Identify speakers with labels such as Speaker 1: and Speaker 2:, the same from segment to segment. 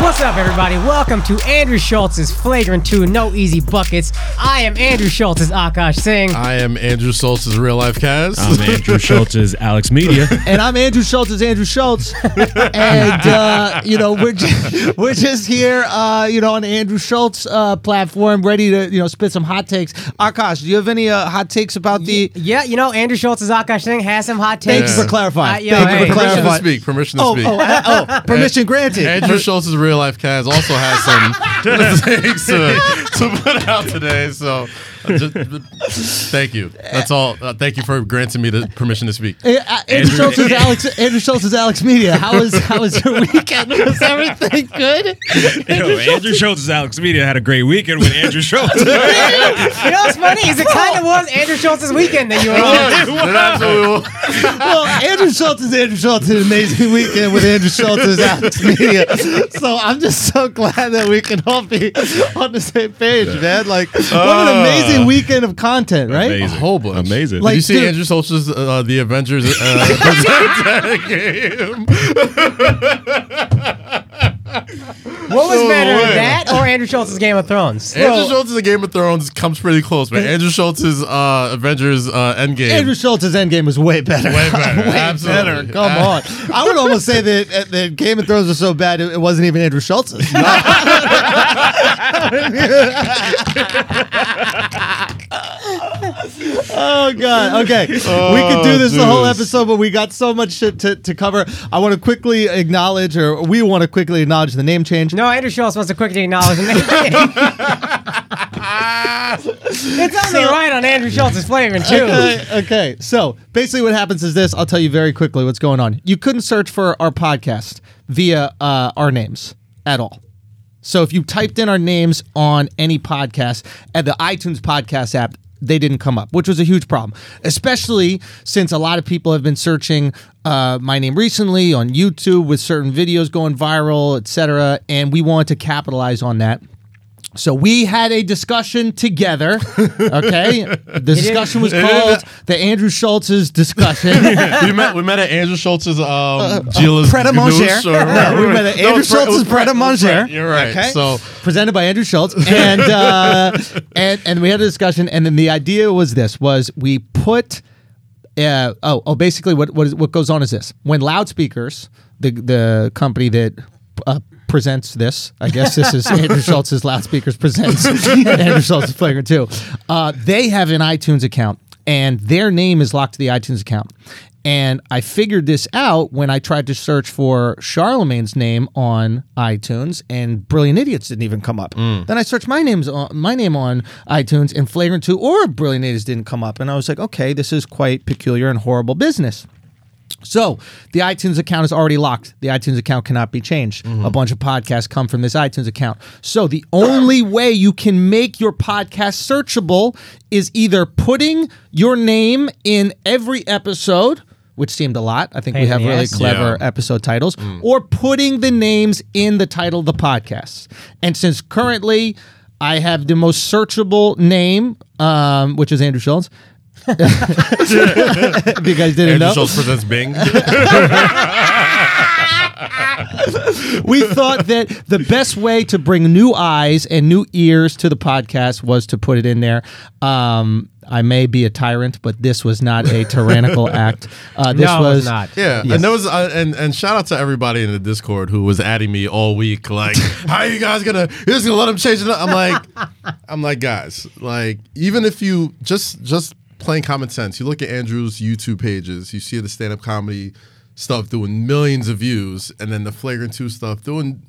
Speaker 1: What's up, everybody? Welcome to Andrew Schultz's Flagrant 2 No Easy Buckets. I am Andrew Schultz's Akash Singh.
Speaker 2: I am Andrew Schultz's real life Kaz.
Speaker 3: I'm Andrew Schultz's Alex Media.
Speaker 4: and I'm Andrew Schultz. It's Andrew Schultz, and uh, you know we're just, we're just here, uh, you know, on the Andrew Schultz uh, platform, ready to you know spit some hot takes. Akash, do you have any uh, hot takes about the?
Speaker 1: Yeah, you know, Andrew Schultz's Akash Singh has some hot
Speaker 4: Thank
Speaker 1: takes.
Speaker 4: you for clarifying.
Speaker 1: Uh, yo,
Speaker 4: Thank
Speaker 1: hey.
Speaker 4: you for
Speaker 2: permission to
Speaker 4: clarifying.
Speaker 2: speak. Permission to
Speaker 4: Oh,
Speaker 2: speak.
Speaker 4: oh, uh, oh, permission granted.
Speaker 2: Andrew Schultz's real life Kaz also has some things to, to put out today. So, uh, just, thank you. That's all. Uh, thank you for granting me the permission to speak.
Speaker 4: Uh, uh, Andrew,
Speaker 3: Andrew-
Speaker 4: Schultz is Alex. Andrew Schultz is Alex Media. How was how was your weekend? Was everything good?
Speaker 3: Yo, Andrew Schultz's Alex Media had a great weekend with Andrew Schultz.
Speaker 1: You know what's funny is it kind of was Andrew Schultz's weekend that you were on.
Speaker 2: It absolutely was.
Speaker 4: well, Andrew Schultz is Andrew Schultz had an amazing weekend with Andrew Schultz is Alex Media. So I'm just so glad that we can all be on the same page, man. Like, what an amazing weekend of content, right?
Speaker 3: Amazing.
Speaker 2: A whole bunch.
Speaker 3: Amazing.
Speaker 2: Did
Speaker 4: Like-
Speaker 2: you see
Speaker 4: dude-
Speaker 2: Andrew Schultz's uh, The Avengers uh, game?
Speaker 1: What was
Speaker 2: No
Speaker 1: better,
Speaker 2: way.
Speaker 1: that or Andrew Schultz's Game of Thrones?
Speaker 2: Andrew Schultz's Game of Thrones comes pretty close, but Andrew Schultz's uh, Avengers uh, Endgame.
Speaker 4: Andrew Schultz's Endgame was way better.
Speaker 2: Way better.
Speaker 4: Way
Speaker 2: Absolutely. Uh,
Speaker 4: better. Come on. I would almost say that, uh, that Game of Thrones was so bad it, it wasn't even Andrew Schultz's. oh God. Okay. we could do this the whole
Speaker 2: Jesus.
Speaker 4: episode, but we got so much shit to, to cover. I want to quickly acknowledge, or we want to quickly acknowledge the name change.
Speaker 1: No, Andrew Schultz wants to quickly acknowledge the name. it's only right on Andrew Schultz's Flagrant 2.
Speaker 4: Okay, okay. So basically, what happens is this. I'll tell you very quickly what's going on. You couldn't search for our podcast via uh, our names at all. So if you typed in our names on any podcast at the iTunes podcast app, they didn't come up, which was a huge problem, especially since a lot of people have been searching uh, my name recently on YouTube with certain videos going viral, et cetera, and we wanted to capitalize on that. So we had a discussion together. Okay, the discussion was
Speaker 2: it didn't-
Speaker 4: called the Andrew Schultz's discussion.
Speaker 2: we met we met at Andrew Schultz's um Gila's
Speaker 4: Uh, Pret a Manger.
Speaker 2: Gnouche or-
Speaker 4: No, we met at
Speaker 2: No,
Speaker 4: Andrew
Speaker 2: it was Pret- it was
Speaker 4: Schultz's Pret a
Speaker 2: Pret- it was Pret.
Speaker 4: Manger.
Speaker 2: You're right.
Speaker 4: Okay.
Speaker 2: So
Speaker 4: presented by Andrew Schultz, and uh, and and we had a discussion, and then the idea was this: was we put uh, oh oh basically what what is, what goes on is this when loudspeakers the the company that uh, presents this I guess this is Andrew Schultz's loudspeakers presents Andrew Schultz's flagrant too uh, they have an iTunes account and their name is locked to the iTunes account. And I figured this out when I tried to search for Charlemagne's name on iTunes, and Brilliant Idiots didn't even come up. Then I searched my name's on, my name on iTunes, and Flagrant Two or Brilliant Idiots didn't come up. And I was like, okay, this is quite peculiar and horrible business. So the iTunes account is already locked. The iTunes account cannot be changed.
Speaker 1: Mm-hmm.
Speaker 4: A bunch of podcasts come from this iTunes account. So the only way you can make your podcast searchable is either putting your name in every episode, which seemed a lot. I think
Speaker 1: Pain
Speaker 4: we
Speaker 1: in
Speaker 4: have
Speaker 1: the
Speaker 4: really
Speaker 1: ass. Mm.
Speaker 4: clever
Speaker 2: Yeah.
Speaker 4: episode titles, or putting the names in the title of the podcast. And since currently I have the most searchable name, um, which is Andrew Schultz. if you guys didn't
Speaker 2: Andrew
Speaker 4: know,
Speaker 2: Schultz presents Bing.
Speaker 4: we thought that the best way to bring new eyes and new ears to the podcast was to put it in there. Um, I may be a tyrant, but this was not a tyrannical act. Uh, this
Speaker 1: No, it was
Speaker 4: was
Speaker 1: not.
Speaker 2: Yeah, and there was uh, and and shout out to everybody in the Discord who was adding me all week. Like, how are you guys gonna? You're just gonna let them change it up? I'm like, I'm like, guys, like even if you just just plain common sense, you look at Andrew's YouTube pages, you see the stand up comedy stuff doing millions of views, and then the flagrant two stuff doing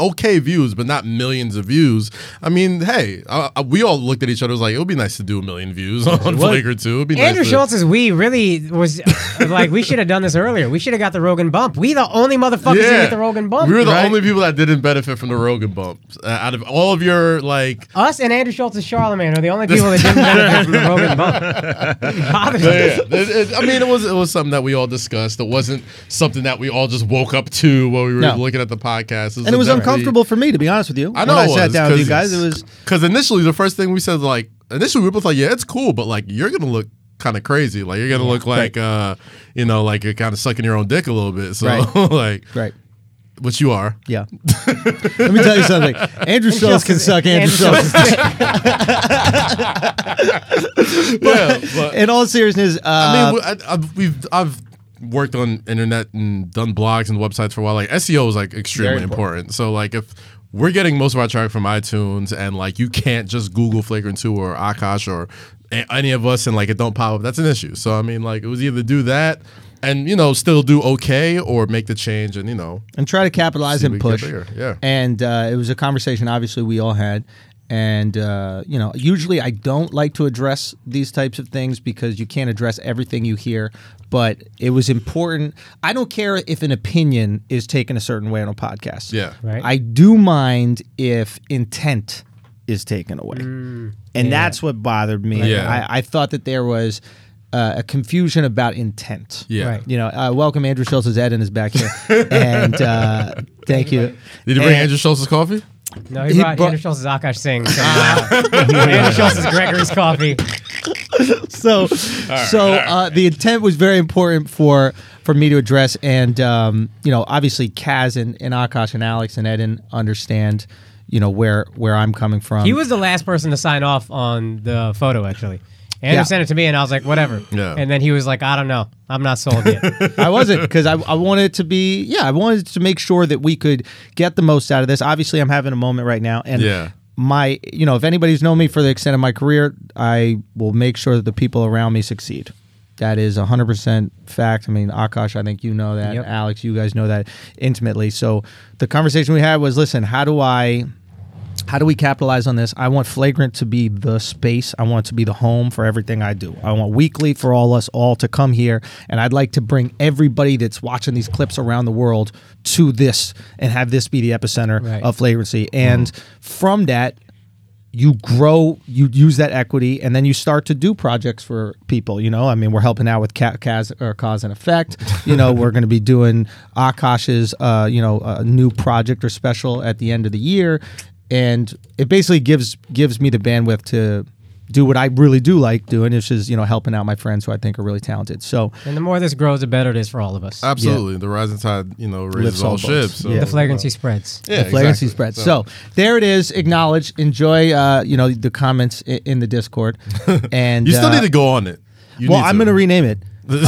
Speaker 2: okay views, but not millions of views. I mean, hey, uh, uh, we all looked at each other was like, it would be nice to do a million views on flagrant two. It'd be
Speaker 1: Andrew
Speaker 2: nice to-
Speaker 1: Schultz's we really was uh, like we should have done this earlier. We should have got the Rogan bump. We the only motherfuckers who get the Rogan bump.
Speaker 2: We were the
Speaker 1: right?
Speaker 2: only people that didn't benefit from the Rogan bump. Uh, out of all of your like,
Speaker 1: us and Andrew Schultz's Charlemagne are the only people that didn't benefit from the Rogan bump. It bothers me.
Speaker 2: It- it- I mean, it was it was something that we all discussed. It wasn't something that we all just woke up to while we were
Speaker 4: No.
Speaker 2: looking at the podcast.
Speaker 4: and it was
Speaker 2: definitely-
Speaker 4: uncomfortable for me, to be honest with you.
Speaker 2: I know
Speaker 4: when I
Speaker 2: it
Speaker 4: sat
Speaker 2: was,
Speaker 4: down with you
Speaker 2: 'cause-
Speaker 4: guys, it was
Speaker 2: because initially the first thing we said like initially we were both like, yeah, it's cool, but like you're gonna look kind of crazy. Like you're gonna look like uh, you know, like you're kind of sucking your own dick a little bit. So
Speaker 4: Right.
Speaker 2: like,
Speaker 4: right.
Speaker 2: which you are.
Speaker 4: Yeah, Let me tell you something. Andrew Schultz can suck Andrew Schultz.
Speaker 2: yeah, but
Speaker 4: In all seriousness, uh,
Speaker 2: I mean, we- I, I've, we've I've worked on internet and done blogs and websites for a while. Like SEO is like extremely
Speaker 4: Very
Speaker 2: important.
Speaker 4: important.
Speaker 2: So like if we're getting most of our traffic from iTunes and like you can't just Google Flagrant Two or Akash or a- any of us and like it don't pop up, that's an issue. So I mean, like it was either do that and you know still do okay or make the change and you know
Speaker 4: and try to capitalize
Speaker 2: See
Speaker 4: and
Speaker 2: if we can
Speaker 4: push.
Speaker 2: get bigger, yeah.
Speaker 4: And uh, it was a conversation, obviously, we all had. And uh, you know, usually I don't like to address these types of things because you can't address everything you hear. But it was important. I don't care if an opinion is taken a certain way on a podcast.
Speaker 2: Yeah.
Speaker 1: Right.
Speaker 4: I do mind if intent is taken away,
Speaker 5: and that's what bothered me.
Speaker 2: Yeah.
Speaker 4: I, I thought that there was uh, a confusion about intent.
Speaker 2: yeah.
Speaker 1: Right.
Speaker 4: You know, uh, welcome Andrew Schultz's Ed in his back here, and uh, thank you.
Speaker 2: Did you bring
Speaker 4: And-
Speaker 2: Andrew Schultz's coffee?
Speaker 1: No, he,
Speaker 4: He
Speaker 1: brought,
Speaker 4: brought-
Speaker 1: Andrew Schultz is Akash Singh. So,
Speaker 2: Ah.
Speaker 1: uh, Andrew Schultz is Gregory's coffee.
Speaker 4: So, so uh, the intent was very important for for me to address, and um, you know, obviously Kaz and, and Akash and Alex and Eden understand, you know, where where I'm coming from.
Speaker 1: He was the last person to sign off on the photo, actually. Andrew
Speaker 4: Yeah.
Speaker 1: sent it to me, and I was like, whatever.
Speaker 2: Yeah.
Speaker 1: And then he was like, I don't know. I'm not sold yet.
Speaker 4: I wasn't because I, I wanted to be yeah I wanted to make sure that we could get the most out of this. Obviously, I'm having a moment right now, and
Speaker 2: Yeah.
Speaker 4: my you know if anybody's known me for the extent of my career, I will make sure that the people around me succeed. That is 100% fact. I mean, Akash, I think you know that.
Speaker 1: Yep.
Speaker 4: Alex, you guys know that intimately. So the conversation we had was, listen, how do I how do we capitalize on this? I want Flagrant to be the space. I want it to be the home for everything I do. I want Weekly for all us all to come here, and I'd like to bring everybody that's watching these clips around the world to this and have this be the epicenter
Speaker 1: Right.
Speaker 4: of flagrancy. And from that, you grow, you use that equity, and then you start to do projects for people. You know, I mean, we're helping out with ca- cause, or cause and effect. You know, we're going to be doing Akash's, uh, you know, uh, new project or special at the end of the year, and it basically gives gives me the bandwidth to do what I really do like doing, which is you know helping out my friends who I think are really talented. So
Speaker 1: and the more this grows, the better it is for all of us.
Speaker 2: Absolutely. The rising tide, you know, raises
Speaker 4: Lifts all
Speaker 2: all
Speaker 4: boats.
Speaker 2: ships. So,
Speaker 1: the flagrancy spreads.
Speaker 2: yeah,
Speaker 4: the flagrancy
Speaker 2: exactly.
Speaker 4: spread. So. there it is. Acknowledge, enjoy. Uh, you know the comments in, in the Discord, and
Speaker 2: you still
Speaker 4: uh,
Speaker 2: need to go on it. You
Speaker 4: Well,
Speaker 2: need
Speaker 4: I'm going to rename it.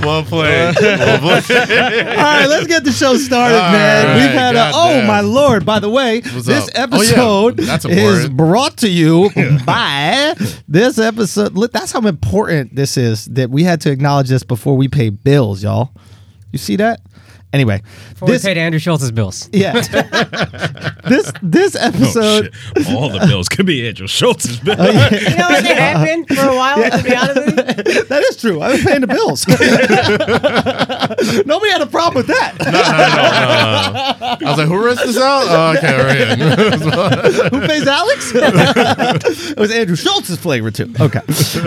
Speaker 2: Well played. Well played.
Speaker 4: All right, let's get the show started,
Speaker 2: All
Speaker 4: man.
Speaker 2: right,
Speaker 4: We've had a, oh
Speaker 2: goddamn.
Speaker 4: my lord. By the way,
Speaker 2: What's
Speaker 4: this
Speaker 2: up? Oh, yeah,
Speaker 4: episode
Speaker 2: that's a
Speaker 4: is
Speaker 2: word.
Speaker 4: brought to you by this episode. Look, that's how important this is that we had to acknowledge this before we pay bills, y'all. You see that? Anyway,
Speaker 1: Before
Speaker 4: this
Speaker 1: we paid Andrew Schultz's bills.
Speaker 4: yeah. this this
Speaker 3: Oh,
Speaker 4: episode
Speaker 3: shit. All the bills could be Andrew Schultz's bill.
Speaker 1: You know what? They have been for a while, to be honest with you.
Speaker 4: that is true. I've been paying the bills. Nobody had a problem with that.
Speaker 2: I was like, who risked this out? Oh, okay, right.
Speaker 4: Who pays Alex? it was Andrew Schultz's flagrant too. Okay.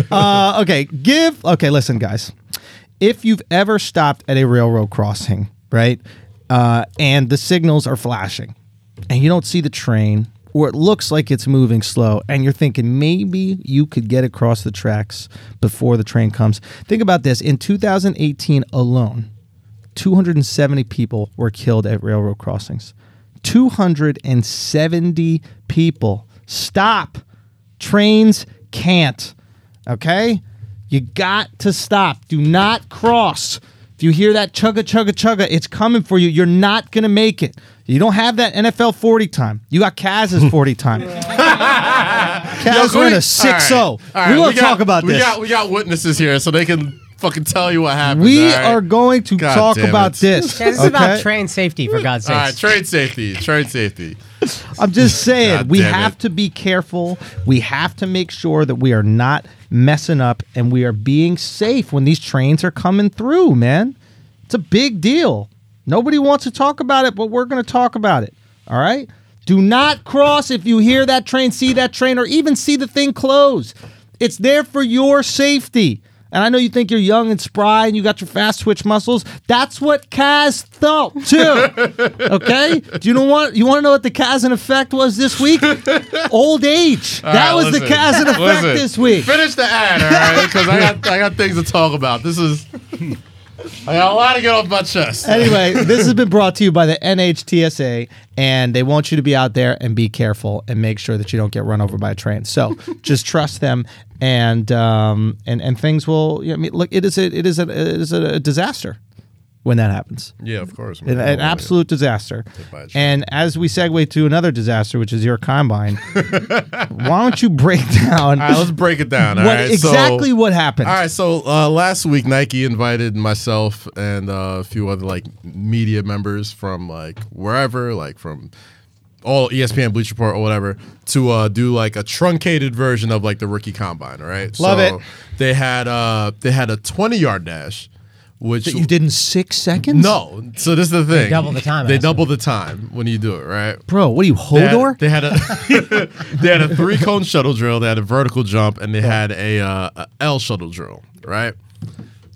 Speaker 4: Uh, okay. Give. Okay. Listen, guys. If you've ever stopped at a railroad crossing, right, uh, and the signals are flashing, and you don't see the train, or it looks like it's moving slow, and you're thinking maybe you could get across the tracks before the train comes. Think about this. In 2018 alone, 270 people were killed at railroad crossings. 270 people. Stop. Trains can't. Okay? You got to stop. Do not cross. If you hear that chugga chugga chugga, it's coming for you. You're not going to make it. You don't have that NFL 40 time. You got Kaz's 40 time. Kaz, we're in a 6 0. We're going to talk about
Speaker 2: we
Speaker 4: this.
Speaker 2: Got, we got witnesses here, so they can fucking tell you what happened.
Speaker 4: we
Speaker 2: all right?
Speaker 4: are going to
Speaker 2: God
Speaker 4: talk
Speaker 2: damn
Speaker 4: about
Speaker 2: it.
Speaker 4: this.
Speaker 1: Yeah, this is about
Speaker 4: okay?
Speaker 1: train safety, for God's
Speaker 2: All
Speaker 1: sake.
Speaker 2: right, trade safety, trade safety.
Speaker 4: I'm just saying,
Speaker 2: God
Speaker 4: we
Speaker 2: damn
Speaker 4: have
Speaker 2: it.
Speaker 4: to be careful. We have to make sure that we are not messing up and we are being safe when these trains are coming through, man. It's a big deal. Nobody wants to talk about it, but we're going to talk about it. All right? Do not cross if you hear that train, see that train, or even see the thing close. It's there for your safety. And I know you think you're young and spry and you got your fast twitch muscles. That's what Kaz thought too. okay? Do you know what you want to know what the Kaz in effect was this week? Old age.
Speaker 2: All
Speaker 4: that
Speaker 2: right,
Speaker 4: was the
Speaker 2: listen,
Speaker 4: Kaz in effect
Speaker 2: listen.
Speaker 4: this week.
Speaker 2: Finish the ad, all right? Because I got I got things to talk about. This is I got a lot to get off my chest.
Speaker 4: Anyway, this has been brought to you by the NHTSA, and they want you to be out there and be careful and make sure that you don't get run over by a train. So just trust them, and um, and and things will. You know, I mean, look, it is a, it is a, it is a disaster when that happens.
Speaker 2: Yeah, of course.
Speaker 4: An, an absolute disaster.
Speaker 2: by a train.
Speaker 4: And as we segue to another disaster, which is your combine, why don't you break down
Speaker 2: All right, let's break it down.
Speaker 4: what,
Speaker 2: all right, So-
Speaker 4: exactly what happened?
Speaker 2: All right, so uh, last week Nike invited myself and uh, a few other like media members from like wherever, like from all E ESPN, Bleacher Report, or whatever, to uh, do like a truncated version of like the rookie combine. All right,
Speaker 4: Love
Speaker 2: so
Speaker 4: it.
Speaker 2: They had uh, they had a twenty yard dash, which
Speaker 4: That you did in six seconds?
Speaker 2: no. So this is the thing.
Speaker 1: double the time,
Speaker 2: They
Speaker 1: asshole.
Speaker 2: double the time when you do it, right?
Speaker 4: Bro, what are you,
Speaker 2: They had-
Speaker 4: Hodor?
Speaker 2: They had, a they had a three cone shuttle drill. They had a vertical jump, and they had a, uh, a L shuttle drill. Right.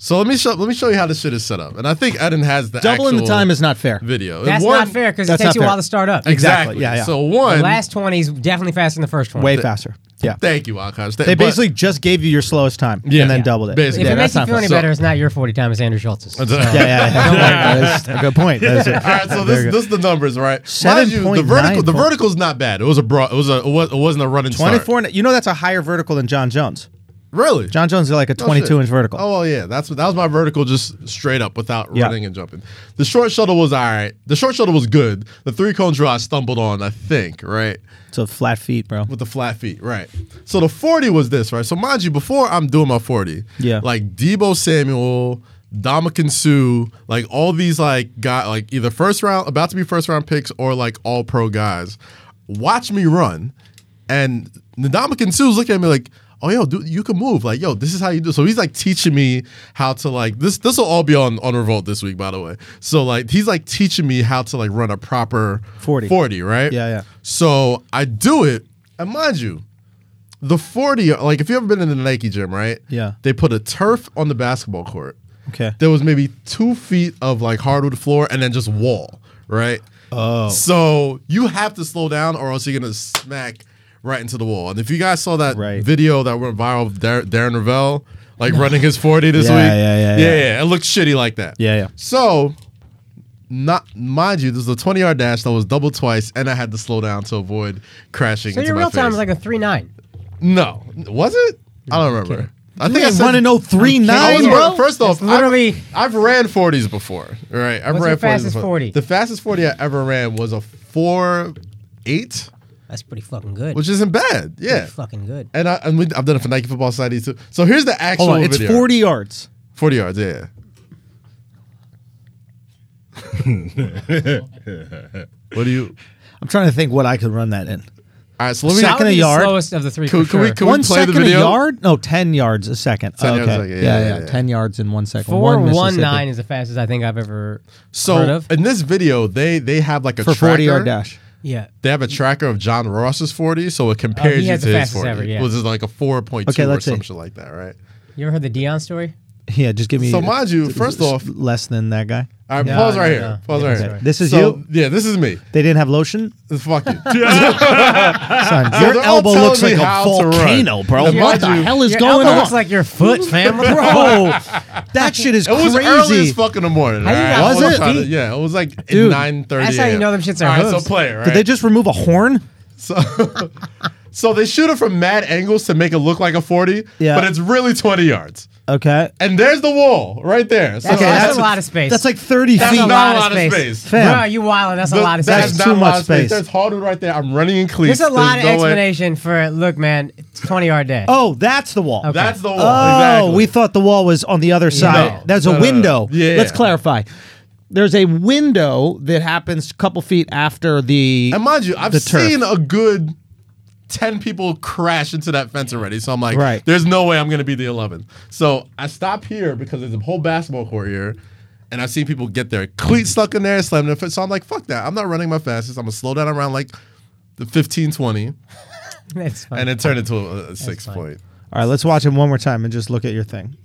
Speaker 2: So let me show let me show you how this shit is set up. And I think Eden has the
Speaker 4: Doubling the
Speaker 2: actual
Speaker 4: time is not fair.
Speaker 2: video.
Speaker 1: That's
Speaker 2: One-
Speaker 1: not fair because it
Speaker 4: That's
Speaker 1: takes
Speaker 4: not
Speaker 1: you a
Speaker 4: fair.
Speaker 1: while to start up.
Speaker 2: Exactly.
Speaker 4: Exactly, yeah, yeah.
Speaker 2: So
Speaker 1: The
Speaker 2: one.
Speaker 1: last 20 is definitely faster than the first 20.
Speaker 4: Way faster. Yeah.
Speaker 2: thank you, Akash.
Speaker 5: They basically just gave you your slowest time
Speaker 2: Yeah.
Speaker 5: and then
Speaker 2: Yeah.
Speaker 5: doubled it.
Speaker 1: if
Speaker 2: Basically.
Speaker 4: Yeah,
Speaker 1: it makes
Speaker 4: that's
Speaker 1: you
Speaker 4: not
Speaker 1: feel
Speaker 4: fair.
Speaker 1: any
Speaker 2: So-
Speaker 1: better, it's not your 40 time, it's Andrew Schultz's.
Speaker 5: Yeah, yeah, yeah. That is a good point. That is it.
Speaker 2: All right, so
Speaker 5: Very
Speaker 2: this,
Speaker 5: good.
Speaker 2: this is the numbers, right? Mind you, the
Speaker 5: 7.9
Speaker 2: vertical the
Speaker 5: point-
Speaker 2: vertical's not bad. It was a broad. It was a it was- it wasn't a running start.
Speaker 5: 24 and you know that's a higher vertical than John Jones.
Speaker 2: Really?
Speaker 5: John Jones is like a
Speaker 2: Oh,
Speaker 5: 22
Speaker 2: shit.
Speaker 5: inch vertical.
Speaker 2: Oh well, yeah, that's that was my vertical, just straight up without
Speaker 5: Yeah.
Speaker 2: running and jumping. The short shuttle was all right. The short shuttle was good. The three cone drill I stumbled on, I think, right
Speaker 5: So flat feet, bro.
Speaker 2: with the flat feet, right. So the forty was this, right. So mind you, before I'm doing my forty,
Speaker 5: Yeah.
Speaker 2: like Debo Samuel. Dominican Sue, like all these like guy like either first round about to be first round picks or like all pro guys, watch me run, and Ndamukong Sue's looking at me like, "Oh, yo, dude, you can move. Like, yo, this is how you do." So he's like teaching me how to like this. This will all be on on Revolt this week, by the way. So like he's like teaching me how to like run a proper
Speaker 5: 40.
Speaker 2: right?
Speaker 5: Yeah, yeah.
Speaker 2: So I do it, and mind you, the forty. Like if you ever been in the Nike gym, right?
Speaker 5: Yeah.
Speaker 2: They put a turf on the basketball court.
Speaker 5: Okay.
Speaker 2: There was maybe two feet of like hardwood floor, and then just wall, right? Oh. So you have to slow down, or else you're gonna smack right into the wall. And if you guys saw that
Speaker 5: Right.
Speaker 2: video that went viral of Dar- Darren Ravel like running his forty this
Speaker 5: Yeah,
Speaker 2: week,
Speaker 5: yeah, yeah,
Speaker 2: yeah,
Speaker 5: yeah.
Speaker 2: it looked shitty like that.
Speaker 5: Yeah, yeah.
Speaker 2: So not mind you, this is a 20 yard dash that was double twice, and I had to slow down to avoid crashing.
Speaker 1: So
Speaker 2: into
Speaker 1: your
Speaker 2: my
Speaker 1: real time
Speaker 2: face.
Speaker 1: is like a 3 9.
Speaker 2: no, was it? I don't remember. I think I
Speaker 5: Hey,
Speaker 2: said
Speaker 5: running 039,
Speaker 2: I
Speaker 1: kidding.
Speaker 5: bro.
Speaker 2: was, first off,
Speaker 1: It's literally-
Speaker 2: I've, I've ran 40s before. All right, I've
Speaker 1: What's
Speaker 2: ran
Speaker 1: your
Speaker 2: 40s
Speaker 1: fastest
Speaker 2: before.
Speaker 1: 40?
Speaker 2: The fastest 40 I ever ran was a four eight,
Speaker 1: That's pretty fucking good.
Speaker 2: which isn't bad. Yeah,
Speaker 1: Pretty fucking good.
Speaker 2: and I and we, I've done it for Nike Football Society too. So here's the actual
Speaker 5: Hold on, it's
Speaker 2: video.
Speaker 5: 40 yards.
Speaker 2: 40 yards. Yeah. what do you?
Speaker 5: I'm trying to think what I could run that in.
Speaker 2: All right, so let me.
Speaker 5: Second
Speaker 1: That would
Speaker 5: a
Speaker 1: be
Speaker 5: yard.
Speaker 1: The slowest of the three.
Speaker 2: Can-
Speaker 1: for
Speaker 2: can we-
Speaker 1: sure.
Speaker 2: can we-
Speaker 5: One
Speaker 2: play the
Speaker 5: second
Speaker 2: video?
Speaker 5: a yard? No, 10 yards a second.
Speaker 2: 10
Speaker 5: okay.
Speaker 2: yards a second,
Speaker 4: Yeah, yeah,
Speaker 2: yeah, yeah.
Speaker 4: 10 yards in one second.
Speaker 1: Four
Speaker 4: One
Speaker 1: one
Speaker 4: Mississippi.
Speaker 1: nine is the fastest I think I've ever heard
Speaker 2: So
Speaker 1: of.
Speaker 2: in this video, they they have like a
Speaker 4: for 40
Speaker 2: tracker.
Speaker 4: yard dash.
Speaker 1: Yeah.
Speaker 2: They have a tracker of John Ross's 40, so it
Speaker 1: Oh,
Speaker 2: compares
Speaker 1: he
Speaker 2: you
Speaker 1: has
Speaker 2: to
Speaker 1: the
Speaker 2: his
Speaker 1: fastest
Speaker 2: 40,
Speaker 1: ever, yeah.
Speaker 2: which is like a 4.2
Speaker 5: Okay,
Speaker 2: or
Speaker 5: let's see.
Speaker 2: some shit like that, right?
Speaker 1: You ever heard the Dion story?
Speaker 5: Yeah, just give me.
Speaker 2: So mind you, first
Speaker 5: s-
Speaker 2: off-
Speaker 5: less than that guy.
Speaker 2: All right,
Speaker 1: No,
Speaker 2: pause right
Speaker 1: no,
Speaker 2: here.
Speaker 1: no.
Speaker 2: Pause
Speaker 1: Yeah,
Speaker 2: right
Speaker 1: that's
Speaker 2: here.
Speaker 1: right.
Speaker 5: This is
Speaker 2: So-
Speaker 5: you?
Speaker 2: Yeah, this is me.
Speaker 5: They didn't have lotion.
Speaker 2: Fuck you.
Speaker 5: Son,
Speaker 2: So
Speaker 5: your
Speaker 2: they're all
Speaker 5: elbow
Speaker 2: telling
Speaker 5: looks
Speaker 2: me
Speaker 5: like
Speaker 2: how
Speaker 5: a
Speaker 2: to run.
Speaker 5: volcano, bro.
Speaker 1: Yeah,
Speaker 5: What the
Speaker 2: mind you-
Speaker 5: hell is
Speaker 1: Your
Speaker 5: going
Speaker 1: elbow
Speaker 5: on,
Speaker 1: Looks like your foot, fam.
Speaker 5: bro? That shit is
Speaker 2: It was early as
Speaker 5: crazy.
Speaker 2: fuck in the morning.
Speaker 1: How you
Speaker 2: alright?
Speaker 1: got
Speaker 2: I
Speaker 1: Was
Speaker 2: wasn't
Speaker 1: it?
Speaker 2: trying to- yeah, it was like
Speaker 5: Dude,
Speaker 2: 9:30.
Speaker 1: that's how you
Speaker 2: a.m.
Speaker 1: know them shits are
Speaker 2: All right, so
Speaker 1: hooves.
Speaker 2: play it, right?
Speaker 5: Did they just remove a horn?
Speaker 2: So, so they shoot it from mad angles to make it look like a 40,
Speaker 5: Yeah.
Speaker 2: but it's really 20 yards.
Speaker 5: Okay.
Speaker 2: And there's the wall right there.
Speaker 1: That's,
Speaker 2: So like,
Speaker 1: that's
Speaker 5: that's a-
Speaker 1: a lot of space.
Speaker 5: That's like 30
Speaker 2: That's
Speaker 5: feet.
Speaker 2: not a lot of space.
Speaker 5: Fam.
Speaker 1: Bro, you wildin'. That's a
Speaker 2: the-
Speaker 1: lot of
Speaker 2: that's
Speaker 1: space.
Speaker 5: That's
Speaker 2: not
Speaker 5: too
Speaker 2: a lot
Speaker 5: much
Speaker 2: of space.
Speaker 5: space.
Speaker 2: There's Hardwood right there. I'm running in cleats.
Speaker 1: There's a lot of
Speaker 2: no way.
Speaker 1: explanation for look, man. It's 20 yard dash.
Speaker 5: Oh, that's the wall.
Speaker 2: That's the wall.
Speaker 5: Oh,
Speaker 2: exactly.
Speaker 5: we thought the wall was on the other side.
Speaker 2: No.
Speaker 5: That's
Speaker 2: No, no,
Speaker 5: a
Speaker 2: no.
Speaker 5: window.
Speaker 2: Yeah.
Speaker 4: Let's clarify. There's a window that happens a couple feet after the.
Speaker 2: And mind you, I've
Speaker 4: the turf.
Speaker 2: seen a good 10 people crash into that fence already. So I'm like,
Speaker 5: Right.
Speaker 2: there's no way I'm going to be the 11th. So I stop here because there's a whole basketball court here. And I've seen people get their cleat stuck in there, slam their foot. So I'm like, fuck that. I'm not running my fastest. I'm going to slow down around like the 15, 20,
Speaker 1: That's fine.
Speaker 2: and then turn it to a, a six
Speaker 1: fine.
Speaker 2: point.
Speaker 5: All right, let's watch it one more time and just look at your thing.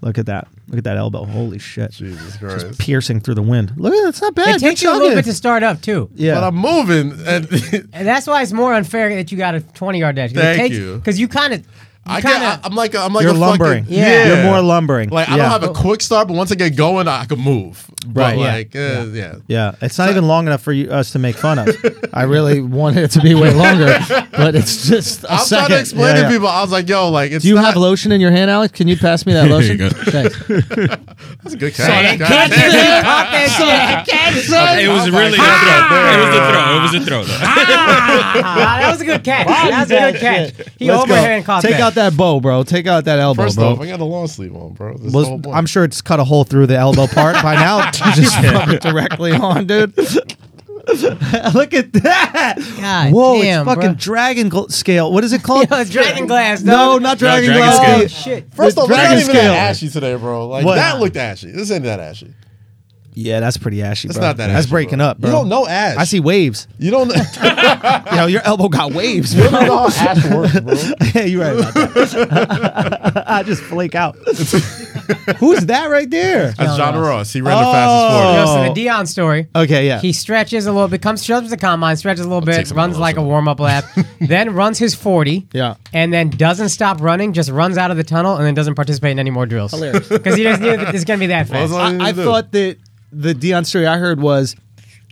Speaker 5: look at that. Look at that elbow. Holy shit.
Speaker 2: Jesus Christ.
Speaker 5: Piercing through the wind. Look at that's not bad.
Speaker 1: it takes
Speaker 5: Good
Speaker 1: you a
Speaker 5: job,
Speaker 1: little
Speaker 5: dude.
Speaker 1: bit to start up too.
Speaker 5: Yeah.
Speaker 2: But I'm moving. And
Speaker 1: And that's why it's more unfair that you got a 20 yard dash.
Speaker 2: Thank you.
Speaker 1: Because you kind of
Speaker 2: I get,
Speaker 1: kinda-
Speaker 2: I, am like a, I'm like
Speaker 4: You're
Speaker 2: a
Speaker 4: lumbering.
Speaker 2: Fucking,
Speaker 1: Yeah.
Speaker 4: You're more lumbering.
Speaker 2: Like I
Speaker 4: yeah.
Speaker 2: don't have a quick start, but once I get going, I can move. But
Speaker 4: Right, yeah.
Speaker 2: Like yeah. yeah.
Speaker 4: Yeah, it's not even long enough for you, us to make fun of.
Speaker 6: I really wanted it to be way longer, but it's just a
Speaker 2: I'm trying
Speaker 6: second.
Speaker 2: to explain
Speaker 4: Yeah,
Speaker 2: to
Speaker 4: yeah.
Speaker 2: people. I was like, yo, like it's
Speaker 6: Do you
Speaker 2: not,
Speaker 6: have lotion in your hand, Alex? Can you pass me that lotion?
Speaker 3: you go.
Speaker 6: Thanks.
Speaker 2: that's a good
Speaker 1: Hey,
Speaker 2: catch.
Speaker 1: catch it. Pop that shit. Catch it.
Speaker 3: It was
Speaker 2: Oh my
Speaker 3: really a
Speaker 2: God.
Speaker 3: throw. It was a throw. It was a throw. Though.
Speaker 1: Ah, that was a good catch. That was a good catch. He
Speaker 6: Let's go.
Speaker 1: overhand caught
Speaker 6: Take
Speaker 1: that.
Speaker 6: out that bow, bro. Take out that elbow,
Speaker 2: First
Speaker 6: bro.
Speaker 2: off, I got a long sleeve on, bro. This
Speaker 4: Was-
Speaker 2: the whole point.
Speaker 4: I'm sure it's cut a hole through the elbow part by now.
Speaker 6: just rub it directly on, dude.
Speaker 4: Look at that!
Speaker 1: God
Speaker 4: Whoa,
Speaker 1: damn,
Speaker 4: it's fucking
Speaker 1: bruh.
Speaker 4: dragon gl- scale. What is it called?
Speaker 1: Yo, it's dragon glass.
Speaker 4: no,
Speaker 1: dog.
Speaker 4: not
Speaker 3: No,
Speaker 4: dragon,
Speaker 3: dragon
Speaker 4: glass.
Speaker 1: Oh
Speaker 3: scale.
Speaker 1: shit.
Speaker 2: First off, it's not
Speaker 4: dragon
Speaker 2: even that
Speaker 4: scale.
Speaker 2: ashy today, bro. Like
Speaker 4: What?
Speaker 2: that looked ashy. This ain't that ashy.
Speaker 4: Yeah, that's pretty ashy.
Speaker 2: That's
Speaker 4: bro.
Speaker 2: not that.
Speaker 4: That's
Speaker 2: ashy, bro.
Speaker 4: breaking up, bro.
Speaker 2: You don't know ash.
Speaker 4: I see waves.
Speaker 2: You don't. you
Speaker 4: You know, your elbow got waves.
Speaker 2: don't know how ash works, bro.
Speaker 4: yeah, you're right about that. I just flake out. Who's that right there?
Speaker 2: That's John Ross. He ran the
Speaker 4: Oh.
Speaker 1: Yo,
Speaker 2: fastest
Speaker 1: so the Dion story.
Speaker 4: Okay, yeah.
Speaker 1: Uh, He stretches a little bit, comes shows up to the combine, stretches a little
Speaker 3: take
Speaker 1: bit,
Speaker 3: some
Speaker 1: runs
Speaker 3: Adderall,
Speaker 1: like a
Speaker 3: sir. warm-up.
Speaker 1: warm up lap, then runs his 40.
Speaker 4: Yeah.
Speaker 1: And then doesn't stop running, just runs out of the tunnel and then doesn't participate in any more drills.
Speaker 6: Hilarious.
Speaker 1: Because he just knew that it's going to be that fast.
Speaker 2: forward.
Speaker 4: I, I thought that the Dion story I heard was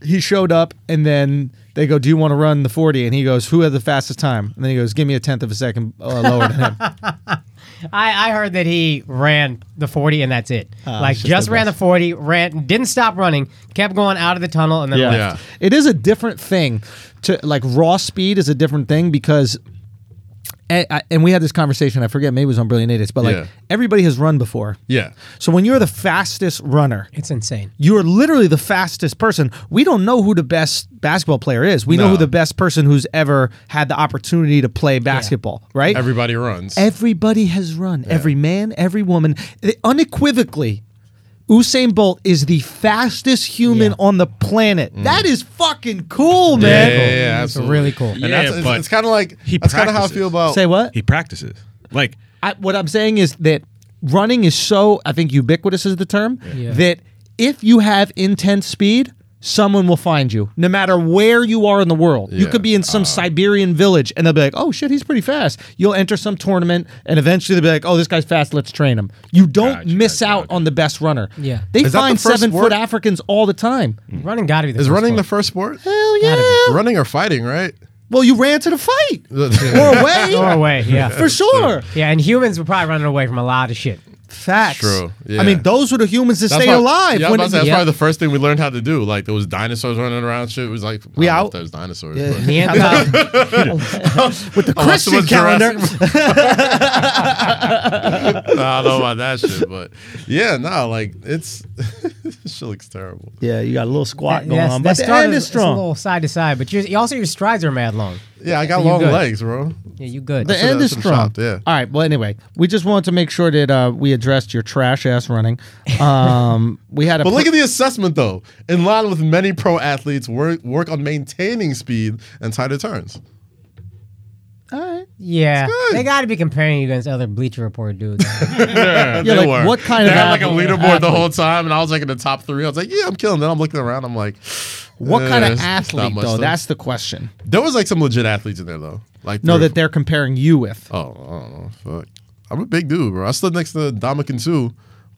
Speaker 4: he showed up and then they go, "Do you want to run the 40?" And he goes, "Who had the fastest time?" And then he goes, "Give me a tenth of a second uh, lower than him."
Speaker 1: I, I heard that he ran the 40 and that's it. like,
Speaker 4: Ah, it's just
Speaker 1: just
Speaker 4: the
Speaker 1: ran the
Speaker 4: best.
Speaker 1: 40, ran, didn't stop running, kept going out of the tunnel and then
Speaker 4: Yeah.
Speaker 1: left.
Speaker 2: Yeah.
Speaker 4: It is a different thing to like raw speed is a different thing because and, I- and we had this conversation, I forget maybe it was on Brilliant Idiots, but like
Speaker 2: Yeah.
Speaker 4: everybody has run before.
Speaker 2: Yeah.
Speaker 4: So when you're the fastest runner,
Speaker 1: It's insane.
Speaker 4: you're literally the fastest person. We don't know who the best basketball player is. We know
Speaker 2: No.
Speaker 4: who the best person who's ever had the opportunity to play basketball, right?
Speaker 2: Everybody runs.
Speaker 4: Everybody has run. Every man, every woman, They- unequivocally. Usain Bolt is the fastest human
Speaker 1: Yeah.
Speaker 4: on the planet. That is fucking cool, man.
Speaker 2: yeah, yeah, yeah,
Speaker 1: it's
Speaker 2: absolutely.
Speaker 1: really cool.
Speaker 2: And
Speaker 3: Yeah,
Speaker 2: that's, it's,
Speaker 3: but
Speaker 2: it's kind of like
Speaker 3: he
Speaker 2: that's kind of how I
Speaker 3: practices.
Speaker 2: feel about.
Speaker 4: Say what?
Speaker 3: He practices. Like
Speaker 4: I, what I'm saying is that running is so I think ubiquitous is the term
Speaker 1: Yeah.
Speaker 4: that if you have intense speed, someone will find you, no matter where you are in the world. You
Speaker 2: Yeah. Uh.
Speaker 4: could be in some Siberian village, and they'll be like, "Oh shit, he's pretty fast." You'll enter some tournament, and eventually they'll be like, "Oh, this guy's fast. Let's train him." You don't
Speaker 3: Gotcha,
Speaker 4: miss
Speaker 3: gotcha,
Speaker 4: out
Speaker 3: okay.
Speaker 4: on the best runner.
Speaker 1: Yeah.
Speaker 4: they
Speaker 2: Is that the
Speaker 4: find
Speaker 2: first
Speaker 4: seven foot
Speaker 2: word?
Speaker 4: Africans all the time.
Speaker 1: Running got to be the
Speaker 2: Is
Speaker 1: first
Speaker 2: running
Speaker 1: one.
Speaker 2: the first sport?
Speaker 4: Hell yeah!
Speaker 2: Running or fighting, right?
Speaker 4: Well, you ran to the fight
Speaker 2: That's
Speaker 4: or away,
Speaker 1: Or
Speaker 2: Oh,
Speaker 1: away, yeah.
Speaker 4: for sure.
Speaker 1: Yeah, and humans were probably running away from a lot of shit.
Speaker 4: Facts.
Speaker 2: True,
Speaker 4: I
Speaker 2: yeah.
Speaker 4: mean, those were the humans that stay
Speaker 2: why-
Speaker 4: alive.
Speaker 2: Yeah, I was
Speaker 4: when-
Speaker 2: about to say, that's
Speaker 1: yeah.
Speaker 2: probably the first thing we learned how to do. Like there was dinosaurs running around. Shit, it was like we
Speaker 4: out.
Speaker 2: There's dinosaurs.
Speaker 1: Neanderthal,
Speaker 4: with the
Speaker 2: but- Unless it
Speaker 4: Christian
Speaker 2: was
Speaker 4: calendar.
Speaker 2: Jurassic- Nah, I don't know about that shit, but yeah, no, like it's this shit looks terrible.
Speaker 4: Yeah, you got a little squat going
Speaker 1: that's-
Speaker 4: on, but
Speaker 1: that
Speaker 4: the
Speaker 1: started-
Speaker 4: end is
Speaker 1: it's a
Speaker 4: strong.
Speaker 1: little side to side, but you're, also your strides are mad long.
Speaker 2: Yeah, I got
Speaker 1: you
Speaker 2: long
Speaker 1: good.
Speaker 2: legs, bro.
Speaker 1: Yeah, you good.
Speaker 4: The
Speaker 2: should've-
Speaker 4: end is
Speaker 2: should've
Speaker 4: strong.
Speaker 2: shopped, yeah.
Speaker 4: All right. Well, anyway, we just wanted to make sure that uh, we addressed your trash ass running. Um, we had a.
Speaker 2: But look at the assessment though. In line with many pro athletes, work work on maintaining speed and tighter turns.
Speaker 4: All right.
Speaker 1: yeah,
Speaker 2: good.
Speaker 1: they got to be comparing you against other Bleacher Report dudes.
Speaker 4: Yeah,
Speaker 2: They
Speaker 4: like,
Speaker 2: were.
Speaker 4: what kind
Speaker 2: they
Speaker 4: of
Speaker 2: had like a
Speaker 4: athlete-
Speaker 2: leaderboard the whole time, and I was like in the top three. I was like, yeah, I'm killing. Then I'm looking around. I'm like,
Speaker 4: What
Speaker 2: eh,
Speaker 4: kind of
Speaker 2: it's not
Speaker 4: athlete
Speaker 2: much
Speaker 4: though?
Speaker 2: left.
Speaker 4: That's the question.
Speaker 2: there was like some legit athletes in there though. Like
Speaker 4: No,
Speaker 2: three or
Speaker 4: that they're comparing you with.
Speaker 2: Oh, I don't know. Fuck. I'm a big dude, bro. I stood next to Dominican too.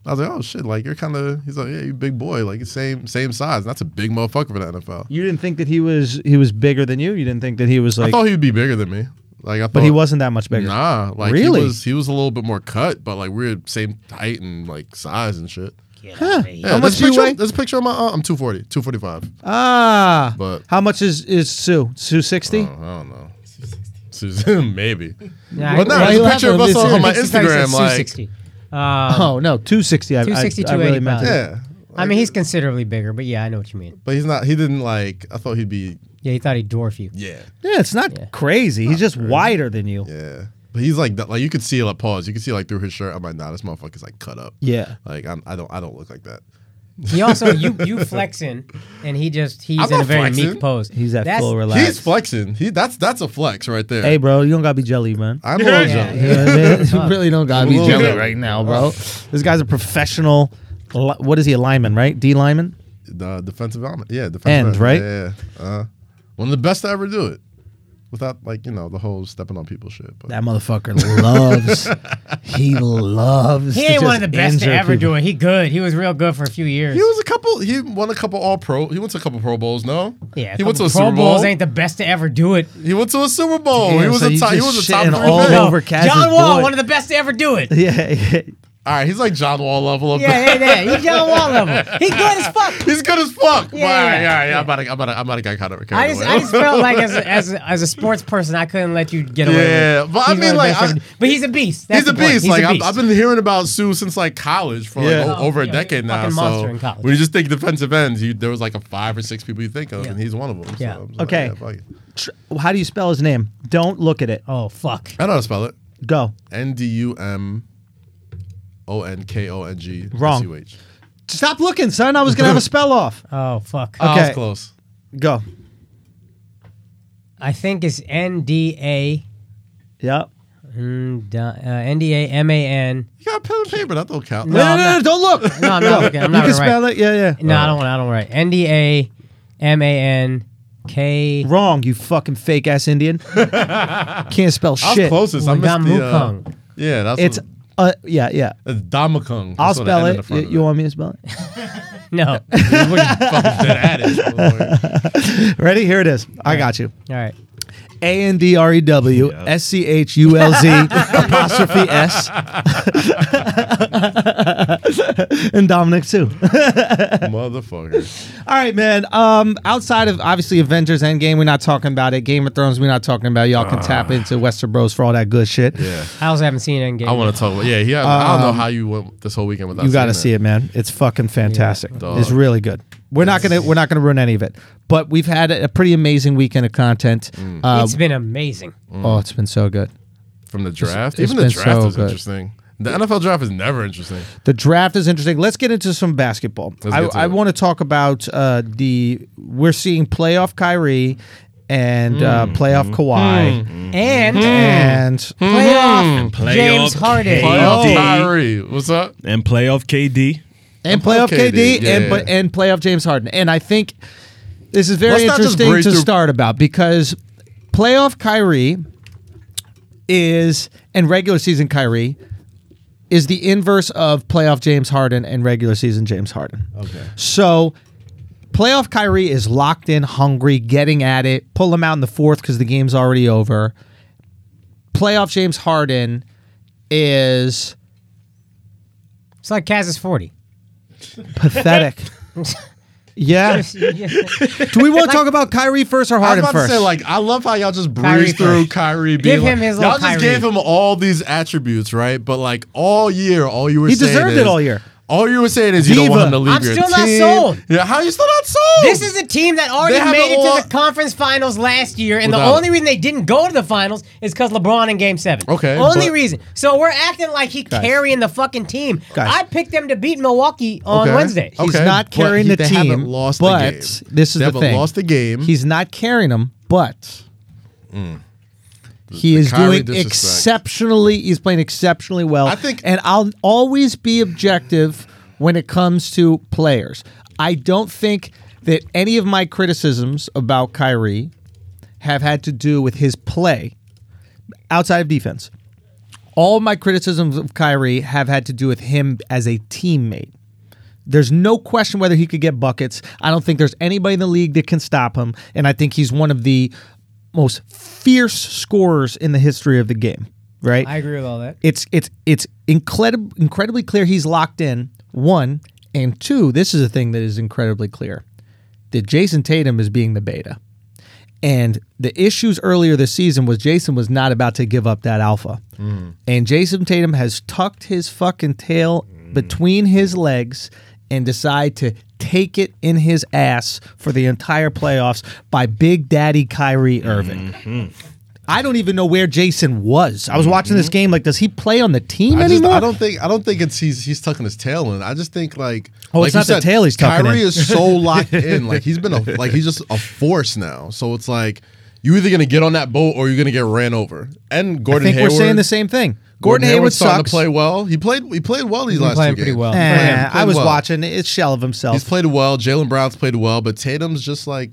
Speaker 2: I was like, oh shit, like you're kind of. He's like, yeah, you big boy, like same same size. And that's a big motherfucker for the NFL.
Speaker 4: You didn't think that he was he was bigger than you. You didn't think that he was
Speaker 2: I
Speaker 4: like,
Speaker 2: thought he'd be bigger than me. Like I thought,
Speaker 4: but he wasn't that much bigger.
Speaker 2: Nah, like
Speaker 4: Really?
Speaker 2: he was. He was a little bit more cut, but like we're same height and like size and shit. Yeah,
Speaker 4: How much
Speaker 2: there's
Speaker 4: do
Speaker 2: a
Speaker 4: you
Speaker 2: picture-
Speaker 4: weigh?
Speaker 2: There's a picture of my. Uh, I'm 240, 245.
Speaker 4: Ah.
Speaker 2: But- Uh,
Speaker 4: how much is is Sue? Sue sixty.
Speaker 2: I don't know. Susan, maybe.
Speaker 1: Yeah,
Speaker 2: but no,
Speaker 4: why
Speaker 2: there's
Speaker 4: you
Speaker 2: a picture of
Speaker 4: laughing?
Speaker 2: us on, on my
Speaker 1: It's like
Speaker 2: Instagram.
Speaker 1: it's
Speaker 2: Like,
Speaker 1: 260. Uh,
Speaker 4: oh no, two sixty. I, I- I
Speaker 1: 260,
Speaker 4: really
Speaker 1: 280
Speaker 4: meant
Speaker 1: pounds.
Speaker 4: it.
Speaker 2: yeah,
Speaker 1: I mean, he's considerably bigger, but yeah, I know what you mean.
Speaker 2: but he's not. He didn't like. I thought he'd be.
Speaker 1: Yeah, he thought he'd dwarf you.
Speaker 2: Yeah.
Speaker 4: Yeah, it's not crazy. He's just wider than you.
Speaker 2: Yeah. But he's like that. Like you could see like pause. You could see like through his shirt. I'm like, nah, this motherfucker's like cut up.
Speaker 4: Yeah.
Speaker 2: Like I'm, I don't. I don't look like that.
Speaker 1: He also you you flexing, and he just he's
Speaker 2: I'm
Speaker 1: in a
Speaker 2: not
Speaker 1: very
Speaker 2: flexing.
Speaker 1: meek pose.
Speaker 4: He's at
Speaker 1: That's-
Speaker 4: full relax.
Speaker 2: He's flexing. He that's that's a flex right there.
Speaker 4: hey, bro, you don't gotta be jelly, man.
Speaker 2: I'm a
Speaker 1: Yeah,
Speaker 2: little
Speaker 1: yeah.
Speaker 2: jealous.
Speaker 4: You know what I mean?
Speaker 6: You really don't gotta be
Speaker 2: Whoa.
Speaker 6: jelly right now, bro.
Speaker 4: this guy's a professional. li- What is he? A lineman, right? D lineman.
Speaker 2: The defensive element. Yeah, defensive
Speaker 4: End,
Speaker 2: end,
Speaker 4: right?
Speaker 2: Yeah. yeah. Uh, one of the best to ever do it. without like you know the whole stepping on people shit. But
Speaker 4: That motherfucker loves. he loves.
Speaker 1: He
Speaker 4: to
Speaker 1: ain't one of
Speaker 4: just
Speaker 1: the best to
Speaker 4: injure
Speaker 1: ever
Speaker 4: people.
Speaker 1: do it. He good. He was real good for a few years.
Speaker 2: he was a couple. He won a couple All Pro. He went to a couple Pro Bowls. No,
Speaker 1: yeah,
Speaker 2: he went to
Speaker 1: Pro
Speaker 2: a Super
Speaker 1: Bowls
Speaker 2: Bowl.
Speaker 1: ain't the best to ever do it.
Speaker 2: He went to a Super Bowl. he
Speaker 4: Damn,
Speaker 2: was
Speaker 4: so
Speaker 2: a
Speaker 4: you
Speaker 2: top. He
Speaker 4: just
Speaker 2: was a top
Speaker 4: shitting
Speaker 2: three
Speaker 4: all
Speaker 2: pick.
Speaker 4: over- Kaz's
Speaker 1: John Wall,
Speaker 4: boy.
Speaker 1: one of the best to ever do it.
Speaker 4: Yeah.
Speaker 2: All right, he's like John Wall level of.
Speaker 1: Yeah, yeah, yeah. He's John Wall level. He good as fuck.
Speaker 2: He's good as fuck.
Speaker 1: Yeah,
Speaker 2: all right,
Speaker 1: yeah,
Speaker 2: all right, I'm about to, I'm about to, I'm about to get kind of carried
Speaker 1: I just,
Speaker 2: away.
Speaker 1: I just felt like as a, as a, as a sports person, I couldn't let you get away.
Speaker 2: Yeah,
Speaker 1: with it.
Speaker 2: but I
Speaker 1: He's
Speaker 2: mean,
Speaker 1: one of the
Speaker 2: like,
Speaker 1: best
Speaker 2: I-
Speaker 1: ever. but he's a beast. That's
Speaker 2: He's a
Speaker 1: the point.
Speaker 2: beast.
Speaker 1: He's
Speaker 2: like
Speaker 1: a beast.
Speaker 2: I've, I've been hearing about Sue since like college for like
Speaker 4: Yeah.
Speaker 2: o- over a
Speaker 1: Yeah,
Speaker 2: decade
Speaker 1: he's a
Speaker 2: now.
Speaker 1: fucking
Speaker 2: so
Speaker 1: monster in college.
Speaker 2: when you just think defensive ends, you, there was like a five or six people you think of,
Speaker 1: Yeah.
Speaker 2: and he's one of them.
Speaker 1: Yeah.
Speaker 2: So I'm just
Speaker 4: Okay.
Speaker 2: Like, yeah, fuck it.
Speaker 4: Tr- How do you spell his name? Don't look at it.
Speaker 1: oh fuck.
Speaker 2: I know how to spell it.
Speaker 4: Go.
Speaker 2: N D U M O N K O N G
Speaker 4: Wrong.
Speaker 2: S U H.
Speaker 4: Stop looking, son. I was gonna have a spell off.
Speaker 1: Oh fuck.
Speaker 2: Oh, I was
Speaker 4: Okay.
Speaker 2: close.
Speaker 4: Uh, Go.
Speaker 1: I think it's N D A
Speaker 4: Yep.
Speaker 1: mm, da- uh, N D A M A N.
Speaker 2: You got pen and paper. That don't count.
Speaker 4: No, no,
Speaker 1: I'm
Speaker 4: no,
Speaker 1: not-
Speaker 4: no, Don't look.
Speaker 1: No, I'm not looking. I'm
Speaker 4: you
Speaker 1: not
Speaker 4: can
Speaker 1: gonna write.
Speaker 4: spell it. Yeah, yeah.
Speaker 2: Uh,
Speaker 1: No, I don't. I don't write. N D A M A N K.
Speaker 4: Wrong, you fucking fake ass Indian. Can't spell
Speaker 2: I was
Speaker 4: shit.
Speaker 2: closest. I missed the. Uh,
Speaker 1: Mukong.
Speaker 2: yeah, that's
Speaker 4: It's uh, yeah, yeah.
Speaker 2: it's Damakung.
Speaker 4: I'll
Speaker 2: That's what
Speaker 4: spell
Speaker 2: N in the
Speaker 4: it.
Speaker 2: front
Speaker 4: You,
Speaker 2: of
Speaker 4: you want me to spell it?
Speaker 1: No.
Speaker 2: You wouldn't fucking dead at it.
Speaker 4: Ready? Here it is. I got you.
Speaker 1: All right.
Speaker 4: A N D R E W S C H U L Z apostrophe S. And Dominic too.
Speaker 2: Motherfucker.
Speaker 4: All right, man. Um, outside of obviously Avengers Endgame, we're not talking about it. Game of Thrones, we're not talking about. it. Y'all can tap into Western Bros for all that good shit.
Speaker 2: Ah. Yeah.
Speaker 1: I also haven't seen Endgame.
Speaker 2: I want to talk about. Yeah, he. I don't know how you went this whole weekend without.
Speaker 4: Um, You got to
Speaker 2: seeing
Speaker 4: see it, man. It's fucking fantastic.
Speaker 2: Dog.
Speaker 4: It's really good. We're not gonna we're not gonna ruin any of it, but we've had a pretty amazing weekend of content.
Speaker 2: Mm.
Speaker 4: Uh,
Speaker 1: It's been amazing.
Speaker 2: Mm-hmm.
Speaker 4: oh, it's been so good.
Speaker 2: from the draft.
Speaker 4: it's
Speaker 2: Even the
Speaker 4: been
Speaker 2: draft
Speaker 4: so
Speaker 2: is
Speaker 4: good.
Speaker 2: interesting. The NFL draft is never interesting.
Speaker 4: The draft is interesting. Let's get into some basketball.
Speaker 2: Let's
Speaker 4: I,
Speaker 2: get to
Speaker 4: I
Speaker 2: it.
Speaker 4: want to talk about uh, the we're seeing playoff Kyrie and uh,
Speaker 2: Mm.
Speaker 4: playoff Kawhi
Speaker 1: And
Speaker 2: Mm-hmm.
Speaker 4: and
Speaker 1: playoff
Speaker 3: Playoff
Speaker 1: James Harden.
Speaker 2: Playoff
Speaker 3: KD.
Speaker 2: Kyrie, what's up?
Speaker 3: And playoff KD.
Speaker 4: and playoff
Speaker 2: Okay,
Speaker 4: KD,
Speaker 2: dude. Yeah.
Speaker 4: and but and playoff James Harden. And I think this is
Speaker 2: Let's
Speaker 4: very
Speaker 2: not just
Speaker 4: interesting
Speaker 2: breeze
Speaker 4: to
Speaker 2: through-
Speaker 4: start about because playoff Kyrie is and regular season Kyrie is the inverse of playoff James Harden and regular season James Harden. Okay. So playoff Kyrie is locked in, hungry, getting at it. Pull him out in the fourth because the game's already over. Playoff James Harden is
Speaker 1: It's like Kaz is 40.
Speaker 4: pathetic. yeah. Do we want to talk about Kyrie first or
Speaker 2: I was
Speaker 4: Harden
Speaker 2: about
Speaker 4: first?
Speaker 2: to say, like, I love how y'all just
Speaker 1: Kyrie
Speaker 2: breeze through
Speaker 1: first.
Speaker 2: Kyrie. Being
Speaker 1: Give
Speaker 2: like-
Speaker 1: him his
Speaker 2: Y'all
Speaker 1: little Kyrie.
Speaker 2: just gave him all these attributes, right? But like all year, all you were
Speaker 4: He
Speaker 2: saying
Speaker 4: deserved
Speaker 2: is-
Speaker 4: it all year.
Speaker 2: All you were saying is you don't
Speaker 4: Diva.
Speaker 2: want him to leave
Speaker 1: I'm
Speaker 2: your
Speaker 1: still not
Speaker 2: team.
Speaker 1: sold.
Speaker 2: Yeah, how you still not sold?
Speaker 1: This is a team that already
Speaker 2: They have
Speaker 1: made
Speaker 2: a
Speaker 1: it
Speaker 2: lot-
Speaker 1: to the conference finals last year, and the
Speaker 2: Without-
Speaker 1: only reason they didn't go to the finals is because LeBron in Game Seven.
Speaker 2: Okay,
Speaker 1: Only
Speaker 2: but-
Speaker 1: reason. So we're acting like he carrying the fucking team.
Speaker 4: Guys.
Speaker 1: I picked them to beat Milwaukee on
Speaker 2: Okay.
Speaker 1: Wednesday.
Speaker 4: He's
Speaker 2: Okay,
Speaker 4: not
Speaker 2: but
Speaker 4: carrying
Speaker 2: he-
Speaker 4: the
Speaker 2: they
Speaker 4: team.
Speaker 2: haven't lost the
Speaker 4: but
Speaker 2: game.
Speaker 4: this is
Speaker 2: They
Speaker 4: the
Speaker 2: haven't
Speaker 4: thing.
Speaker 2: lost the game. Mm.
Speaker 4: He's not carrying them, but he is
Speaker 2: Kyrie
Speaker 4: doing
Speaker 2: disrespect.
Speaker 4: exceptionally. He's playing exceptionally well.
Speaker 2: I think-
Speaker 4: and I'll always be objective when it comes to players. I don't think that any of my criticisms about Kyrie have had to do with his play outside of defense. All my criticisms of Kyrie have had to do with him as a teammate. There's no question whether he could get buckets. I don't think there's anybody in the league that can stop him. And I think he's one of the most fierce scorers in the history of the game, right?
Speaker 1: I agree with all that.
Speaker 4: it's it's it's incredib- incredibly clear he's locked in. One and two. This is a thing that is incredibly clear. That Jason Tatum is being the beta, and the issues earlier this season was Jason was not about to give up that alpha,
Speaker 2: Mm.
Speaker 4: and Jason Tatum has tucked his fucking tail
Speaker 2: Mm.
Speaker 4: between his legs and decide to take it in his ass for the entire playoffs by Big Daddy Kyrie Irving.
Speaker 2: Mm-hmm.
Speaker 4: I don't even know where Jason was. I was watching this game. Like, does he play on the team
Speaker 2: I, just,
Speaker 4: anymore?
Speaker 2: I don't think I don't think it's he's he's tucking his tail in. I just think like
Speaker 4: Oh,
Speaker 2: like
Speaker 4: it's
Speaker 2: you
Speaker 4: not the tail he's tucking
Speaker 2: Kyrie
Speaker 4: in.
Speaker 2: is so locked in. Like he's been a like he's just a force now. So it's like you either gonna get on that boat or you're gonna get ran over. And
Speaker 4: I
Speaker 2: Gordon
Speaker 4: think
Speaker 2: Hayward,
Speaker 4: we're saying the same thing. Gordon, Hayward
Speaker 2: Hayward's starting
Speaker 4: sucks.
Speaker 2: to play well. He played he played well these last
Speaker 1: playing
Speaker 2: two
Speaker 1: pretty
Speaker 2: games.
Speaker 1: well.
Speaker 4: Eh,
Speaker 2: He played- he played
Speaker 4: I was
Speaker 2: well.
Speaker 4: watching. It's shell of himself.
Speaker 2: He's played well. Jalen Brown's played well, but Tatum's just like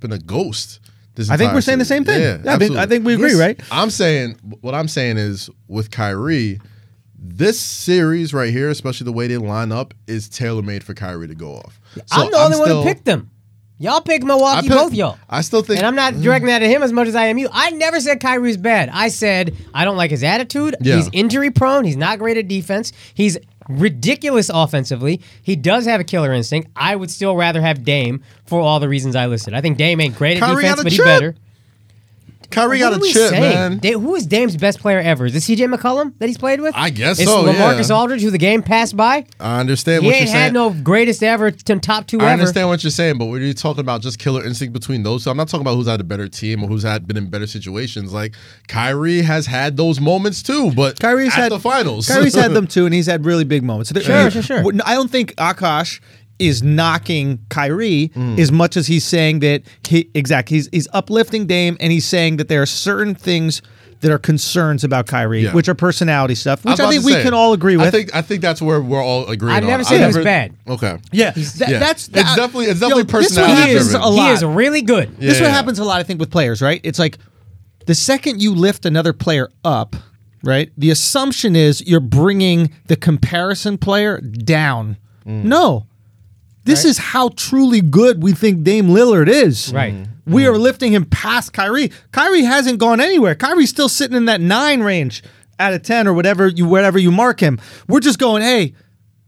Speaker 2: been a ghost. This
Speaker 4: I think
Speaker 2: entire
Speaker 4: we're saying the
Speaker 2: series.
Speaker 4: same thing.
Speaker 2: Yeah,
Speaker 4: I think- I
Speaker 2: absolutely.
Speaker 4: think we agree,
Speaker 2: This-
Speaker 4: right?
Speaker 2: I'm saying what I'm saying is with Kyrie, this series right here, especially the way they line up, is tailor made for Kyrie to go off. So
Speaker 1: I'm the only one
Speaker 2: still-
Speaker 1: who picked them. Y'all picked
Speaker 2: I
Speaker 1: Milwaukee,
Speaker 2: pick-
Speaker 1: both y'all.
Speaker 2: I still think,
Speaker 1: And I'm not directing that at him as much as I am you. I never said Kyrie's bad. I said I don't like his attitude.
Speaker 2: Yeah.
Speaker 1: He's injury prone. He's not great at defense. He's ridiculous offensively. He does have a killer instinct. I would still rather have Dame for all the reasons I listed. I think Dame ain't great at
Speaker 2: Kyrie
Speaker 1: defense,
Speaker 2: had a
Speaker 1: but he's
Speaker 2: chip.
Speaker 1: better. What
Speaker 2: Kyrie got
Speaker 1: are
Speaker 2: a
Speaker 1: we
Speaker 2: chip,
Speaker 1: saying?
Speaker 2: man.
Speaker 1: Da- who is Dame's best player ever? Is it C.J. McCollum that he's played with?
Speaker 2: I guess
Speaker 1: it's
Speaker 2: so, yeah.
Speaker 1: LaMarcus Aldridge, who the game passed by.
Speaker 2: I understand
Speaker 1: He
Speaker 2: what you're
Speaker 1: ain't
Speaker 2: saying.
Speaker 1: had no greatest ever, t- top two ever.
Speaker 2: I understand what you're saying, but when you're talking about just killer instinct between those two, I'm not talking about who's had a better team or who's had been in better situations. Like Kyrie has had those moments too, but at
Speaker 4: Kyrie's had
Speaker 2: the finals.
Speaker 4: Kyrie's had them too, and he's had really big moments. So there-
Speaker 1: Sure, sure, sure.
Speaker 4: w- I don't think Akash is knocking Kyrie
Speaker 2: Mm.
Speaker 4: as much as he's saying that he exactly he's he's uplifting Dame, and he's saying that there are certain things that are concerns about Kyrie,
Speaker 2: Yeah.
Speaker 4: which are personality stuff,
Speaker 2: was
Speaker 4: which I
Speaker 2: about
Speaker 4: think
Speaker 2: to
Speaker 4: we
Speaker 2: say,
Speaker 4: can all agree with.
Speaker 2: I think I think that's where we're all agreeing.
Speaker 1: I
Speaker 2: on.
Speaker 1: never said he was bad.
Speaker 2: Okay.
Speaker 4: yeah, that-
Speaker 2: Yeah.
Speaker 4: that's
Speaker 2: It's definitely- it's definitely
Speaker 4: this is what
Speaker 2: personality
Speaker 1: he,
Speaker 4: happens
Speaker 1: is,
Speaker 2: driven.
Speaker 4: a lot.
Speaker 1: he is really good.
Speaker 4: This is
Speaker 2: Yeah.
Speaker 4: what happens a lot, I think, with players, right? It's like the second you lift another player up, right? The assumption is you're bringing the comparison player down.
Speaker 2: Mm.
Speaker 4: No, this is how truly good we think Dame Lillard is. Mm-hmm.
Speaker 1: Right. Mm.
Speaker 4: We are lifting him past Kyrie. Kyrie hasn't gone anywhere. Kyrie's still sitting in that nine range out of ten or whatever you whatever you mark him. We're just going, hey,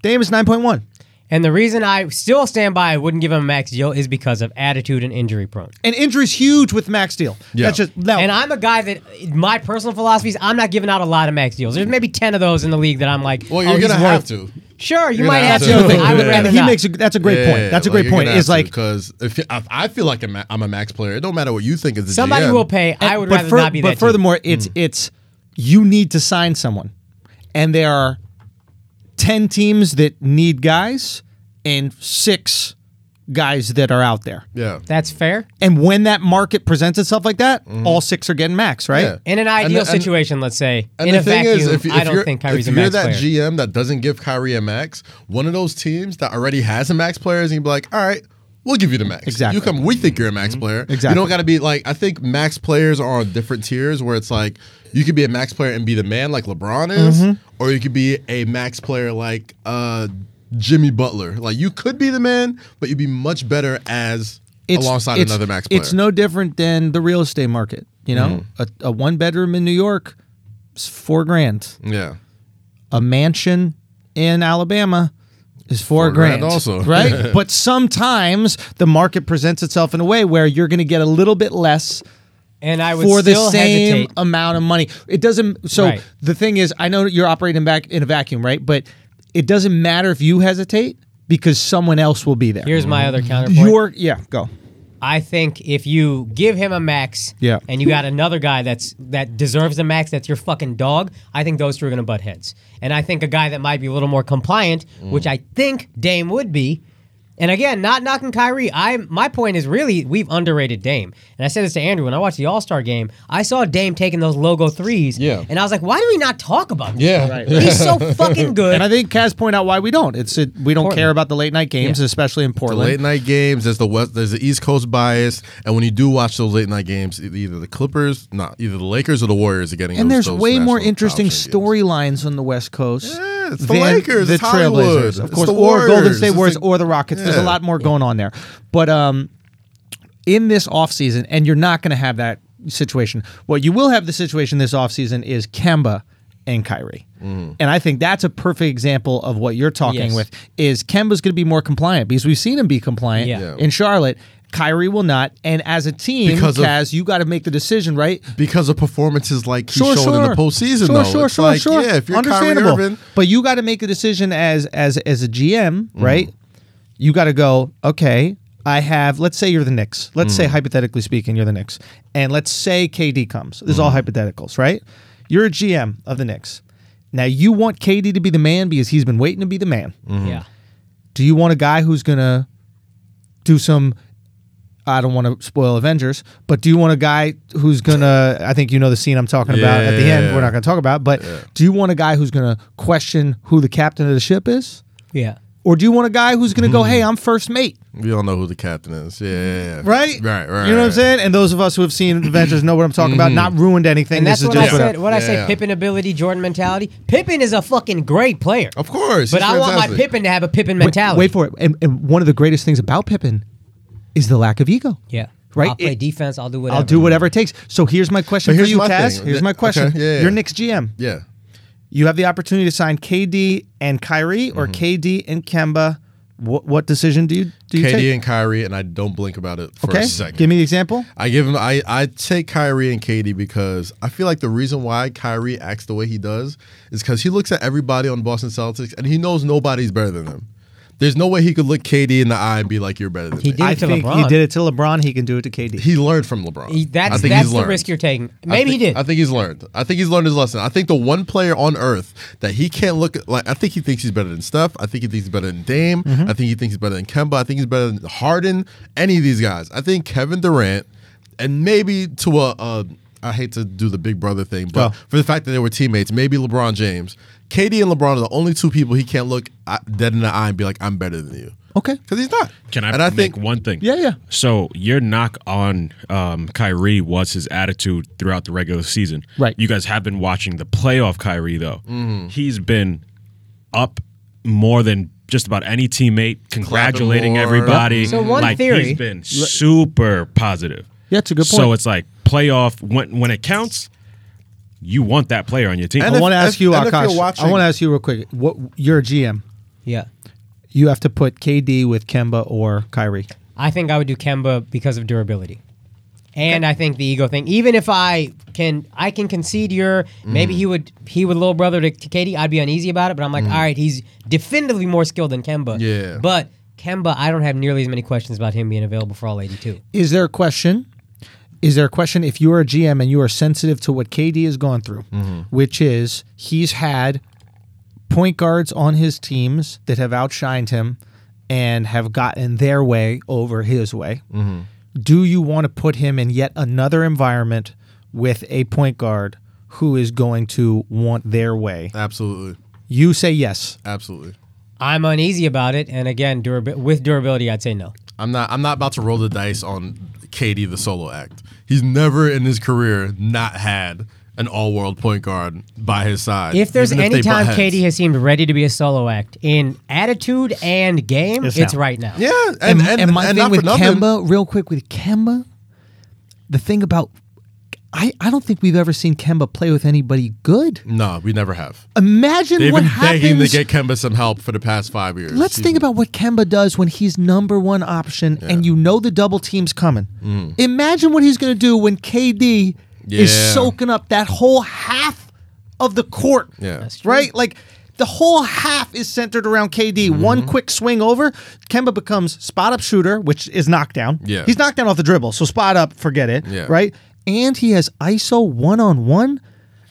Speaker 4: Dame is nine point one.
Speaker 1: And the reason I still stand by I wouldn't give him a max deal is because of attitude and injury prone.
Speaker 4: And injury's huge with Max Deal.
Speaker 2: Yeah.
Speaker 4: That's just now,
Speaker 1: And I'm a guy that my personal philosophy is I'm not giving out a lot of max deals. There's maybe ten of those in the league that I'm like,
Speaker 2: Well, you're
Speaker 1: oh, he's
Speaker 2: gonna have
Speaker 1: worth-
Speaker 2: to.
Speaker 1: Sure, you
Speaker 2: You're
Speaker 1: might
Speaker 2: gonna
Speaker 1: have to.
Speaker 2: have to.
Speaker 1: but I would
Speaker 2: Yeah.
Speaker 1: rather
Speaker 4: he
Speaker 1: not.
Speaker 4: makes a, that's a great point. That's a great point. It's like
Speaker 2: because if, you- if I feel like a ma- I'm a max player, it don't matter what you think is.
Speaker 1: Somebody will pay. I would
Speaker 4: but
Speaker 1: rather
Speaker 4: fur-
Speaker 1: not be
Speaker 4: But
Speaker 1: that. team.
Speaker 4: furthermore, it's it's you need to sign someone, and there are ten teams that need guys and six guys that are out there.
Speaker 2: Yeah.
Speaker 1: that's fair.
Speaker 4: And when that market presents itself like that, all six are getting max, right?
Speaker 2: Yeah.
Speaker 1: In an
Speaker 2: And
Speaker 1: ideal
Speaker 2: the- and-
Speaker 1: situation, let's say,
Speaker 2: And
Speaker 1: in
Speaker 2: the
Speaker 1: a
Speaker 2: thing
Speaker 1: vacuum,
Speaker 2: is, if, if
Speaker 1: I don't
Speaker 2: you're,
Speaker 1: think Kyrie's
Speaker 2: if
Speaker 1: a max
Speaker 2: you're that
Speaker 1: player.
Speaker 2: GM that doesn't give Kyrie a max, one of those teams that already has a max player is gonna be like, all right, we'll give you the max.
Speaker 4: Exactly.
Speaker 2: You come. We think you're a max
Speaker 1: Mm-hmm.
Speaker 2: player.
Speaker 4: Exactly.
Speaker 2: You don't got to be like. I think max players are on different tiers where it's like you could be a max player and be the man like LeBron is,
Speaker 1: Mm-hmm.
Speaker 2: or you could be a max player like uh, Jimmy Butler. Like you could be the man, but you'd be much better as alongside
Speaker 4: it's-
Speaker 2: another max player.
Speaker 4: It's no different than the real estate market. You know, a, a one bedroom in New York is four grand.
Speaker 2: yeah.
Speaker 4: a mansion in Alabama is four,
Speaker 2: Four
Speaker 4: grand,
Speaker 2: grand also.
Speaker 4: right? but sometimes the market presents itself in a way where you're going to get a little bit less
Speaker 1: and I would
Speaker 4: for the
Speaker 1: still
Speaker 4: same
Speaker 1: hesitate.
Speaker 4: amount of money. It doesn't. So
Speaker 1: Right.
Speaker 4: the thing is, I know you're operating back in a vacuum, right? But it doesn't matter if you hesitate because someone else will be there.
Speaker 1: Here's my other counterpoint.
Speaker 4: Your yeah, go.
Speaker 1: I think if you give him a max,
Speaker 4: Yeah.
Speaker 1: and you got another guy that's that deserves a max, that's your fucking dog. I think those two are gonna butt heads, and I think a guy that might be a little more compliant,
Speaker 4: Mm.
Speaker 1: which I think Dame would be. And again, not knocking Kyrie. I my point is really we've underrated Dame, and I said this to Andrew when I watched the All Star game. I saw Dame taking those logo threes,
Speaker 2: Yeah.
Speaker 1: and I was like, why do we not talk about this?
Speaker 2: Yeah.
Speaker 1: he's so fucking good.
Speaker 4: And I think Kaz point out why we don't. It's it, we don't
Speaker 1: Portland.
Speaker 4: care about the late night games,
Speaker 1: Yeah.
Speaker 4: especially in
Speaker 2: The
Speaker 4: Portland.
Speaker 2: late night games. There's the West. There's the East Coast bias, and when you do watch those late night games, e- either the Clippers, not either the Lakers or the Warriors are getting.
Speaker 4: And
Speaker 2: those-
Speaker 4: there's
Speaker 2: those
Speaker 4: way more
Speaker 2: national
Speaker 4: interesting
Speaker 2: television games.
Speaker 4: storylines on the West Coast.
Speaker 2: Yeah, it's the Lakers, it's Hollywood,
Speaker 4: Trailblazers, of
Speaker 2: it's
Speaker 4: course,
Speaker 2: the
Speaker 4: or Golden
Speaker 2: Warriors,
Speaker 4: State
Speaker 2: it's
Speaker 4: Warriors,
Speaker 2: the-
Speaker 4: or the Rockets. There's a
Speaker 2: Yeah.
Speaker 4: lot more going on there. But um, in this offseason, and you're not going to have that situation. What you will have the situation this offseason is Kemba and Kyrie.
Speaker 2: Mm-hmm.
Speaker 4: And I think that's a perfect example of what you're talking
Speaker 1: Yes.
Speaker 4: with is Kemba's going to be more compliant because we've seen him be compliant
Speaker 1: Yeah. Yeah.
Speaker 4: in Charlotte. Kyrie will not. And as a team,
Speaker 2: Because of-
Speaker 4: Kaz, you got to make the decision, right?
Speaker 2: because of performances like he's shown in the postseason.
Speaker 4: Sure,
Speaker 2: though.
Speaker 4: sure,
Speaker 2: It's
Speaker 4: sure,
Speaker 2: like,
Speaker 4: sure.
Speaker 2: Yeah, if you're Kyrie
Speaker 4: Understandable.
Speaker 2: Irving,
Speaker 4: but you got to make a decision as as as a
Speaker 2: Mm.
Speaker 4: GM, right? You got to go. Okay, I have. Let's say you're the Knicks. Let's
Speaker 2: Mm.
Speaker 4: say hypothetically speaking, you're the Knicks, and let's say KD comes. This is
Speaker 2: Mm.
Speaker 4: all hypotheticals, right? You're a GM of the Knicks. Now you want KD to be the man because he's been waiting to be the man.
Speaker 1: yeah.
Speaker 4: Mm-hmm. Do you want a guy who's gonna do some? I don't want to spoil Avengers, but do you want a guy who's gonna? I think you know the scene I'm talking about at the end.
Speaker 2: Yeah.
Speaker 4: We're not gonna talk about, but do you want a guy who's gonna question who the captain of the ship is,
Speaker 1: Yeah.
Speaker 2: Hmm.
Speaker 4: or do you want a guy who's gonna go, "Hey, I'm first mate.
Speaker 2: We all know who the captain is. Yeah, yeah, yeah.
Speaker 5: right?
Speaker 2: Right, right.
Speaker 5: You know what I'm
Speaker 2: right. Hmm.
Speaker 5: saying? And those of us who have seen Avengers know what I'm talking about. Not ruined anything.
Speaker 1: And that's
Speaker 5: this
Speaker 1: what
Speaker 5: is
Speaker 1: I
Speaker 5: just
Speaker 1: said. What I say,
Speaker 2: Yeah.
Speaker 1: Pippin ability, Jordan mentality. Pippin is a fucking great player.
Speaker 2: Of course.
Speaker 1: But
Speaker 2: he's
Speaker 1: I want my
Speaker 2: fantastic.
Speaker 1: Pippin to have a Pippin mentality.
Speaker 4: Wait for it. And, and one of the greatest things about Pippin is the lack of ego.
Speaker 1: Yeah.
Speaker 4: Right?
Speaker 1: I'll play
Speaker 4: It-
Speaker 1: defense. I'll do whatever.
Speaker 4: I'll do whatever it takes. So here's my question
Speaker 2: But
Speaker 4: for
Speaker 2: here's
Speaker 4: you,
Speaker 2: my
Speaker 4: Taz.
Speaker 2: thing.
Speaker 4: Here's
Speaker 2: Th-
Speaker 4: my
Speaker 2: okay,
Speaker 4: question.
Speaker 2: yeah, yeah.
Speaker 4: You're Nick's GM.
Speaker 2: Yeah.
Speaker 5: You have the opportunity to sign KD and Kyrie
Speaker 2: Mm-hmm.
Speaker 5: or KD and Kemba. What, what decision do you do you
Speaker 2: KD
Speaker 5: take?
Speaker 2: and Kyrie, and I don't blink about it for
Speaker 5: okay,
Speaker 2: a second.
Speaker 5: give me the example.
Speaker 2: I give him. I I take Kyrie and Katie because I feel like the reason why Kyrie acts the way he does is because he looks at everybody on Boston Celtics and he knows nobody's better than him. There's no way he could look KD in the eye and be like, "You're better than
Speaker 1: He
Speaker 2: me."
Speaker 1: did
Speaker 5: I
Speaker 1: it to
Speaker 5: think
Speaker 1: LeBron.
Speaker 5: he did it to LeBron. He can do it to KD.
Speaker 2: He learned from LeBron.
Speaker 1: He- that's
Speaker 2: I think
Speaker 1: that's
Speaker 2: he's
Speaker 1: the
Speaker 2: learned.
Speaker 1: risk you're taking.
Speaker 2: I
Speaker 1: Maybe
Speaker 2: think-
Speaker 1: he did.
Speaker 2: I think he's learned. I think he's learned his lesson. I think the one player on earth that he can't look at, like I think he thinks he's better than Steph. I think he thinks he's better than Dame.
Speaker 1: Mm-hmm.
Speaker 2: I think he thinks he's better than Kemba. I think he's better than Harden. Any of these guys. I think Kevin Durant, and maybe to a, a I hate to do the big brother thing, but
Speaker 5: Oh.
Speaker 2: for the fact that they were teammates, maybe LeBron James, KD, and LeBron are the only two people he can't look uh, dead in the eye and be like, "I'm better than you,"
Speaker 4: Okay.
Speaker 2: because he's not.
Speaker 3: Can I,
Speaker 2: And I
Speaker 3: make
Speaker 2: think
Speaker 3: one thing?
Speaker 4: Yeah, yeah.
Speaker 3: So your knock on um, Kyrie was his attitude throughout the regular season.
Speaker 4: Right.
Speaker 3: You guys have been watching the playoff Kyrie though. He's been up more than just about any teammate, congratulating
Speaker 2: more.
Speaker 3: everybody.
Speaker 1: So one
Speaker 3: like,
Speaker 1: theory-
Speaker 3: he's been super positive.
Speaker 4: Yeah, it's a good
Speaker 3: So
Speaker 4: point.
Speaker 3: it's like playoff when when it counts, you want that player on your team.
Speaker 2: And
Speaker 4: I
Speaker 2: if-
Speaker 4: want to ask
Speaker 2: if-
Speaker 4: you,
Speaker 2: and if you're
Speaker 4: Akash.
Speaker 2: watching-
Speaker 4: I want to ask you real quick. What you're a GM?
Speaker 1: yeah.
Speaker 4: You have to put KD with Kemba or Kyrie.
Speaker 1: I think I would do Kemba because of durability. And I think the ego thing. Even if I can, I can concede your
Speaker 2: Mm.
Speaker 1: maybe he would he would little brother to, to Katie. I'd be uneasy about it, but I'm like, all right, he's definitively more skilled than Kemba.
Speaker 2: Yeah.
Speaker 1: But Kemba, I don't have nearly as many questions about him being available for all 82.
Speaker 4: Is there a question? Is there a question if you are a GM and you are sensitive to what KD has gone through, which is he's had point guards on his teams that have outshined him and have gotten their way over his way. Do you want to put him in yet another environment with a point guard who is going to want their way?
Speaker 2: absolutely,
Speaker 4: You say yes.
Speaker 2: absolutely.
Speaker 1: I'm uneasy about it, and again, durabi- with durability, I'd say no.
Speaker 2: I'm not. I'm not about to roll the dice on KD the solo act. He's never in his career not had an all-world point guard by his side.
Speaker 1: If there's
Speaker 2: even
Speaker 1: any
Speaker 2: they butt
Speaker 1: time
Speaker 2: heads.
Speaker 1: Katie has seemed ready to be a solo act in attitude and game, it's, right now.
Speaker 2: yeah, and and, and,
Speaker 4: my thing
Speaker 2: not
Speaker 4: with
Speaker 2: for nothing.
Speaker 4: Kemba, real quick with Kemba, the thing about I, I don't think we've ever seen Kemba play with anybody good.
Speaker 2: No, we never have.
Speaker 4: Imagine
Speaker 2: They've
Speaker 4: what
Speaker 2: been begging to
Speaker 4: happens.
Speaker 2: get Kemba some help for the past five years.
Speaker 4: Let's think about what Kemba does when he's number one option and you know the double team's coming. Imagine what he's going to do when KD is
Speaker 2: Mm. Yeah.
Speaker 4: soaking up that whole half of the court.
Speaker 2: Yeah. That's
Speaker 1: true.
Speaker 4: Right? Like the whole half is centered around KD.
Speaker 2: Mm-hmm.
Speaker 4: One quick swing over, Kemba becomes spot up shooter, which is knockdown.
Speaker 2: Yeah.
Speaker 4: He's knocked down off the dribble, so spot up, forget it.
Speaker 2: Yeah.
Speaker 4: Right? And he has ISO one on one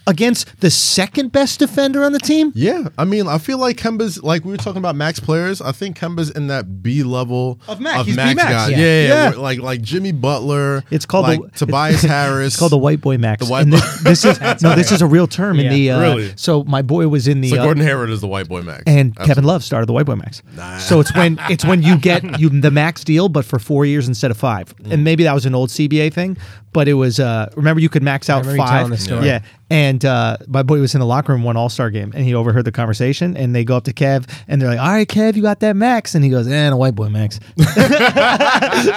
Speaker 4: against the second best defender on the team.
Speaker 2: Yeah, I mean, I feel like Kemba's like we were talking about max players. I think Kemba's in that B level
Speaker 4: Of max. He's B-max.
Speaker 2: guy. Yeah,
Speaker 4: Yeah.
Speaker 2: yeah,
Speaker 4: Yeah.
Speaker 2: where- like like Jimmy Butler.
Speaker 4: It's called
Speaker 2: like
Speaker 4: the- it's-
Speaker 2: Tobias Harris.
Speaker 4: It's called the white boy max.
Speaker 2: The white
Speaker 4: And
Speaker 2: boy-
Speaker 4: thi- this is no, this is a real term in
Speaker 1: Yeah.
Speaker 4: the. Uh,
Speaker 2: Really?
Speaker 4: So my boy was in the.
Speaker 2: So
Speaker 4: uh,
Speaker 2: Gordon Hayward is the white boy max.
Speaker 4: and Kevin Love started the White Boy Max. So it's when it's when you get you the max deal, but for four years instead of five.
Speaker 2: Mm.
Speaker 4: And maybe that was an old CBA thing, but it was uh, remember you could max out
Speaker 1: remember you
Speaker 4: five.
Speaker 1: telling this story.
Speaker 4: Yeah, and uh, my boy was in the locker room one All Star game, and he overheard the conversation, and they go up to Kev, and they're like, "All right, Kev, you got that max?" And he goes, "And a White Boy Max."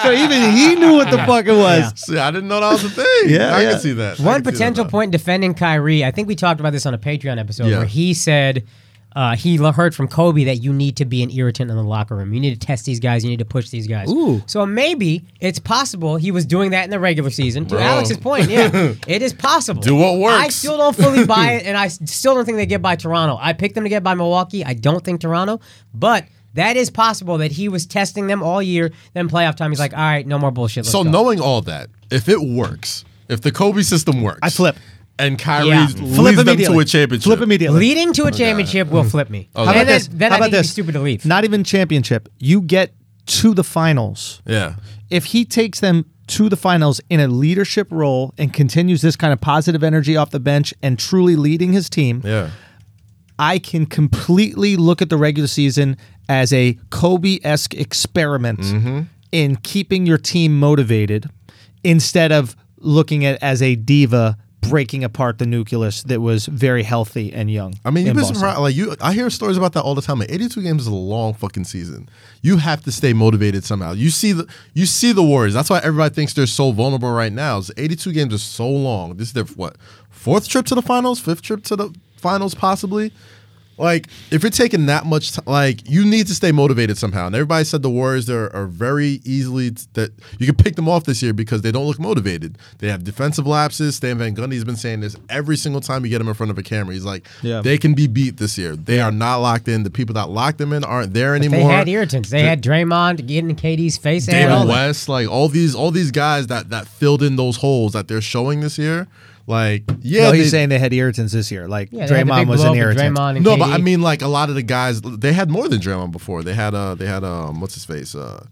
Speaker 4: so even he knew what the fuck it was.
Speaker 2: See, I didn't know that was a thing.
Speaker 4: Yeah,
Speaker 2: I
Speaker 4: yeah.
Speaker 2: can see that. I
Speaker 1: One
Speaker 2: can see that
Speaker 1: potential
Speaker 2: now.
Speaker 1: point defending Kyrie, I think we talked about this on a Patreon episode
Speaker 2: Yeah.
Speaker 1: where he said uh, he l- heard from Kobe that you need to be an irritant in the locker room. You need to test these guys. You need to push these guys.
Speaker 4: Ooh.
Speaker 1: So maybe it's possible he was doing that in the regular season. To
Speaker 2: Bro.
Speaker 1: Alex's point, yeah, it is possible.
Speaker 2: Do what works.
Speaker 1: I still don't fully buy it, and I s- still don't think they get by Toronto. I picked them to get by Milwaukee. I don't think Toronto, but. That is possible that he was testing them all year. Then playoff time, he's like, "All right, no more bullshit." Let's
Speaker 2: So
Speaker 1: go."
Speaker 2: knowing all that, if it works, if the Kobe system works, I
Speaker 4: flip.
Speaker 2: and Kyrie
Speaker 1: Yeah.
Speaker 4: Flip
Speaker 2: leads them to
Speaker 4: immediately.
Speaker 2: a championship.
Speaker 4: Flip immediately.
Speaker 1: Leading to a championship will flip me.
Speaker 2: How
Speaker 1: and
Speaker 2: about
Speaker 1: then,
Speaker 4: this?
Speaker 1: then
Speaker 4: Mm. Oh, How
Speaker 1: I think
Speaker 4: about
Speaker 1: it'd be
Speaker 4: this?
Speaker 1: stupid to leave.
Speaker 4: Not even championship. You get to the finals.
Speaker 2: Yeah,
Speaker 4: if he takes them to the finals in a leadership role and continues this kind of positive energy off the bench and truly leading his team,
Speaker 2: yeah.
Speaker 4: I can completely look at the regular season as a Kobe esque experiment
Speaker 2: Mm-hmm.
Speaker 4: in keeping your team motivated instead of looking at it as a diva breaking apart the nucleus that was very healthy and young.
Speaker 2: I mean,
Speaker 4: in
Speaker 2: you've been
Speaker 4: Boston.
Speaker 2: surprised. Like you, I hear stories about that all the time. Like, 82 games is a long fucking season. You have to stay motivated somehow. You see the you see the Warriors. That's why everybody thinks they're so vulnerable right now. Is 82 games are so long. This is their what fourth trip to the finals, fifth trip to the finals, possibly. Like if you're taking that much, time, like you need to stay motivated somehow. And everybody said the Warriors are, are very easily t- that you can pick them off this year because they don't look motivated. They have defensive lapses. Stan Van Gundy's been saying this every single time you get him in front of a camera. He's like,
Speaker 4: Yeah.
Speaker 2: they can be beat this year. They are not locked in. The people that locked them in aren't there
Speaker 1: They
Speaker 2: anymore.
Speaker 1: had irritants. They had Draymond getting in KD's face. They had all
Speaker 2: David
Speaker 1: that.
Speaker 2: West, like all these all these guys that that filled in those holes that they're showing this year. Like yeah,
Speaker 4: No, he's
Speaker 2: they-
Speaker 4: saying they had irritants this year. Like
Speaker 1: Yeah, they had the
Speaker 4: Draymond
Speaker 1: big
Speaker 4: was
Speaker 1: blow
Speaker 4: an
Speaker 1: up with
Speaker 4: irritant.
Speaker 1: Draymond and
Speaker 2: No, but I
Speaker 1: KD.
Speaker 2: mean, like a lot of the guys, they had more than Draymond before. They had uh, they had um, what's his face, uh,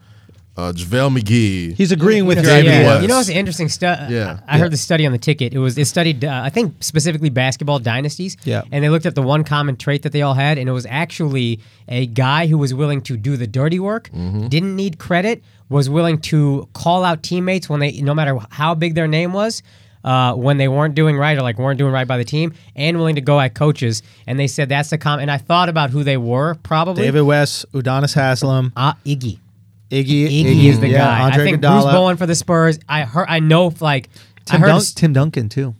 Speaker 2: uh, Javale McGee.
Speaker 4: He's agreeing with your
Speaker 1: Yeah,
Speaker 2: David
Speaker 1: yeah.
Speaker 2: West.
Speaker 1: You know, it's an interesting study.
Speaker 2: Yeah.
Speaker 1: I heard the study on the ticket. It was it studied, uh, I think, specifically basketball dynasties.
Speaker 4: Yeah.
Speaker 1: And they looked at the one common trait that they all had, and it was actually a guy who was willing to do the dirty work,
Speaker 2: Mm-hmm.
Speaker 1: didn't need credit, was willing to call out teammates when they, no matter how big their name was. Uh, when they weren't doing right or like weren't doing right by the team and willing to go at coaches and they said that's the common and i thought about who they were probably
Speaker 4: David West, Udonis Haslam,
Speaker 1: Ah, iggy
Speaker 4: Iggy.
Speaker 1: Iggy is the
Speaker 4: yeah,
Speaker 1: guy.
Speaker 4: Andre
Speaker 1: I think
Speaker 4: Iguodala.
Speaker 1: Bruce Bowen for the Spurs. I heard. I know. Like I
Speaker 4: Tim,
Speaker 1: heard.
Speaker 4: Dun-
Speaker 1: s-
Speaker 4: Tim Duncan too.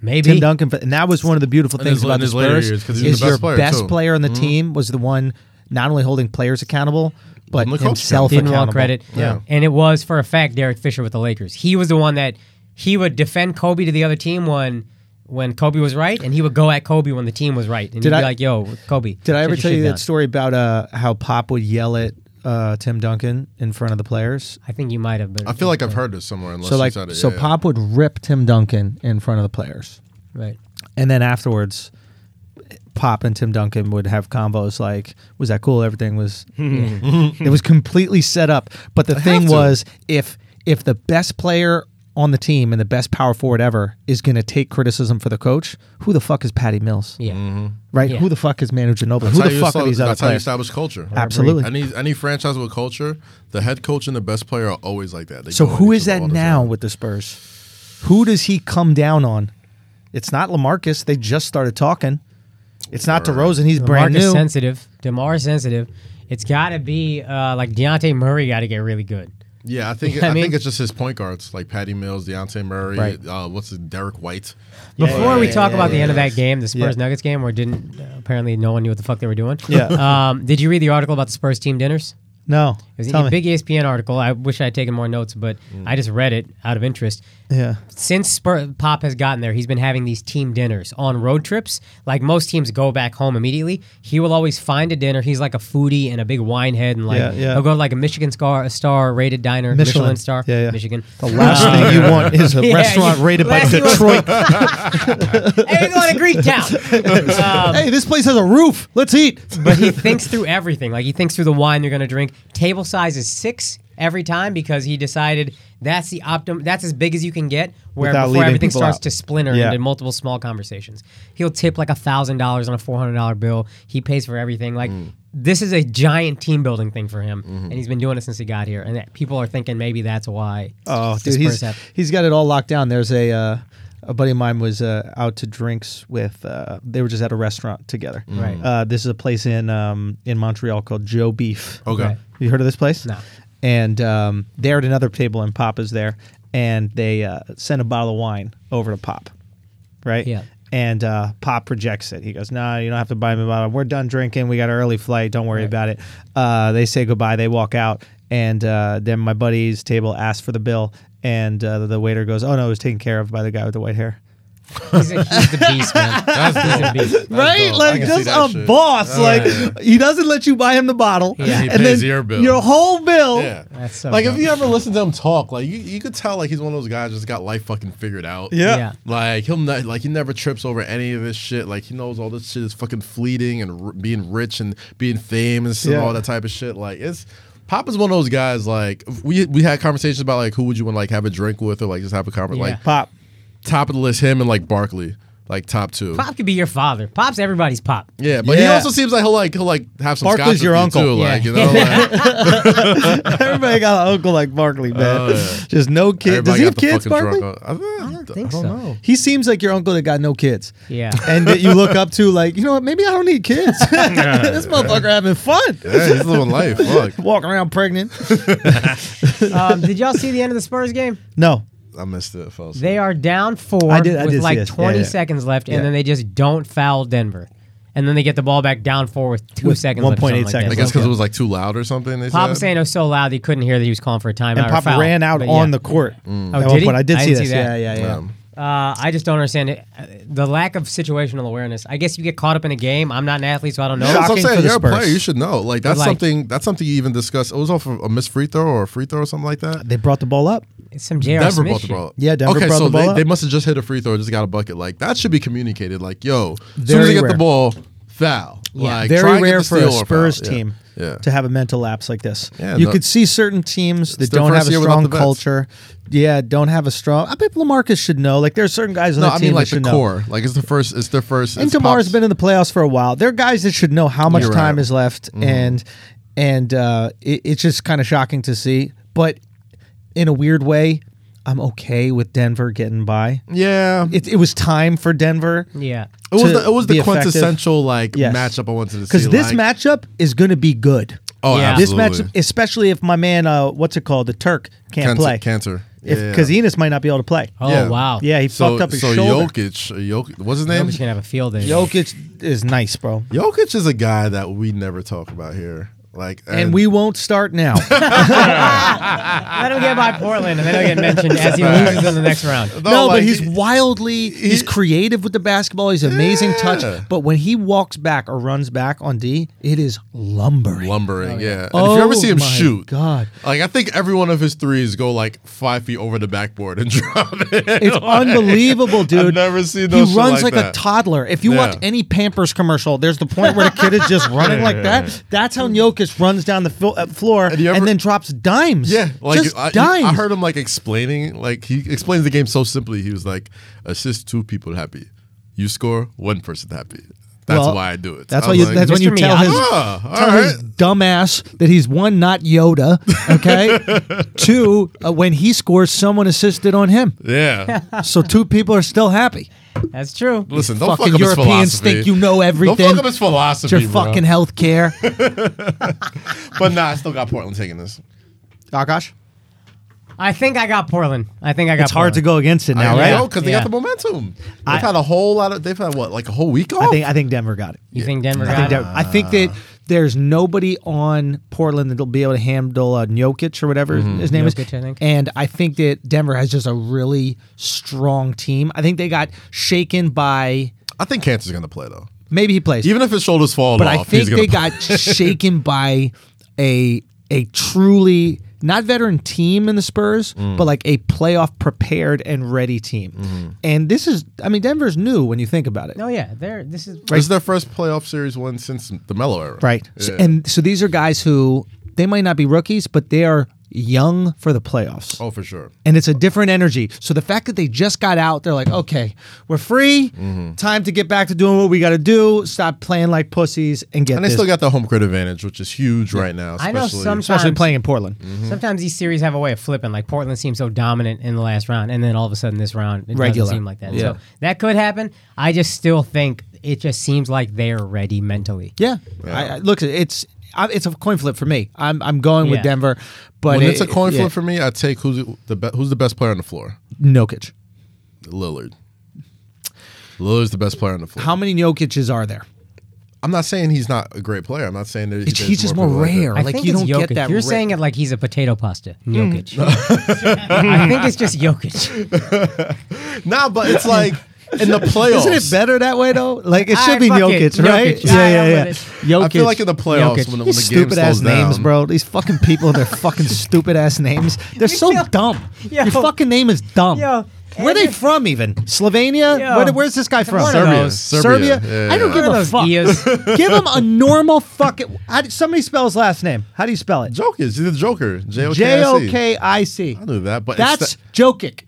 Speaker 1: maybe.
Speaker 4: Tim Duncan, and that was one of the beautiful
Speaker 2: his-
Speaker 4: things about
Speaker 2: in
Speaker 4: the
Speaker 2: his later
Speaker 4: Spurs
Speaker 2: years, 'cause he was
Speaker 4: is
Speaker 2: the best
Speaker 4: your
Speaker 2: player,
Speaker 4: best
Speaker 2: too. Mm-hmm.
Speaker 4: player on the team was the one not only holding players accountable but
Speaker 2: Holding the coach
Speaker 4: himself
Speaker 1: Didn't
Speaker 4: accountable.
Speaker 1: want credit.
Speaker 2: Yeah.
Speaker 1: And it was for a fact Derek Fisher with the Lakers. He was the one that he would defend Kobe to the other team when when Kobe was right, and he would go at Kobe when the team was right. And
Speaker 4: Did
Speaker 1: he'd
Speaker 4: I-
Speaker 1: be like, "Yo, Kobe."
Speaker 4: Did I
Speaker 1: shut
Speaker 4: ever
Speaker 1: your
Speaker 4: tell
Speaker 1: shit
Speaker 4: you
Speaker 1: down."
Speaker 4: that story about uh, how Pop would yell at uh, Tim Duncan in front of the players?
Speaker 1: I think you might have. Been,
Speaker 2: I feel like I've heard this somewhere. Unless
Speaker 4: So
Speaker 2: you
Speaker 4: like,
Speaker 2: said it.
Speaker 4: so
Speaker 2: yeah, yeah.
Speaker 4: Pop would rip Tim Duncan in front of the players.
Speaker 1: right.
Speaker 4: And then afterwards, Pop and Tim Duncan would have combos like, "Was that cool? Everything was." it was completely set up. But the thing
Speaker 2: Mm-hmm. to.
Speaker 4: was, if if the best player on the team and the best power forward ever is going to take criticism for the coach, who the fuck is Patty Mills?
Speaker 1: Yeah.
Speaker 4: Right?
Speaker 1: Yeah.
Speaker 4: Who the fuck is Manu Ginobili?
Speaker 2: That's
Speaker 4: who
Speaker 2: how
Speaker 4: the
Speaker 2: you
Speaker 4: fuck
Speaker 2: esta-
Speaker 4: are these other
Speaker 2: That's how you
Speaker 4: players?
Speaker 2: establish culture.
Speaker 4: Absolutely.
Speaker 2: Any any franchise with culture, the head coach and the best player are always like that. They
Speaker 4: So
Speaker 2: go at
Speaker 4: who
Speaker 2: each
Speaker 4: is
Speaker 2: other
Speaker 4: that
Speaker 2: all the
Speaker 4: now
Speaker 2: time.
Speaker 4: with the Spurs? Who does he come down on? It's not Lamarcus. They just started talking. It's not DeRozan. He's brand
Speaker 1: Marcus
Speaker 4: new.
Speaker 1: sensitive. Demar is sensitive. It's got to be uh, like Deontay Murray. Got to get really good.
Speaker 2: Yeah, I think
Speaker 1: I
Speaker 2: I,
Speaker 1: mean-
Speaker 2: think it's just his point guards like Patty Mills, Deontay Murray,
Speaker 4: Right.
Speaker 2: uh, what's it, Derek White.
Speaker 1: Before we talk about the end of
Speaker 2: yeah.
Speaker 1: that game, the Spurs Nuggets game, where it didn't apparently no one knew what the fuck they were doing.
Speaker 4: Yeah.
Speaker 1: um, did you read the article about the Spurs team dinners?
Speaker 4: No.
Speaker 1: It was
Speaker 4: Tell
Speaker 1: a
Speaker 4: me. Mm.
Speaker 1: big E ESPN article. I wish I had taken more notes, but I just read it out of interest.
Speaker 4: Yeah.
Speaker 1: Since Spur- Pop has gotten there, he's been having these team dinners on road trips. Like most teams go back home immediately. He will always find a dinner. He's like a foodie and a big wine head, and like
Speaker 4: Yeah, yeah.
Speaker 1: he'll go to like a Michigan star, a star rated diner, Michelin,
Speaker 4: Michelin.
Speaker 1: star,
Speaker 4: Yeah, yeah.
Speaker 1: Michigan.
Speaker 4: The last thing you want is a
Speaker 1: Yeah,
Speaker 4: restaurant
Speaker 1: you-
Speaker 4: rated by
Speaker 1: last thing you want-
Speaker 4: Detroit.
Speaker 1: hey, you're going to Greek town. Um,
Speaker 4: hey, this place has a roof. Let's eat.
Speaker 1: but he thinks through everything. Like he thinks through the wine you're going to drink. Table size is six every time because he decided that's the optimum. That's as big as you can get. Where
Speaker 4: Without
Speaker 1: before
Speaker 4: leaving
Speaker 1: everything
Speaker 4: people
Speaker 1: starts
Speaker 4: out.
Speaker 1: to splinter
Speaker 4: Yeah.
Speaker 1: into multiple small conversations. He'll tip like a thousand dollars on a four hundred dollar bill. He pays for everything. Like.
Speaker 4: Mm.
Speaker 1: This is a giant team building thing for him,
Speaker 4: Mm-hmm.
Speaker 1: and he's been doing it since he got here. And that people are thinking maybe that's why.
Speaker 4: Oh,
Speaker 1: the
Speaker 4: dude, he's,
Speaker 1: Spurs have-
Speaker 4: he's got it all locked down. There's a uh, a buddy of mine was uh, out to drinks with. Uh, they were just at a restaurant together.
Speaker 1: Mm. Right.
Speaker 4: Uh, this is a place in um, in Montreal called Joe Beef.
Speaker 2: Okay.
Speaker 1: Right.
Speaker 4: You heard of this place?
Speaker 1: No.
Speaker 4: And um, they're at another table, and Pop is there, and they uh, send a bottle of wine over to Pop, right?
Speaker 1: Yeah.
Speaker 4: And uh, Pop rejects it. He goes, "No, you don't have to buy me a bottle. We're done drinking. We got an early flight. Don't worry about it." Uh, they say goodbye. They walk out, and uh, then my buddy's table asks for the bill, and uh, the waiter goes, "Oh no, it was taken care of by the guy with the white hair."
Speaker 1: He's, a, he's the beast, man. he's a beast.
Speaker 4: right?
Speaker 2: dope. I
Speaker 4: Like
Speaker 2: can
Speaker 4: just
Speaker 2: see that
Speaker 4: a
Speaker 2: shit.
Speaker 4: boss.
Speaker 2: Yeah,
Speaker 4: like
Speaker 2: yeah.
Speaker 4: he doesn't let you buy him the bottle,
Speaker 1: Yeah. He
Speaker 4: and
Speaker 2: pays
Speaker 4: then
Speaker 2: your bill.
Speaker 4: whole bill.
Speaker 2: Yeah.
Speaker 1: That's so
Speaker 2: like if
Speaker 1: dumb.
Speaker 2: you ever listen to him talk, like you, you could tell like he's one of those guys that's got life fucking figured out.
Speaker 4: Yeah.
Speaker 1: Yeah.
Speaker 2: Like he'll not, like he never trips over any of this shit. Like he knows all this shit is fucking fleeting and r- being rich and being famous and
Speaker 4: Yeah.
Speaker 2: all that type of shit. Like it's Pop is one of those guys. Like we we had conversations about like who would you want to like have a drink with or like just have a conversation.
Speaker 1: Yeah.
Speaker 2: Like
Speaker 4: Pop.
Speaker 2: top of the list, him and like Barkley. like top two.
Speaker 1: Pop could be your father. Pop's everybody's pop.
Speaker 2: Yeah, but he
Speaker 4: Yeah.
Speaker 2: also seems like he'll like he'll like have some.
Speaker 4: Barkley's
Speaker 2: scotch with
Speaker 4: your
Speaker 2: you,
Speaker 4: uncle.
Speaker 2: too,
Speaker 1: Yeah.
Speaker 2: like you know, like,
Speaker 4: Everybody got an uncle like Barkley, man. Just no kids. Does
Speaker 2: Oh, everybody got
Speaker 4: he have
Speaker 2: the
Speaker 4: kids,
Speaker 2: fucking
Speaker 4: Barkley?
Speaker 2: drunk- I, don't
Speaker 1: think so.
Speaker 2: know.
Speaker 4: Oh. He seems like your uncle that got no kids.
Speaker 1: Yeah.
Speaker 4: And that you look up to, like, you know what? Maybe I don't need kids. this motherfucker having fun.
Speaker 2: Yeah, he's living life. Fuck,
Speaker 4: Walking around pregnant.
Speaker 1: um, did y'all see the end of the Spurs game?
Speaker 4: No.
Speaker 2: I missed it. Fell asleep.
Speaker 1: They are down four
Speaker 4: I did- I
Speaker 1: with
Speaker 4: did see
Speaker 1: like
Speaker 4: this. Yeah,
Speaker 1: 20
Speaker 4: yeah.
Speaker 1: seconds left,
Speaker 4: Yeah.
Speaker 1: and then they just don't foul Denver. And then they get the ball back down four with two
Speaker 4: With
Speaker 1: seconds left.
Speaker 4: 1.8
Speaker 1: 1.8 like
Speaker 4: seconds
Speaker 2: I
Speaker 1: That.
Speaker 2: guess because it uh, was like too loud or something. They
Speaker 1: Pop
Speaker 2: said.
Speaker 1: was saying it was so loud that you couldn't hear that he was calling for a timeout.
Speaker 4: And
Speaker 1: or
Speaker 4: Pop
Speaker 1: foul,
Speaker 4: ran out
Speaker 1: but yeah.
Speaker 4: on the court.
Speaker 1: Oh,
Speaker 4: at
Speaker 1: did
Speaker 4: one
Speaker 1: he?
Speaker 4: point. I did
Speaker 1: I
Speaker 4: see
Speaker 1: didn't
Speaker 4: this.
Speaker 1: see that.
Speaker 4: Mm. Yeah, yeah, yeah.
Speaker 2: Um,
Speaker 1: Uh, I just don't understand it. Uh, The lack of situational awareness. I guess you get caught up in a game. I'm not an athlete, so I don't know.
Speaker 2: Yeah, that's what I'm
Speaker 4: Shocking
Speaker 2: saying.
Speaker 4: for the
Speaker 2: You're a player.
Speaker 4: Spurs.
Speaker 2: You should know. Like that's
Speaker 1: like-
Speaker 2: something. That's something you even discussed. It was off of a missed free throw or a free throw or something like that.
Speaker 4: They brought the ball up.
Speaker 1: It's some J.R.
Speaker 2: Denver
Speaker 1: Smith
Speaker 2: brought the
Speaker 1: shit.
Speaker 2: ball. up.
Speaker 4: Yeah, Denver
Speaker 2: okay,
Speaker 4: brought
Speaker 2: so
Speaker 4: the ball
Speaker 2: they,
Speaker 4: up.
Speaker 2: they must have just hit a free throw. Just got a bucket. Like that should be communicated. Like yo, as soon
Speaker 4: Very
Speaker 2: as they get
Speaker 4: rare.
Speaker 2: the ball, foul. Like try
Speaker 4: Very
Speaker 2: and get
Speaker 4: rare
Speaker 2: the
Speaker 4: for
Speaker 2: steal
Speaker 4: a
Speaker 2: or
Speaker 4: Spurs
Speaker 2: foul. Yeah.
Speaker 4: team
Speaker 2: Yeah.
Speaker 4: to have a mental lapse like this.
Speaker 2: Yeah,
Speaker 4: you
Speaker 2: no-
Speaker 4: could see certain teams that
Speaker 2: their
Speaker 4: don't
Speaker 2: first
Speaker 4: have a
Speaker 2: year without
Speaker 4: strong
Speaker 2: the vets.
Speaker 4: culture. Yeah, don't have a strong. I bet Lamarcus should know. Like there's certain guys on
Speaker 2: No,
Speaker 4: the
Speaker 2: I
Speaker 4: team
Speaker 2: mean
Speaker 4: that
Speaker 2: like the
Speaker 4: should know.
Speaker 2: core. Like it's the first. It's their first.
Speaker 4: And
Speaker 2: it's
Speaker 4: Tamar's
Speaker 2: Pop's-
Speaker 4: been in the playoffs for a while. There are guys that should know how much
Speaker 2: You're
Speaker 4: time
Speaker 2: right. Mm-hmm.
Speaker 4: is left, and and uh, it, it's just kind of shocking to see. But in a weird way, I'm okay with Denver getting by.
Speaker 2: Yeah,
Speaker 4: It, it was time for Denver.
Speaker 1: Yeah.
Speaker 2: It was
Speaker 4: to
Speaker 2: the, it was the
Speaker 4: be effective.
Speaker 2: quintessential like
Speaker 4: Yes.
Speaker 2: matchup I wanted to see.
Speaker 4: Because this
Speaker 2: like-
Speaker 4: matchup is going to be good.
Speaker 2: oh,
Speaker 1: Yeah.
Speaker 4: This
Speaker 2: absolutely.
Speaker 4: matchup, especially if my man, uh, what's it called, the Turk can't
Speaker 2: cancer,
Speaker 4: play,
Speaker 2: cancer. Yeah.
Speaker 4: because Enos might not be able to play.
Speaker 1: Oh,
Speaker 2: Yeah.
Speaker 1: wow.
Speaker 4: Yeah, he
Speaker 2: so,
Speaker 4: fucked up his
Speaker 2: so
Speaker 4: shoulder.
Speaker 2: Jokic, Jokic, what's his
Speaker 1: I'm
Speaker 2: name?
Speaker 1: just going to have a field day.
Speaker 4: Jokic is nice, bro.
Speaker 2: Jokic is a guy that we never talk about here. Like,
Speaker 4: And we won't start now.
Speaker 1: Let him get by Portland, and then he'll get mentioned as he loses in the next round.
Speaker 4: no,
Speaker 2: like,
Speaker 4: but he's
Speaker 2: he-
Speaker 4: wildly he's creative with the basketball. He's amazing touch. But when he walks back or runs back on D, it is lumbering.
Speaker 2: lumbering. yeah. And if you ever
Speaker 4: Oh
Speaker 2: see him
Speaker 4: my
Speaker 2: shoot,
Speaker 4: God.
Speaker 2: like I think every one of his threes go like five feet over the backboard and drop it.
Speaker 4: It's unbelievable, dude.
Speaker 2: never seen no
Speaker 4: He
Speaker 2: shit
Speaker 4: runs
Speaker 2: like that.
Speaker 4: a toddler. If you
Speaker 2: Yeah.
Speaker 4: watch any Pampers commercial, there's the point where the kid is just running like that. That's how Jokic runs down the fil- uh, floor and,
Speaker 2: you ever-
Speaker 4: then drops dimes.
Speaker 2: Yeah, like
Speaker 4: just
Speaker 2: I,
Speaker 4: dimes.
Speaker 2: I heard him like explaining, like he explains the game so simply. He was like, "Assist two people happy, you score one person happy." That's
Speaker 4: Well,
Speaker 2: why I do it.
Speaker 4: That's
Speaker 2: I
Speaker 4: why
Speaker 2: was
Speaker 4: you.
Speaker 2: like,
Speaker 4: that's when you
Speaker 1: Mr.
Speaker 4: tell
Speaker 1: Miyagi.
Speaker 4: his,
Speaker 2: Ah, all
Speaker 4: tell his dumbass that he's one not Yoda. Okay, two uh, when he scores, someone assisted on him,
Speaker 2: Yeah.
Speaker 4: so two people are still happy.
Speaker 1: That's true.
Speaker 2: Listen, don't
Speaker 4: Fucking
Speaker 2: fuck up
Speaker 4: Europeans
Speaker 2: his philosophy.
Speaker 4: think you know everything.
Speaker 2: Don't fuck up his
Speaker 4: It's
Speaker 2: philosophy,
Speaker 4: your
Speaker 2: bro.
Speaker 4: fucking health care,
Speaker 2: But nah, I still got Portland taking this.
Speaker 4: Akash.
Speaker 1: I think I got Portland. I think I got
Speaker 4: It's hard to
Speaker 1: Portland.
Speaker 4: go against it now,
Speaker 2: I
Speaker 4: right?
Speaker 2: know because they
Speaker 1: Yeah.
Speaker 2: got the momentum. They've
Speaker 4: I-
Speaker 2: had a whole lot of. They've had what, like a whole week off.
Speaker 4: I think I think Denver got it.
Speaker 1: You think Denver
Speaker 4: I
Speaker 1: got
Speaker 4: think,
Speaker 1: it?
Speaker 4: that, I think
Speaker 2: Ah.
Speaker 4: that there's nobody on Portland that'll be able to handle uh, Jokic or whatever
Speaker 2: Mm-hmm.
Speaker 4: his name is.
Speaker 1: Jokic, I think.
Speaker 4: And I think that Denver has just a really strong team. I think they got shaken by
Speaker 2: I think Cancer's gonna play though.
Speaker 4: maybe he plays,
Speaker 2: Even if his shoulders fall
Speaker 4: but
Speaker 2: off,
Speaker 4: I think
Speaker 2: he's gonna
Speaker 4: they
Speaker 2: play.
Speaker 4: got shaken by a a truly not veteran team in the Spurs,
Speaker 2: Mm.
Speaker 4: but like a playoff prepared and ready team.
Speaker 2: Mm-hmm.
Speaker 4: And this is, I mean, Denver's new when you think about it.
Speaker 1: No, yeah. There. This is.
Speaker 2: This is their first playoff series win since the Melo era.
Speaker 4: Right. So,
Speaker 2: Yeah.
Speaker 4: and so these are guys who they might not be rookies, but they are young for the playoffs.
Speaker 2: Oh, for sure.
Speaker 4: And it's a different energy. So the fact that they just got out, they're like, okay, we're free.
Speaker 2: Mm-hmm.
Speaker 4: Time to get back to doing what we got to do. Stop playing like pussies and get
Speaker 2: And they
Speaker 4: this.
Speaker 2: still got the home court advantage, which is huge right now.
Speaker 1: I know
Speaker 2: especially-
Speaker 1: some-
Speaker 4: especially
Speaker 1: times.
Speaker 4: playing in Portland.
Speaker 2: Mm-hmm.
Speaker 1: Sometimes these series have a way of flipping. Like Portland seemed so dominant in the last round, and then all of a sudden this round it
Speaker 4: Regular.
Speaker 1: doesn't seem like that.
Speaker 4: Yeah.
Speaker 1: So that could happen. I just still think it just seems like they are ready mentally.
Speaker 4: Yeah. I, I, look, it's I, it's a coin flip for me. I'm I'm going with
Speaker 1: Yeah.
Speaker 4: Denver, but
Speaker 2: When it's a
Speaker 4: it-
Speaker 2: coin flip
Speaker 4: yeah.
Speaker 2: for me, I take who's the be- who's the best player on the floor.
Speaker 4: Jokic.
Speaker 2: Lillard. Lillard's the best player on the floor.
Speaker 4: How many Jokic's are there?
Speaker 2: I'm not saying he's not a great player. I'm not saying that
Speaker 4: It's, he's just more
Speaker 2: people like that.
Speaker 4: rare.
Speaker 1: I
Speaker 4: like
Speaker 1: think
Speaker 4: you
Speaker 1: it's
Speaker 4: don't
Speaker 1: Jokic.
Speaker 4: get that. Hmm.
Speaker 1: You're
Speaker 4: rare-
Speaker 1: saying it like he's a potato pasta, Jokic. I think it's just Jokic.
Speaker 2: Nah, but it's like in the playoffs.
Speaker 4: Isn't it better that way though? Like it
Speaker 1: All
Speaker 4: should
Speaker 1: right,
Speaker 4: be
Speaker 1: fuck it.
Speaker 4: Jokic, right?
Speaker 1: Jokic. All right, I'm with
Speaker 4: Jokic.
Speaker 2: I feel like in the playoffs
Speaker 1: Jokic.
Speaker 2: when, the- when
Speaker 4: These
Speaker 2: the game
Speaker 4: stupid ass
Speaker 2: slows down.
Speaker 4: names, bro. These fucking people and their fucking stupid ass names. They're so
Speaker 1: Yo.
Speaker 4: dumb.
Speaker 1: Yo.
Speaker 4: Your fucking name is dumb.
Speaker 1: Yo.
Speaker 4: Where are they
Speaker 1: Every-
Speaker 4: from even? Slovenia?
Speaker 1: Yo.
Speaker 4: Where, where's this guy from?
Speaker 1: One of Serbia. those.
Speaker 2: Serbia. Yeah,
Speaker 4: I don't
Speaker 2: yeah.
Speaker 4: give
Speaker 1: One of
Speaker 4: a
Speaker 1: those
Speaker 4: fuck.
Speaker 1: Eos.
Speaker 4: give him a normal fucking. How do, somebody spell his last name. How do you spell it?
Speaker 2: Jokic. He's the Joker. J O K.
Speaker 4: J
Speaker 2: I
Speaker 4: O
Speaker 2: C.
Speaker 4: K I C.
Speaker 2: I knew that, but
Speaker 4: That's
Speaker 2: it's
Speaker 4: Jokic.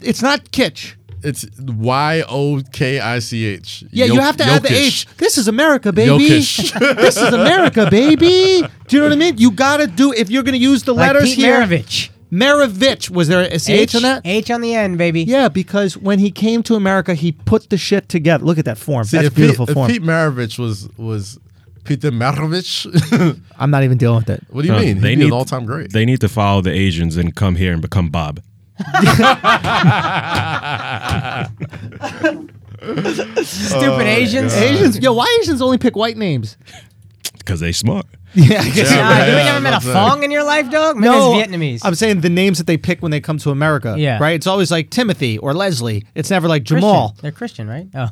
Speaker 4: It's not Kitch.
Speaker 2: It's Y O K I C H.
Speaker 4: Yeah, you have to add the H. This is America, baby.
Speaker 2: Jokic.
Speaker 4: this is America, baby. Do you know what I mean? You gotta do if you're gonna use the
Speaker 1: Like
Speaker 4: letters
Speaker 1: Pete
Speaker 4: here.
Speaker 1: Maravich.
Speaker 4: Maravich. Was there a CH on that?
Speaker 1: H on the end, baby.
Speaker 4: Yeah, because when he came to America, he put the shit together. Look at that form.
Speaker 2: See,
Speaker 4: That's
Speaker 2: if
Speaker 4: beautiful
Speaker 2: Pete,
Speaker 4: form.
Speaker 2: If Pete Maravich was was Peter Maravich.
Speaker 4: I'm not even dealing with it.
Speaker 2: what do you
Speaker 3: No,
Speaker 2: mean? They He'd be an all time great.
Speaker 3: They need to follow the Asians and come here and become Bob.
Speaker 4: Oh,
Speaker 1: Stupid Asians.
Speaker 4: Asians, yo, why Asians only pick white names?
Speaker 3: Because they smart.
Speaker 4: Yeah, I guess.
Speaker 2: Yeah,
Speaker 1: Nah, you
Speaker 2: yeah,
Speaker 1: ain't never met a
Speaker 2: that's it.
Speaker 1: Fong in your life, dog? Man,
Speaker 4: No,
Speaker 1: it's Vietnamese.
Speaker 4: I'm saying the names that they pick when they come to America.
Speaker 1: Yeah.
Speaker 4: Right? It's always like Timothy or Leslie. It's never like
Speaker 1: Christian.
Speaker 4: Jamal.
Speaker 1: They're Christian, right? Oh.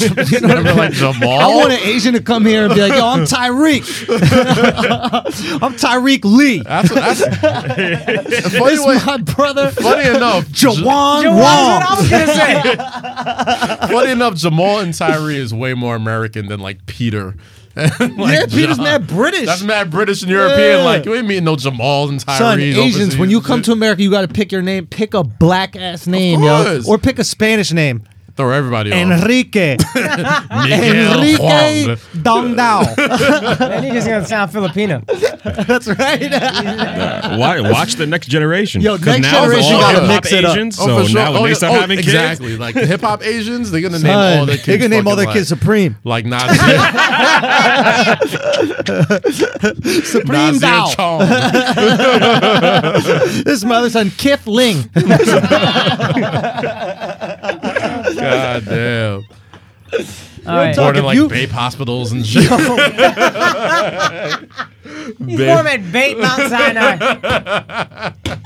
Speaker 2: Remember, like,
Speaker 4: I
Speaker 2: Jamal.
Speaker 4: want an Asian to come here and be like, yo, I'm Tyreek. I'm Tyreek Lee.
Speaker 2: That's, that's, It's funny,
Speaker 4: It's
Speaker 2: way-
Speaker 4: my brother,
Speaker 2: funny enough,
Speaker 4: Jawan
Speaker 1: Jamal's what I
Speaker 4: Wong.
Speaker 1: was going to say.
Speaker 2: funny enough, Jamal and Tyree is way more American than like Peter.
Speaker 4: Yeah,
Speaker 2: Like,
Speaker 4: Peter's
Speaker 2: John.
Speaker 4: mad British.
Speaker 2: That's mad British and European.
Speaker 4: Yeah.
Speaker 2: Like you ain't meeting no Jamal and Tyree.
Speaker 4: Son, Asians, when you come to America, you got to pick your name. Pick a black ass name, yo,
Speaker 2: course.
Speaker 4: or pick a Spanish name.
Speaker 2: throw everybody off.
Speaker 4: Enrique,
Speaker 2: Miguel
Speaker 4: Enrique
Speaker 2: Juan. Oh,
Speaker 4: Dong Dao.
Speaker 1: Man, he's just going to sound Filipino.
Speaker 4: That's right.
Speaker 3: Uh, why, watch the next generation.
Speaker 4: Yo,
Speaker 3: 'Cause
Speaker 4: next
Speaker 3: now it's
Speaker 4: generation
Speaker 3: all
Speaker 2: gotta
Speaker 3: hip-hop
Speaker 4: mix it up.
Speaker 3: Asians,
Speaker 2: Oh,
Speaker 3: so
Speaker 2: for sure.
Speaker 3: now when
Speaker 2: Oh,
Speaker 3: they
Speaker 2: yeah.
Speaker 3: start
Speaker 2: Oh,
Speaker 3: having
Speaker 2: exactly.
Speaker 3: kids,
Speaker 2: Like hip hop Asians, they're gonna name all
Speaker 4: Son,
Speaker 2: their
Speaker 4: they're
Speaker 2: kids.
Speaker 4: gonna name all
Speaker 2: fucking
Speaker 4: their kids
Speaker 2: like,
Speaker 4: Supreme.
Speaker 2: like Nazir,
Speaker 4: Supreme
Speaker 2: Nazir
Speaker 4: Dao.
Speaker 2: Chong.
Speaker 4: This is my other son, Kif Ling.
Speaker 2: God damn.
Speaker 1: All right.
Speaker 2: Born in
Speaker 4: if
Speaker 2: like
Speaker 4: you-
Speaker 2: Bape hospitals and shit.
Speaker 1: He's born at Bait Mount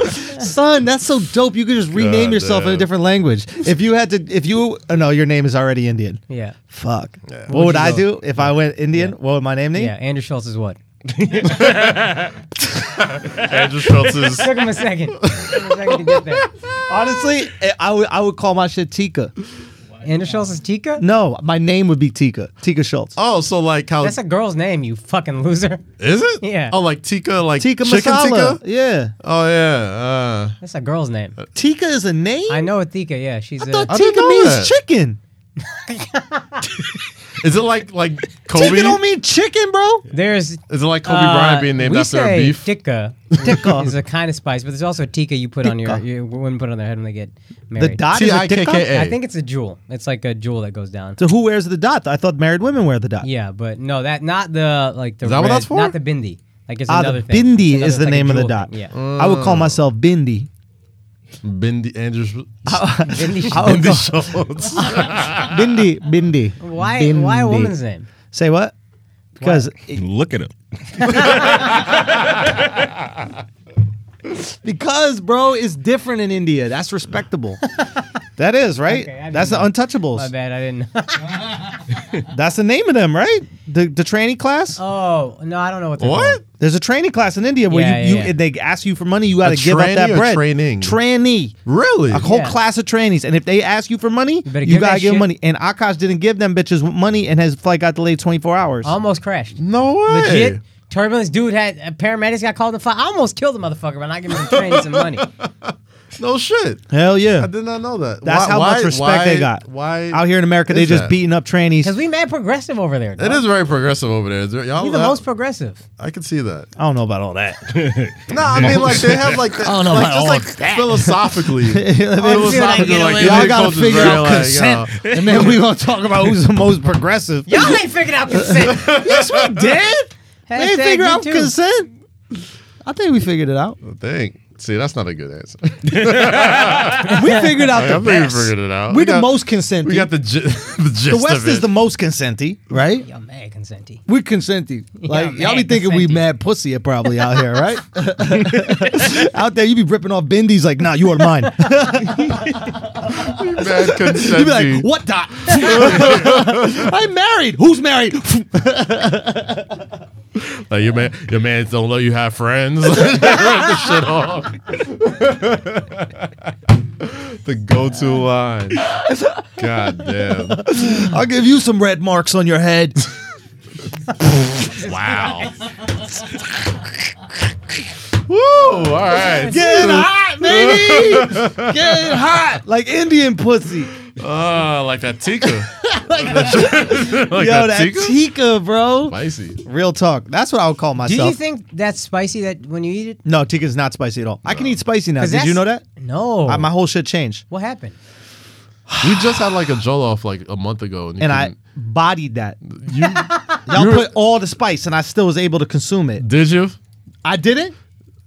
Speaker 1: Sinai.
Speaker 4: Son, that's so dope. You could just rename
Speaker 2: God
Speaker 4: yourself in a
Speaker 2: damn.
Speaker 4: different language. If you had to, if you, oh no, your name is already Indian.
Speaker 1: Yeah.
Speaker 4: Fuck. What would I do if I went Indian? What would my name be?
Speaker 1: Yeah, Andrew Schultz is what?
Speaker 2: Andrew Schultz is
Speaker 1: Took him a second. Took him a second to get there.
Speaker 4: Honestly, I I would I would call my shit Tika.
Speaker 1: Andrew Schultz is Tika?
Speaker 4: No, my name would be Tika. Tika Schultz.
Speaker 2: Oh, so like how
Speaker 1: That's
Speaker 2: is
Speaker 1: a girl's name, you fucking loser.
Speaker 2: it?
Speaker 1: Yeah.
Speaker 2: Oh, like Tika, like
Speaker 4: Tika
Speaker 2: chicken
Speaker 4: Masala.
Speaker 2: Tika.
Speaker 4: Yeah.
Speaker 2: Oh yeah. Uh,
Speaker 1: That's a girl's name.
Speaker 4: Tika is a name?
Speaker 1: I know Tika, yeah. She's uh, oh,
Speaker 4: I
Speaker 1: a.
Speaker 4: thought
Speaker 2: I didn't
Speaker 4: Tika
Speaker 2: know
Speaker 4: means
Speaker 2: that.
Speaker 4: chicken.
Speaker 2: is it like like Kobe?
Speaker 4: Tika don't mean chicken, bro.
Speaker 1: There's
Speaker 2: is it like Kobe
Speaker 1: Uh,
Speaker 2: Bryant being named
Speaker 1: we
Speaker 2: after
Speaker 1: say
Speaker 2: a beef?
Speaker 1: Tikka. is a kind of spice, but there's also a tikka you put on your,
Speaker 4: Tikka.
Speaker 1: your women put on their head when they get
Speaker 4: The
Speaker 1: married.
Speaker 4: dot
Speaker 2: T
Speaker 4: is
Speaker 2: I
Speaker 4: a
Speaker 2: K
Speaker 4: tikka.
Speaker 2: K
Speaker 1: I
Speaker 2: A.
Speaker 1: think it's a jewel. It's like a jewel that goes down.
Speaker 4: So who wears the dot? I thought married women wear the dot.
Speaker 1: Yeah, but no, that not the like the
Speaker 2: Is that what
Speaker 1: red-
Speaker 2: that's for?
Speaker 1: not the bindi. Like it's
Speaker 4: Ah,
Speaker 1: another
Speaker 4: the
Speaker 1: thing.
Speaker 4: Bindi
Speaker 1: It's another-
Speaker 4: is the
Speaker 1: it's like a
Speaker 4: name of the
Speaker 1: jewel
Speaker 4: dot. Mm.
Speaker 1: thing. Yeah,
Speaker 4: I would
Speaker 2: Mm.
Speaker 4: call myself Bindi.
Speaker 2: Bindi Andrews.
Speaker 1: bindi.
Speaker 4: Oh,
Speaker 2: Bindi Schultz.
Speaker 4: Bindi, Bindi.
Speaker 1: why?
Speaker 4: Bindi.
Speaker 1: Why a woman's name?
Speaker 4: Say what? Because
Speaker 3: look at him.
Speaker 4: because bro is different in India. That's respectable. that is right.
Speaker 1: Okay, I
Speaker 4: That's the
Speaker 1: didn't
Speaker 4: Untouchables.
Speaker 1: My bad, I didn't.
Speaker 4: That's the name of them, right? The the training class.
Speaker 1: oh no, I don't know what. they're
Speaker 2: What?
Speaker 1: called.
Speaker 4: There's a training class in India where
Speaker 1: Yeah,
Speaker 4: you,
Speaker 1: yeah,
Speaker 4: you
Speaker 1: yeah.
Speaker 4: they ask you for money. You got to
Speaker 2: A
Speaker 4: give up
Speaker 2: tranny
Speaker 4: that
Speaker 2: or
Speaker 4: bread.
Speaker 2: training?
Speaker 4: Tranny.
Speaker 2: Really?
Speaker 4: A whole
Speaker 1: Yeah.
Speaker 4: class of trainees, and if they ask you for money, you,
Speaker 1: better give
Speaker 4: gotta
Speaker 1: that
Speaker 4: give them
Speaker 1: shit.
Speaker 4: money. And Akash didn't give them bitches money, and his flight got delayed 24 hours.
Speaker 1: Almost crashed.
Speaker 2: No way.
Speaker 1: Legit. Turbulence dude had uh, paramedics got called to fly. I almost killed the motherfucker by not giving him training some money.
Speaker 2: No shit.
Speaker 4: Hell yeah!
Speaker 2: I did not know that.
Speaker 4: That's
Speaker 2: Why-
Speaker 4: how
Speaker 2: why-
Speaker 4: much respect
Speaker 2: why-
Speaker 4: they got.
Speaker 2: Why
Speaker 4: out here in America, they
Speaker 2: is
Speaker 4: just
Speaker 2: that?
Speaker 4: beating up trainees.
Speaker 1: Cause we mad progressive over there.
Speaker 2: It
Speaker 1: dog.
Speaker 2: is very progressive over there. Is there- Y'all,
Speaker 1: He's the
Speaker 2: I-
Speaker 1: most progressive.
Speaker 2: I can see that.
Speaker 4: I don't know about all that.
Speaker 2: No, I mean like they have like that.
Speaker 4: don't know
Speaker 2: like,
Speaker 4: about
Speaker 2: just
Speaker 4: all
Speaker 2: like philosophically. philosophically,
Speaker 1: get
Speaker 2: like
Speaker 1: away
Speaker 2: yeah,
Speaker 4: Y'all
Speaker 2: they
Speaker 4: gotta
Speaker 2: culture's
Speaker 4: figure
Speaker 2: very
Speaker 4: out
Speaker 2: like,
Speaker 4: consent,
Speaker 2: yo.
Speaker 4: and then we gonna talk about who's the most progressive.
Speaker 1: Y'all ain't figured out consent.
Speaker 4: yes, we did. We
Speaker 1: Hashtag
Speaker 4: didn't figure
Speaker 1: me
Speaker 4: out
Speaker 1: too.
Speaker 4: consent. I think we figured it out.
Speaker 2: Dang. See, that's not a good answer.
Speaker 4: We figured out
Speaker 2: Like,
Speaker 4: the
Speaker 2: I think
Speaker 4: best.
Speaker 2: we figured it out.
Speaker 4: We're
Speaker 2: We
Speaker 4: the
Speaker 2: got-
Speaker 4: most consenting.
Speaker 2: We got the gi- the gist.
Speaker 4: the West
Speaker 2: of it.
Speaker 4: is the most consenty, right?
Speaker 1: Y'all mad consenty.
Speaker 4: We're consenting. Like
Speaker 1: Yeah,
Speaker 4: y'all be
Speaker 1: mad
Speaker 4: thinking we
Speaker 1: consenting.
Speaker 4: mad pussy probably out here, right? out there, you be ripping off bendies like, nah, you are mine. you
Speaker 2: bad
Speaker 4: be
Speaker 2: consent.
Speaker 4: like, what dot? I'm married. Who's married?
Speaker 2: Like, your man, your man don't let you have friends. Rip the shit off. the go-to line. God damn!
Speaker 4: I'll give you some red marks on your head.
Speaker 2: Wow. Woo! All right.
Speaker 4: Get hot, baby. Get hot like Indian pussy.
Speaker 2: Oh, like that tikka. like
Speaker 4: Yo,
Speaker 2: that,
Speaker 4: that
Speaker 2: tikka?
Speaker 4: tika, bro.
Speaker 2: Spicy.
Speaker 4: Real talk. That's what I would call
Speaker 1: Do
Speaker 4: myself.
Speaker 1: you think that's spicy that when you eat it?
Speaker 4: no, tika's not spicy at all. I can eat spicy now.
Speaker 1: 'Cause
Speaker 4: Did you
Speaker 1: that's- Oh.
Speaker 4: know
Speaker 1: No.
Speaker 4: that? I- my whole shit changed.
Speaker 1: what happened?
Speaker 2: We just had like a jollof like a month ago, and, you
Speaker 4: and I
Speaker 2: couldn't-
Speaker 4: bodied that. Y'all put all the spice, and I still was able to consume it.
Speaker 2: did you
Speaker 4: I didn't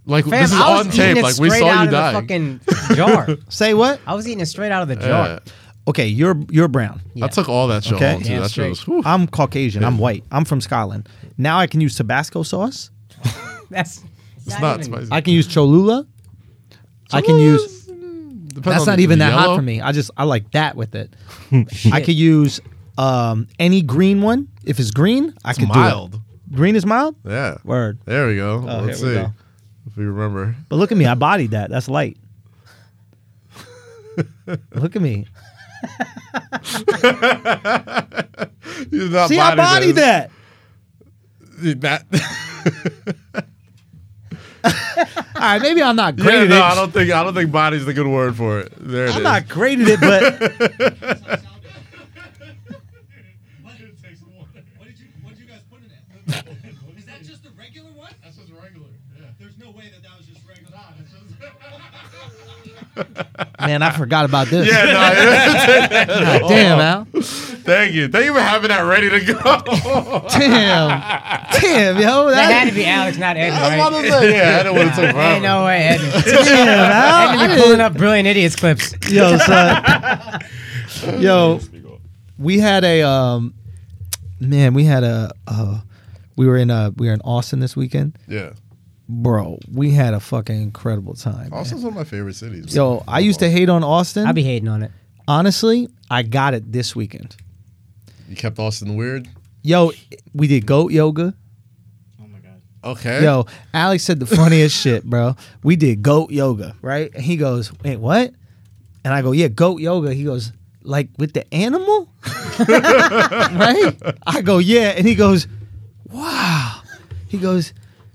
Speaker 2: like
Speaker 1: Fam,
Speaker 2: this is
Speaker 1: I was
Speaker 2: on
Speaker 1: eating
Speaker 2: tape.
Speaker 1: it
Speaker 2: Like we
Speaker 1: straight
Speaker 2: saw
Speaker 1: out
Speaker 2: you
Speaker 1: of
Speaker 2: dying.
Speaker 1: the fucking jar.
Speaker 4: say what.
Speaker 1: I was eating it straight out of the jar.
Speaker 2: Yeah.
Speaker 4: Okay, you're you're brown.
Speaker 2: I took all that shit
Speaker 4: Okay.
Speaker 2: home
Speaker 1: Damn
Speaker 2: too. That shit
Speaker 1: straight.
Speaker 2: was. whew.
Speaker 4: I'm Caucasian. I'm white. I'm from Scotland. Now I can use Tabasco sauce.
Speaker 1: That's
Speaker 2: It's not spicy.
Speaker 4: I can use Cholula. I can use.
Speaker 2: mm, Depends
Speaker 4: That's
Speaker 2: on
Speaker 4: not
Speaker 2: the-
Speaker 4: even
Speaker 2: the
Speaker 4: that hot
Speaker 2: yellow.
Speaker 4: for me. I just I like that with it. I could use um, any green one. If it's green, I could
Speaker 2: Mild.
Speaker 4: do it. Green is mild.
Speaker 2: Yeah.
Speaker 4: Word.
Speaker 2: There we go.
Speaker 4: Oh,
Speaker 2: Let's see
Speaker 4: here we go.
Speaker 2: if we remember.
Speaker 4: But look at me, I bodied that. That's light. look at me.
Speaker 2: You did not
Speaker 4: See, I bodied
Speaker 2: this.
Speaker 4: that.
Speaker 2: That-
Speaker 4: All right, maybe I'm not great
Speaker 2: yeah,
Speaker 4: at
Speaker 2: no,
Speaker 4: it.
Speaker 2: I don't think I don't think body's the good word for it. There it
Speaker 4: I'm
Speaker 2: is.
Speaker 4: not great at it, but
Speaker 7: What did you What did you guys put in that? Is that just the regular one? That's just regular. Yeah. There's no way that that was just regular. Nah, that's just.
Speaker 4: man, I forgot about this.
Speaker 2: Yeah, no, Oh.
Speaker 4: God damn, Al.
Speaker 2: thank you. Thank you for having that ready to go.
Speaker 4: Damn. Damn, yo.
Speaker 1: That
Speaker 4: That,
Speaker 1: had to be Alex, not Ed.
Speaker 2: I
Speaker 1: Right?
Speaker 2: was about to say, yeah, I don't want to take
Speaker 1: Ain't
Speaker 2: forever.
Speaker 1: no way, Ed.
Speaker 4: damn, Al.
Speaker 1: Ed to be pulling up brilliant idiots clips.
Speaker 4: Yo, son. yo, we had a um, man. We had a uh, we were in uh, we were in Austin this weekend,
Speaker 2: Yeah.
Speaker 4: bro. We had a fucking incredible time. man.
Speaker 2: Austin's one of my favorite cities.
Speaker 4: Yo, I used to hate on Austin.
Speaker 1: I'll be hating on it.
Speaker 4: Honestly, I got it this weekend.
Speaker 2: Oh, You kept Austin weird?
Speaker 4: Yo, we did goat yoga.
Speaker 7: Oh my god.
Speaker 2: Okay.
Speaker 4: Yo, Alex said the funniest shit, bro. We did goat yoga, right? And he goes, "Wait, what?" And I go, "Yeah, goat yoga." He goes, "Like with the animal?" right? I go, "Yeah." And he goes, "Wow." He goes,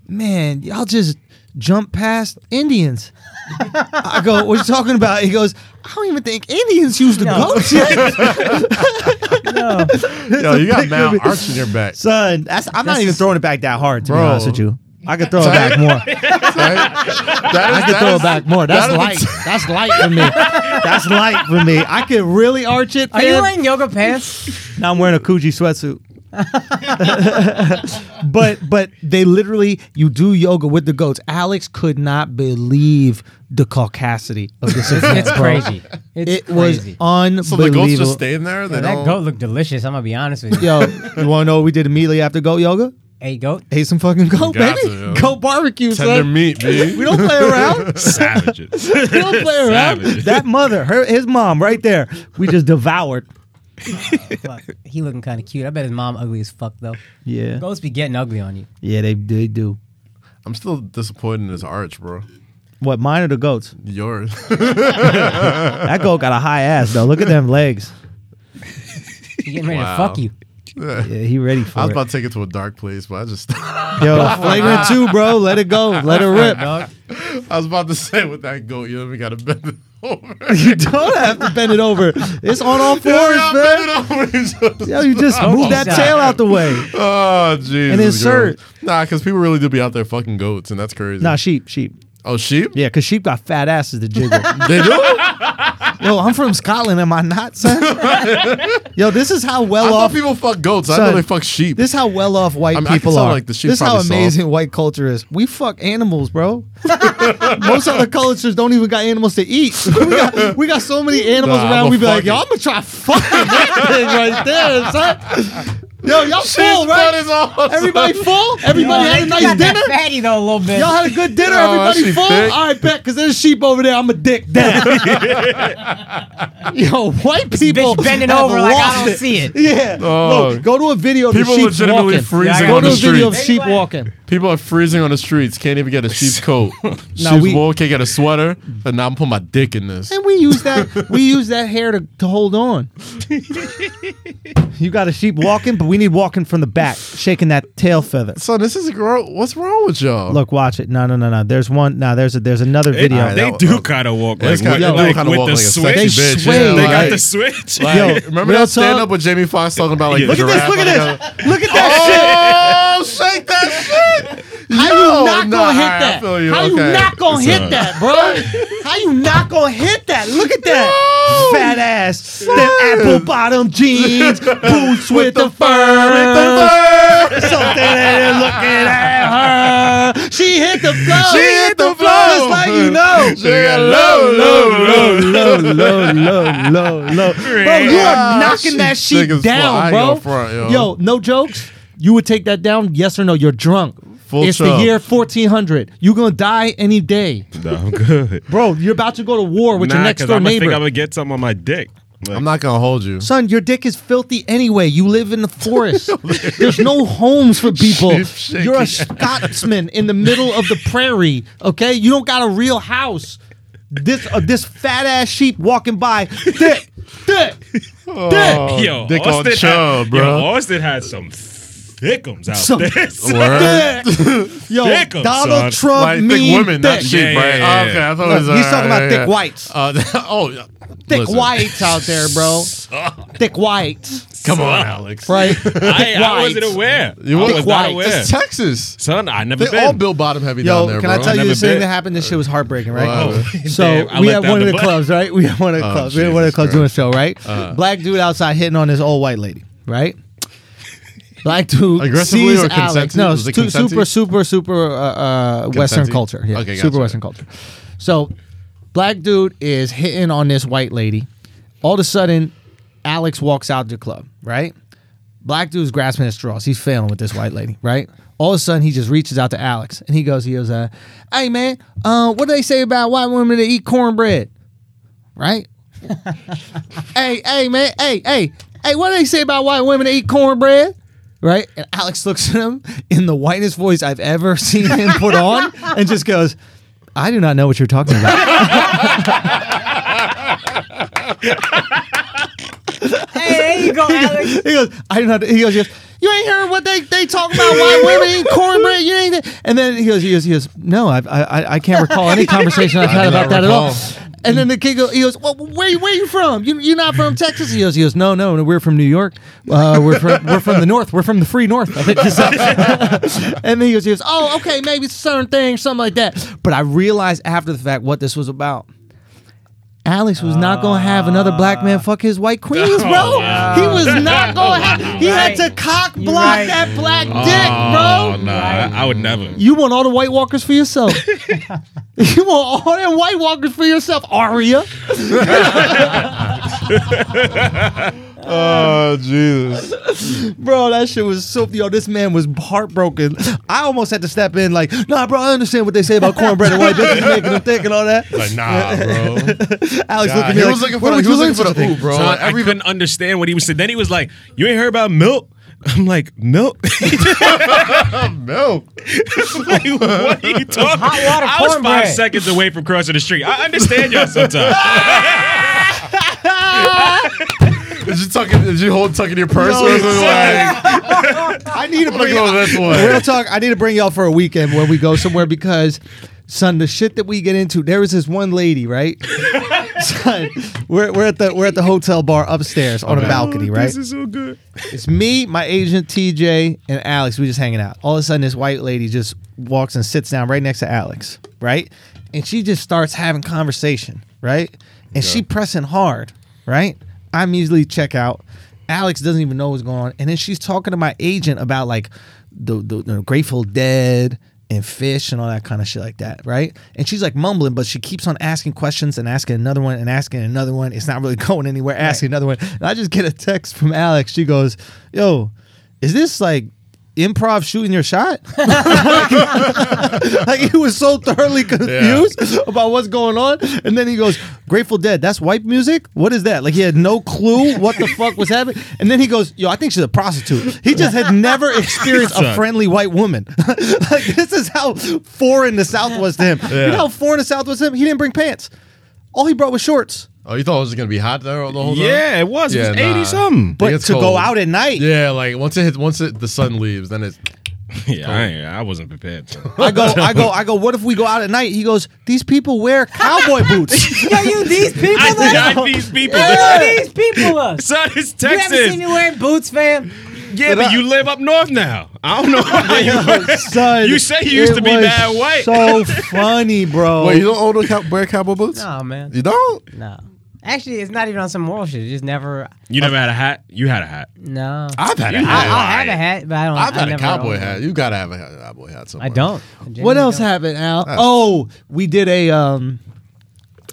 Speaker 4: "Man, y'all just jump past Indians." I go, "What you talking about?" He goes, "I don't even think Indians used the
Speaker 1: No.
Speaker 4: goat yet."
Speaker 2: Yo, you got Mount Arch in your back.
Speaker 4: Son, that's, I'm not
Speaker 1: That's-
Speaker 4: even throwing it back that hard, to be
Speaker 2: Bro.
Speaker 4: honest with you. I could throw it back more.
Speaker 2: That is,
Speaker 4: I
Speaker 2: that
Speaker 4: could throw it
Speaker 2: is-
Speaker 4: back more. That's
Speaker 2: that
Speaker 4: light.
Speaker 2: is-
Speaker 4: That's light for me. That's light for me. I could really arch it.
Speaker 1: Are you
Speaker 4: fam.
Speaker 1: wearing yoga pants?
Speaker 4: Now I'm wearing a Coogee sweatsuit. but but they literally you do yoga with the goats. Alex could not believe the caucasity of this event.
Speaker 1: It's
Speaker 4: bro.
Speaker 1: crazy. It's
Speaker 4: It was
Speaker 1: crazy.
Speaker 4: unbelievable.
Speaker 2: So the goats just staying there? They
Speaker 1: that
Speaker 2: don't.
Speaker 1: goat looked delicious. I'm gonna be honest with you.
Speaker 4: Yo, you want to know what we did immediately after goat yoga?
Speaker 1: Hey, goat.
Speaker 4: Ate some fucking goat,
Speaker 2: got
Speaker 4: baby.
Speaker 2: to, yo.
Speaker 4: Goat barbecue,
Speaker 2: Tender
Speaker 4: son.
Speaker 2: meat, B.
Speaker 4: We don't play around.
Speaker 3: Savages.
Speaker 4: We don't play around.
Speaker 3: Savage.
Speaker 4: That mother, her, his mom, right there. We just devoured.
Speaker 1: Fuck. He looking kind of cute. I bet his mom ugly as fuck though.
Speaker 4: Yeah.
Speaker 1: Goats be getting ugly on you.
Speaker 4: Yeah, they they do.
Speaker 2: I'm still disappointed in his arch, bro.
Speaker 4: What mine or the goats?
Speaker 2: Yours.
Speaker 4: That goat got a high ass though. Look at them legs.
Speaker 1: He getting ready
Speaker 2: Wow.
Speaker 1: to fuck you.
Speaker 4: Yeah, he ready for
Speaker 2: I was
Speaker 4: it.
Speaker 2: about to take it to a dark place, but I just. I
Speaker 4: Yo, flagrant two, bro. Let it go. Let it rip.
Speaker 2: was about to say with that goat, you know, we got to bend it over.
Speaker 4: You don't have to bend it over. It's on all fours,
Speaker 2: Yeah,
Speaker 4: man.
Speaker 2: bend it over. Just-
Speaker 4: Yo, you just move that
Speaker 1: Jesus.
Speaker 4: tail out the way.
Speaker 2: Oh, Jesus.
Speaker 4: insert.
Speaker 2: girl. Nah, because people really do be out there fucking goats, and that's crazy.
Speaker 4: Nah, sheep, sheep.
Speaker 2: oh, sheep?
Speaker 4: Yeah, cause sheep got fat asses to jiggle.
Speaker 2: They do?
Speaker 4: Yo, I'm from Scotland. Am I not, son? Yo, this is how
Speaker 2: I
Speaker 4: well off
Speaker 2: thought people fuck goats. I
Speaker 4: Son,
Speaker 2: know they fuck sheep.
Speaker 4: This is how well off white
Speaker 2: I mean, I can
Speaker 4: people
Speaker 2: tell,
Speaker 4: are.
Speaker 2: like, the sheep's
Speaker 4: this is how
Speaker 2: probably soft.
Speaker 4: amazing white culture is. We fuck animals, bro. Most other cultures don't even got animals to eat. we, got, we got so many animals
Speaker 2: Nah,
Speaker 4: around.
Speaker 2: I'ma
Speaker 4: We be
Speaker 2: fuck
Speaker 4: like, yo,
Speaker 2: it.
Speaker 4: I'm gonna try fucking that thing right there, son. Yo, y'all full,
Speaker 2: Sheep's butt
Speaker 4: right?
Speaker 2: is awesome.
Speaker 4: Everybody full. Everybody
Speaker 1: Yo,
Speaker 4: had
Speaker 1: they
Speaker 4: a
Speaker 1: got
Speaker 4: nice
Speaker 1: that
Speaker 4: dinner.
Speaker 1: Fatty though a little bit.
Speaker 4: Y'all had a good dinner.
Speaker 2: Oh,
Speaker 4: Everybody
Speaker 2: she
Speaker 4: full.
Speaker 2: thick.
Speaker 4: All right, bet. Cause there's sheep over there. I'm a dick down. Yo, white people
Speaker 1: bitch bending
Speaker 4: have
Speaker 1: over like I
Speaker 4: lost
Speaker 1: don't see it.
Speaker 4: Yeah.
Speaker 2: Oh.
Speaker 4: Look, go to a video of the
Speaker 2: People
Speaker 4: sheep
Speaker 2: legitimately
Speaker 4: walking.
Speaker 2: freezing
Speaker 4: go
Speaker 1: on
Speaker 4: to
Speaker 1: the
Speaker 4: a video
Speaker 2: street.
Speaker 4: of sheep
Speaker 1: Anyway.
Speaker 4: walking.
Speaker 2: People are freezing on the streets. Can't even get a sheep's coat. sheep's
Speaker 8: we-
Speaker 2: wool. Can't get a sweater. And now I'm putting my dick in this.
Speaker 8: And we use that we use that hair to, to hold on.
Speaker 4: You got a sheep walking, but we need walking from the back, shaking that tail feather.
Speaker 2: Son, this is gross. What's wrong with y'all?
Speaker 4: Look, watch it. No, no, no, no. There's one. No, there's a there's another
Speaker 3: It-
Speaker 4: video.
Speaker 3: uh, they
Speaker 2: that
Speaker 3: do
Speaker 2: was-
Speaker 3: kind of walk
Speaker 2: Yeah,
Speaker 3: like,
Speaker 2: it's kinda-
Speaker 3: with-
Speaker 2: they do
Speaker 3: like
Speaker 2: kinda
Speaker 3: with
Speaker 2: walk
Speaker 3: the
Speaker 2: like a
Speaker 3: switch.
Speaker 2: sexy
Speaker 3: they
Speaker 2: bitch.
Speaker 8: sway.
Speaker 2: Yeah,
Speaker 8: They
Speaker 3: got
Speaker 2: like-
Speaker 3: the switch.
Speaker 2: Like,
Speaker 4: Yo,
Speaker 2: remember
Speaker 4: real
Speaker 2: that stand
Speaker 4: talk-
Speaker 2: up with Jamie Foxx talking about like
Speaker 3: Yeah,
Speaker 2: the
Speaker 3: look at this,
Speaker 2: giraffe
Speaker 4: look at
Speaker 2: on the-
Speaker 4: Look at
Speaker 2: Oh, shake that shit!
Speaker 8: How
Speaker 2: Yo,
Speaker 8: you not
Speaker 2: nah,
Speaker 8: gonna hit
Speaker 2: alright, I
Speaker 8: that?
Speaker 2: feel you,
Speaker 8: How you
Speaker 2: okay.
Speaker 8: not gonna
Speaker 3: It's
Speaker 8: hit
Speaker 3: alright.
Speaker 8: that, bro? How you not gonna hit that? Look at that.
Speaker 2: Oh!
Speaker 4: fat ass, that
Speaker 2: Yes.
Speaker 4: apple bottom jeans, boots with, the fur. Something that looking at her.
Speaker 8: She hit the floor.
Speaker 2: She hit the floor.
Speaker 8: Just like you know.
Speaker 2: She got low, low, low.
Speaker 4: low, low, low, low, low.
Speaker 8: Bro, you
Speaker 2: Ah,
Speaker 8: are knocking
Speaker 2: she
Speaker 8: that
Speaker 2: thick as
Speaker 8: shit
Speaker 2: fuck. I
Speaker 8: down,
Speaker 2: ain't
Speaker 8: bro.
Speaker 2: gonna front, yo.
Speaker 8: no jokes. You would take that down? Yes or no? You're drunk.
Speaker 2: Full
Speaker 8: it's
Speaker 2: chub.
Speaker 8: the year 1400. You're gonna die any day,
Speaker 3: No, I'm good.
Speaker 8: bro. You're about to go to war with
Speaker 3: nah,
Speaker 8: your next
Speaker 3: 'cause
Speaker 8: door
Speaker 3: I'ma
Speaker 8: neighbor.
Speaker 3: think I'm gonna get something on my dick. Like,
Speaker 2: I'm not gonna hold you.
Speaker 8: Son, your dick is filthy anyway. You live in the forest. There's no homes for people.
Speaker 2: She's shaking.
Speaker 8: You're a Scotsman in the middle of the prairie. Okay, you don't got a real house. This uh, this fat ass sheep walking by, thick, thick,
Speaker 2: Oh.
Speaker 8: thick.
Speaker 3: yo,
Speaker 2: dick on
Speaker 3: Austin
Speaker 2: chub,
Speaker 3: had,
Speaker 2: bro.
Speaker 3: Yo, Austin had some thickums out
Speaker 8: Some-
Speaker 3: there.
Speaker 2: Word.
Speaker 8: Yo,
Speaker 3: Thick 'em, son.
Speaker 8: Donald Trump
Speaker 2: Like
Speaker 8: mean
Speaker 2: thick women, not
Speaker 8: thick.
Speaker 2: sheep, right?
Speaker 3: Yeah, yeah, yeah,
Speaker 2: Okay,
Speaker 3: yeah.
Speaker 2: I thought it
Speaker 8: Look,
Speaker 2: was
Speaker 8: he's talking about
Speaker 2: alright,
Speaker 8: thick
Speaker 2: yeah.
Speaker 8: whites.
Speaker 2: Uh, oh, yeah.
Speaker 8: thick
Speaker 2: Listen,
Speaker 8: whites out there, bro. thick whites,
Speaker 2: Come on, Alex.
Speaker 8: right?
Speaker 3: I, I wasn't
Speaker 8: whites.
Speaker 3: aware.
Speaker 2: You
Speaker 3: I
Speaker 2: were-
Speaker 3: was not aware.
Speaker 2: It's Texas.
Speaker 3: Son, I never
Speaker 2: They
Speaker 3: been.
Speaker 2: all built bottom heavy
Speaker 4: Yo,
Speaker 2: down there,
Speaker 4: can
Speaker 2: bro.
Speaker 4: I tell you
Speaker 3: Never
Speaker 4: this thing
Speaker 3: been.
Speaker 4: that happened? This shit was heartbreaking, right?
Speaker 2: Wow.
Speaker 4: So
Speaker 3: Damn, I
Speaker 4: we
Speaker 3: let
Speaker 4: have
Speaker 3: down
Speaker 4: one of
Speaker 3: the
Speaker 4: the
Speaker 3: black-
Speaker 4: clubs, right? We have one of the
Speaker 2: Oh,
Speaker 4: clubs. We have one of the
Speaker 2: Jesus Uh.
Speaker 4: clubs doing a show, right? black dude outside hitting on this old white lady, right? Black dude
Speaker 2: Aggressively
Speaker 4: sees
Speaker 2: or
Speaker 4: Alex.
Speaker 2: consenting?
Speaker 4: No,
Speaker 2: Was it
Speaker 4: su-
Speaker 2: consenting?
Speaker 4: super, super, super uh, uh, Western
Speaker 2: Consenting?
Speaker 4: culture. Yeah,
Speaker 2: Okay,
Speaker 4: super
Speaker 2: gotcha.
Speaker 4: Western culture. So black dude is hitting on this white lady. All of a sudden, Alex walks out the club, right? Black dude's grasping at straws. He's failing with this white lady, right? All of a sudden, he just reaches out to Alex and he goes, he goes, uh, "Hey man, uh, what do they say about white women that eat cornbread?" Right? hey, hey man, hey, hey, hey, what do they say about white women that eat cornbread? Right? And Alex looks at him in the whitest voice I've ever seen him put on and just goes, "I do not know what you're talking about."
Speaker 1: Hey, there you go, Alex.
Speaker 4: he goes, "I do not." He goes, he goes,
Speaker 8: You ain't heard what they, they talk about white women eat cornbread. You ain't.
Speaker 4: And then he goes, he goes, he goes, no, I've, I, I- I can't recall any conversation I've
Speaker 2: I
Speaker 4: had
Speaker 2: do
Speaker 4: about
Speaker 2: not
Speaker 4: that at all.
Speaker 2: recall.
Speaker 4: And then the kid goes, he goes,
Speaker 8: Well, where you where you from? You you not from Texas?
Speaker 4: he goes, he goes, no, no, no, we're from New York. Uh, we're from, we're from the North. We're from the free North. I think it's- and then he goes, he goes,
Speaker 8: Oh, okay, maybe it's a certain thing, something like that.
Speaker 4: but I realized after the fact what this was about. Alex was not gonna have another black
Speaker 1: Ah.
Speaker 4: man fuck his white
Speaker 1: Oh,
Speaker 4: queens, bro.
Speaker 8: He was not going. to have He had to cock
Speaker 1: You're
Speaker 8: block
Speaker 1: right. Ah.
Speaker 8: that black dick,
Speaker 3: Oh,
Speaker 8: bro.
Speaker 3: Nah, I, I would never.
Speaker 8: You want all the White Walkers for yourself. you want all the White Walkers for yourself, Aria.
Speaker 2: Oh, Jesus.
Speaker 4: Bro, that shit was so. Yo, this man was heartbroken. I almost had to step in, like, nah, bro, I understand what they say about cornbread and white bitches making them thick and all that.
Speaker 2: Like, nah, bro.
Speaker 4: Alex
Speaker 2: Nah,
Speaker 4: looked at me
Speaker 2: he
Speaker 4: like,
Speaker 2: was looking for
Speaker 4: "Where
Speaker 2: the-
Speaker 4: would
Speaker 2: he
Speaker 4: you
Speaker 2: was
Speaker 4: learn
Speaker 2: looking for
Speaker 4: such
Speaker 2: the
Speaker 4: a thing?"
Speaker 2: ooh, bro.
Speaker 3: Son,
Speaker 2: Like,
Speaker 3: I
Speaker 2: every-
Speaker 3: couldn't understand what he was saying. Then he was like, "You ain't heard about milk." I'm like, "Milk?
Speaker 2: milk.
Speaker 3: like, what are you talking?"
Speaker 1: Hot water
Speaker 3: I was five
Speaker 1: cornbread.
Speaker 3: seconds away from crossing the street. I understand y'all sometimes.
Speaker 2: Did you tuck it, did you hold tucking your purse?
Speaker 4: No,
Speaker 2: or something?
Speaker 4: son.
Speaker 2: like,
Speaker 4: I
Speaker 2: I'm
Speaker 4: need to
Speaker 2: gonna
Speaker 4: bring
Speaker 2: go
Speaker 4: y'all.
Speaker 2: this way.
Speaker 4: Real talk. I need to bring y'all for a weekend when we go somewhere because, son, the shit that we get into. There was this one lady, right? son, we're, we're at the we're at the hotel bar upstairs on a balcony, right?
Speaker 2: Oh,
Speaker 3: This is so good.
Speaker 4: It's me, my agent TJ, and Alex. We just hanging out. All of a sudden, this white lady just walks and sits down right next to Alex, right? And she just starts having conversation, right? And she pressing hard, right? I'm usually check out. Alex doesn't even know what's going on, and then she's talking to my agent about like the, the, the Grateful Dead and fish and all that kind of shit like that, right? And she's like mumbling, but she keeps on asking questions and asking another one and asking another one. It's not really going anywhere. Asking another one. And I just get a text from Alex. She goes, "Yo, is this like improv shooting your shot? like he was so thoroughly confused about what's going on, and then he goes, "Grateful Dead, that's white music. What is that?" Like he had no clue what the fuck was happening, and then he goes, "Yo, I think she's a prostitute." He just had never experienced a friendly white woman. like this is how foreign the South was to him. You know how foreign the South was to him. He didn't bring pants. All he brought was shorts.
Speaker 2: Oh, you thought it was gonna be hot there all the whole time?
Speaker 3: Yeah, it was.
Speaker 2: Yeah,
Speaker 3: it was
Speaker 2: nah.
Speaker 3: 80 something.
Speaker 2: It
Speaker 4: But
Speaker 2: gets
Speaker 4: to go
Speaker 2: cold.
Speaker 4: out at night,
Speaker 2: Yeah, like once it hits, once it, the sun leaves, then it's
Speaker 3: Yeah, I, ain't- I wasn't prepared.
Speaker 4: I go, I go, I go. What if we go out at night? He goes, these people wear cowboy boots.
Speaker 1: Yo, you these people,
Speaker 3: I
Speaker 1: man.
Speaker 3: denied these people.
Speaker 1: Yo,
Speaker 3: This-
Speaker 1: these people. Are.
Speaker 3: Son, it's
Speaker 1: You haven't
Speaker 3: Texas.
Speaker 1: seen me wearing boots, fam.
Speaker 3: yeah, but you live up north now. I don't know how you.
Speaker 4: Son,
Speaker 3: You say you used
Speaker 4: it
Speaker 3: to be
Speaker 4: was
Speaker 3: mad white.
Speaker 4: So funny, bro.
Speaker 2: Wait, you don't own a cow- wear cowboy boots?
Speaker 1: No, man.
Speaker 2: You don't?
Speaker 1: No. Actually, it's not even on some moral shit. It's just never.
Speaker 3: You never had a hat. You had a hat.
Speaker 1: No. I,
Speaker 2: I've had a
Speaker 1: I'll
Speaker 2: hat.
Speaker 1: have a hat, but I don't.
Speaker 2: I've
Speaker 1: I
Speaker 2: had a
Speaker 1: never
Speaker 2: cowboy
Speaker 1: own
Speaker 2: hat. You gotta have a ha- cowboy hat
Speaker 1: I
Speaker 2: somewhere.
Speaker 1: don't.
Speaker 4: what else happened, Al? Oh, we did a um,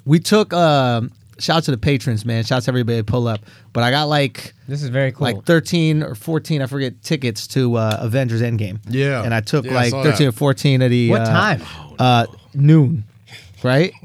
Speaker 4: we took um, shout to the patrons, man. Shouts to everybody that pull up. But I got like
Speaker 1: This is very cool.
Speaker 4: like 13 or 14, I forget, tickets to uh, Avengers Endgame.
Speaker 2: Yeah.
Speaker 4: and I took
Speaker 2: Yeah, I
Speaker 4: like
Speaker 2: saw
Speaker 4: 13
Speaker 2: that.
Speaker 4: or 14 of the
Speaker 1: What
Speaker 4: uh,
Speaker 1: time?
Speaker 4: Uh, noon, right?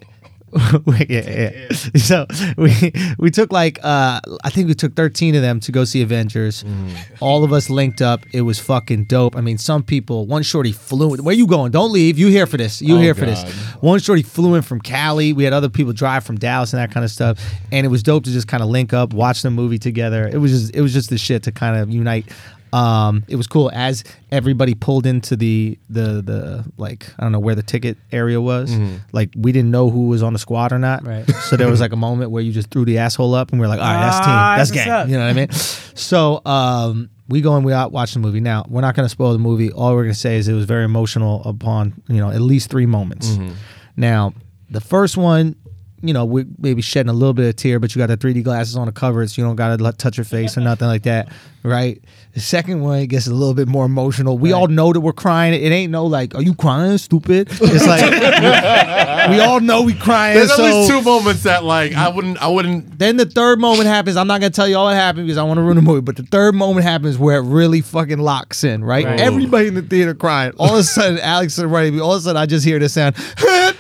Speaker 4: Wait, yeah, yeah. So we we took like uh, I think we took thirteen of them to go see Avengers.
Speaker 1: Mm-hmm.
Speaker 4: All of us linked up. It was fucking dope. I mean, some people. One shorty flew in. Where you going? Don't leave. You here for this?
Speaker 1: Oh,
Speaker 4: You here for this? One shorty flew in from Cali. We had other people drive from Dallas and that kind of stuff. And it was dope to just kind of link up, watch the movie together. It was just it was just the shit to kind of unite. Um, it was cool as everybody pulled into the the the like I don't know where the ticket area was. Like we didn't know who was on the squad or not.
Speaker 1: Right.
Speaker 4: So there was like a moment where you just threw the asshole up and we are like, all right, that's team,
Speaker 1: Ah,
Speaker 4: that's
Speaker 1: that's
Speaker 4: gang.
Speaker 1: what's up.
Speaker 4: You know what I mean? So um, we go and we out watch the movie. Now we're not going to spoil the movie. All we're going to say is it was very emotional upon you know at least three moments.
Speaker 2: Mm-hmm.
Speaker 4: Now the first one. You know, we maybe shedding a little bit of tear, but you got the 3D glasses on the cover, so you don't gotta let, touch your face or nothing like that, right? The second one it gets a little bit more emotional. We all know that we're crying. It ain't no like, are you crying, stupid? It's like we all know we crying.
Speaker 2: There's
Speaker 4: so
Speaker 2: at least two moments that like I wouldn't I wouldn't
Speaker 4: then the third moment happens. I'm not gonna tell you all what happened because I want to ruin the movie. But the third moment happens where it really fucking locks in, right? Everybody in the theater crying. All of a sudden, Alex and Ray. All of a sudden, I just hear this sound. this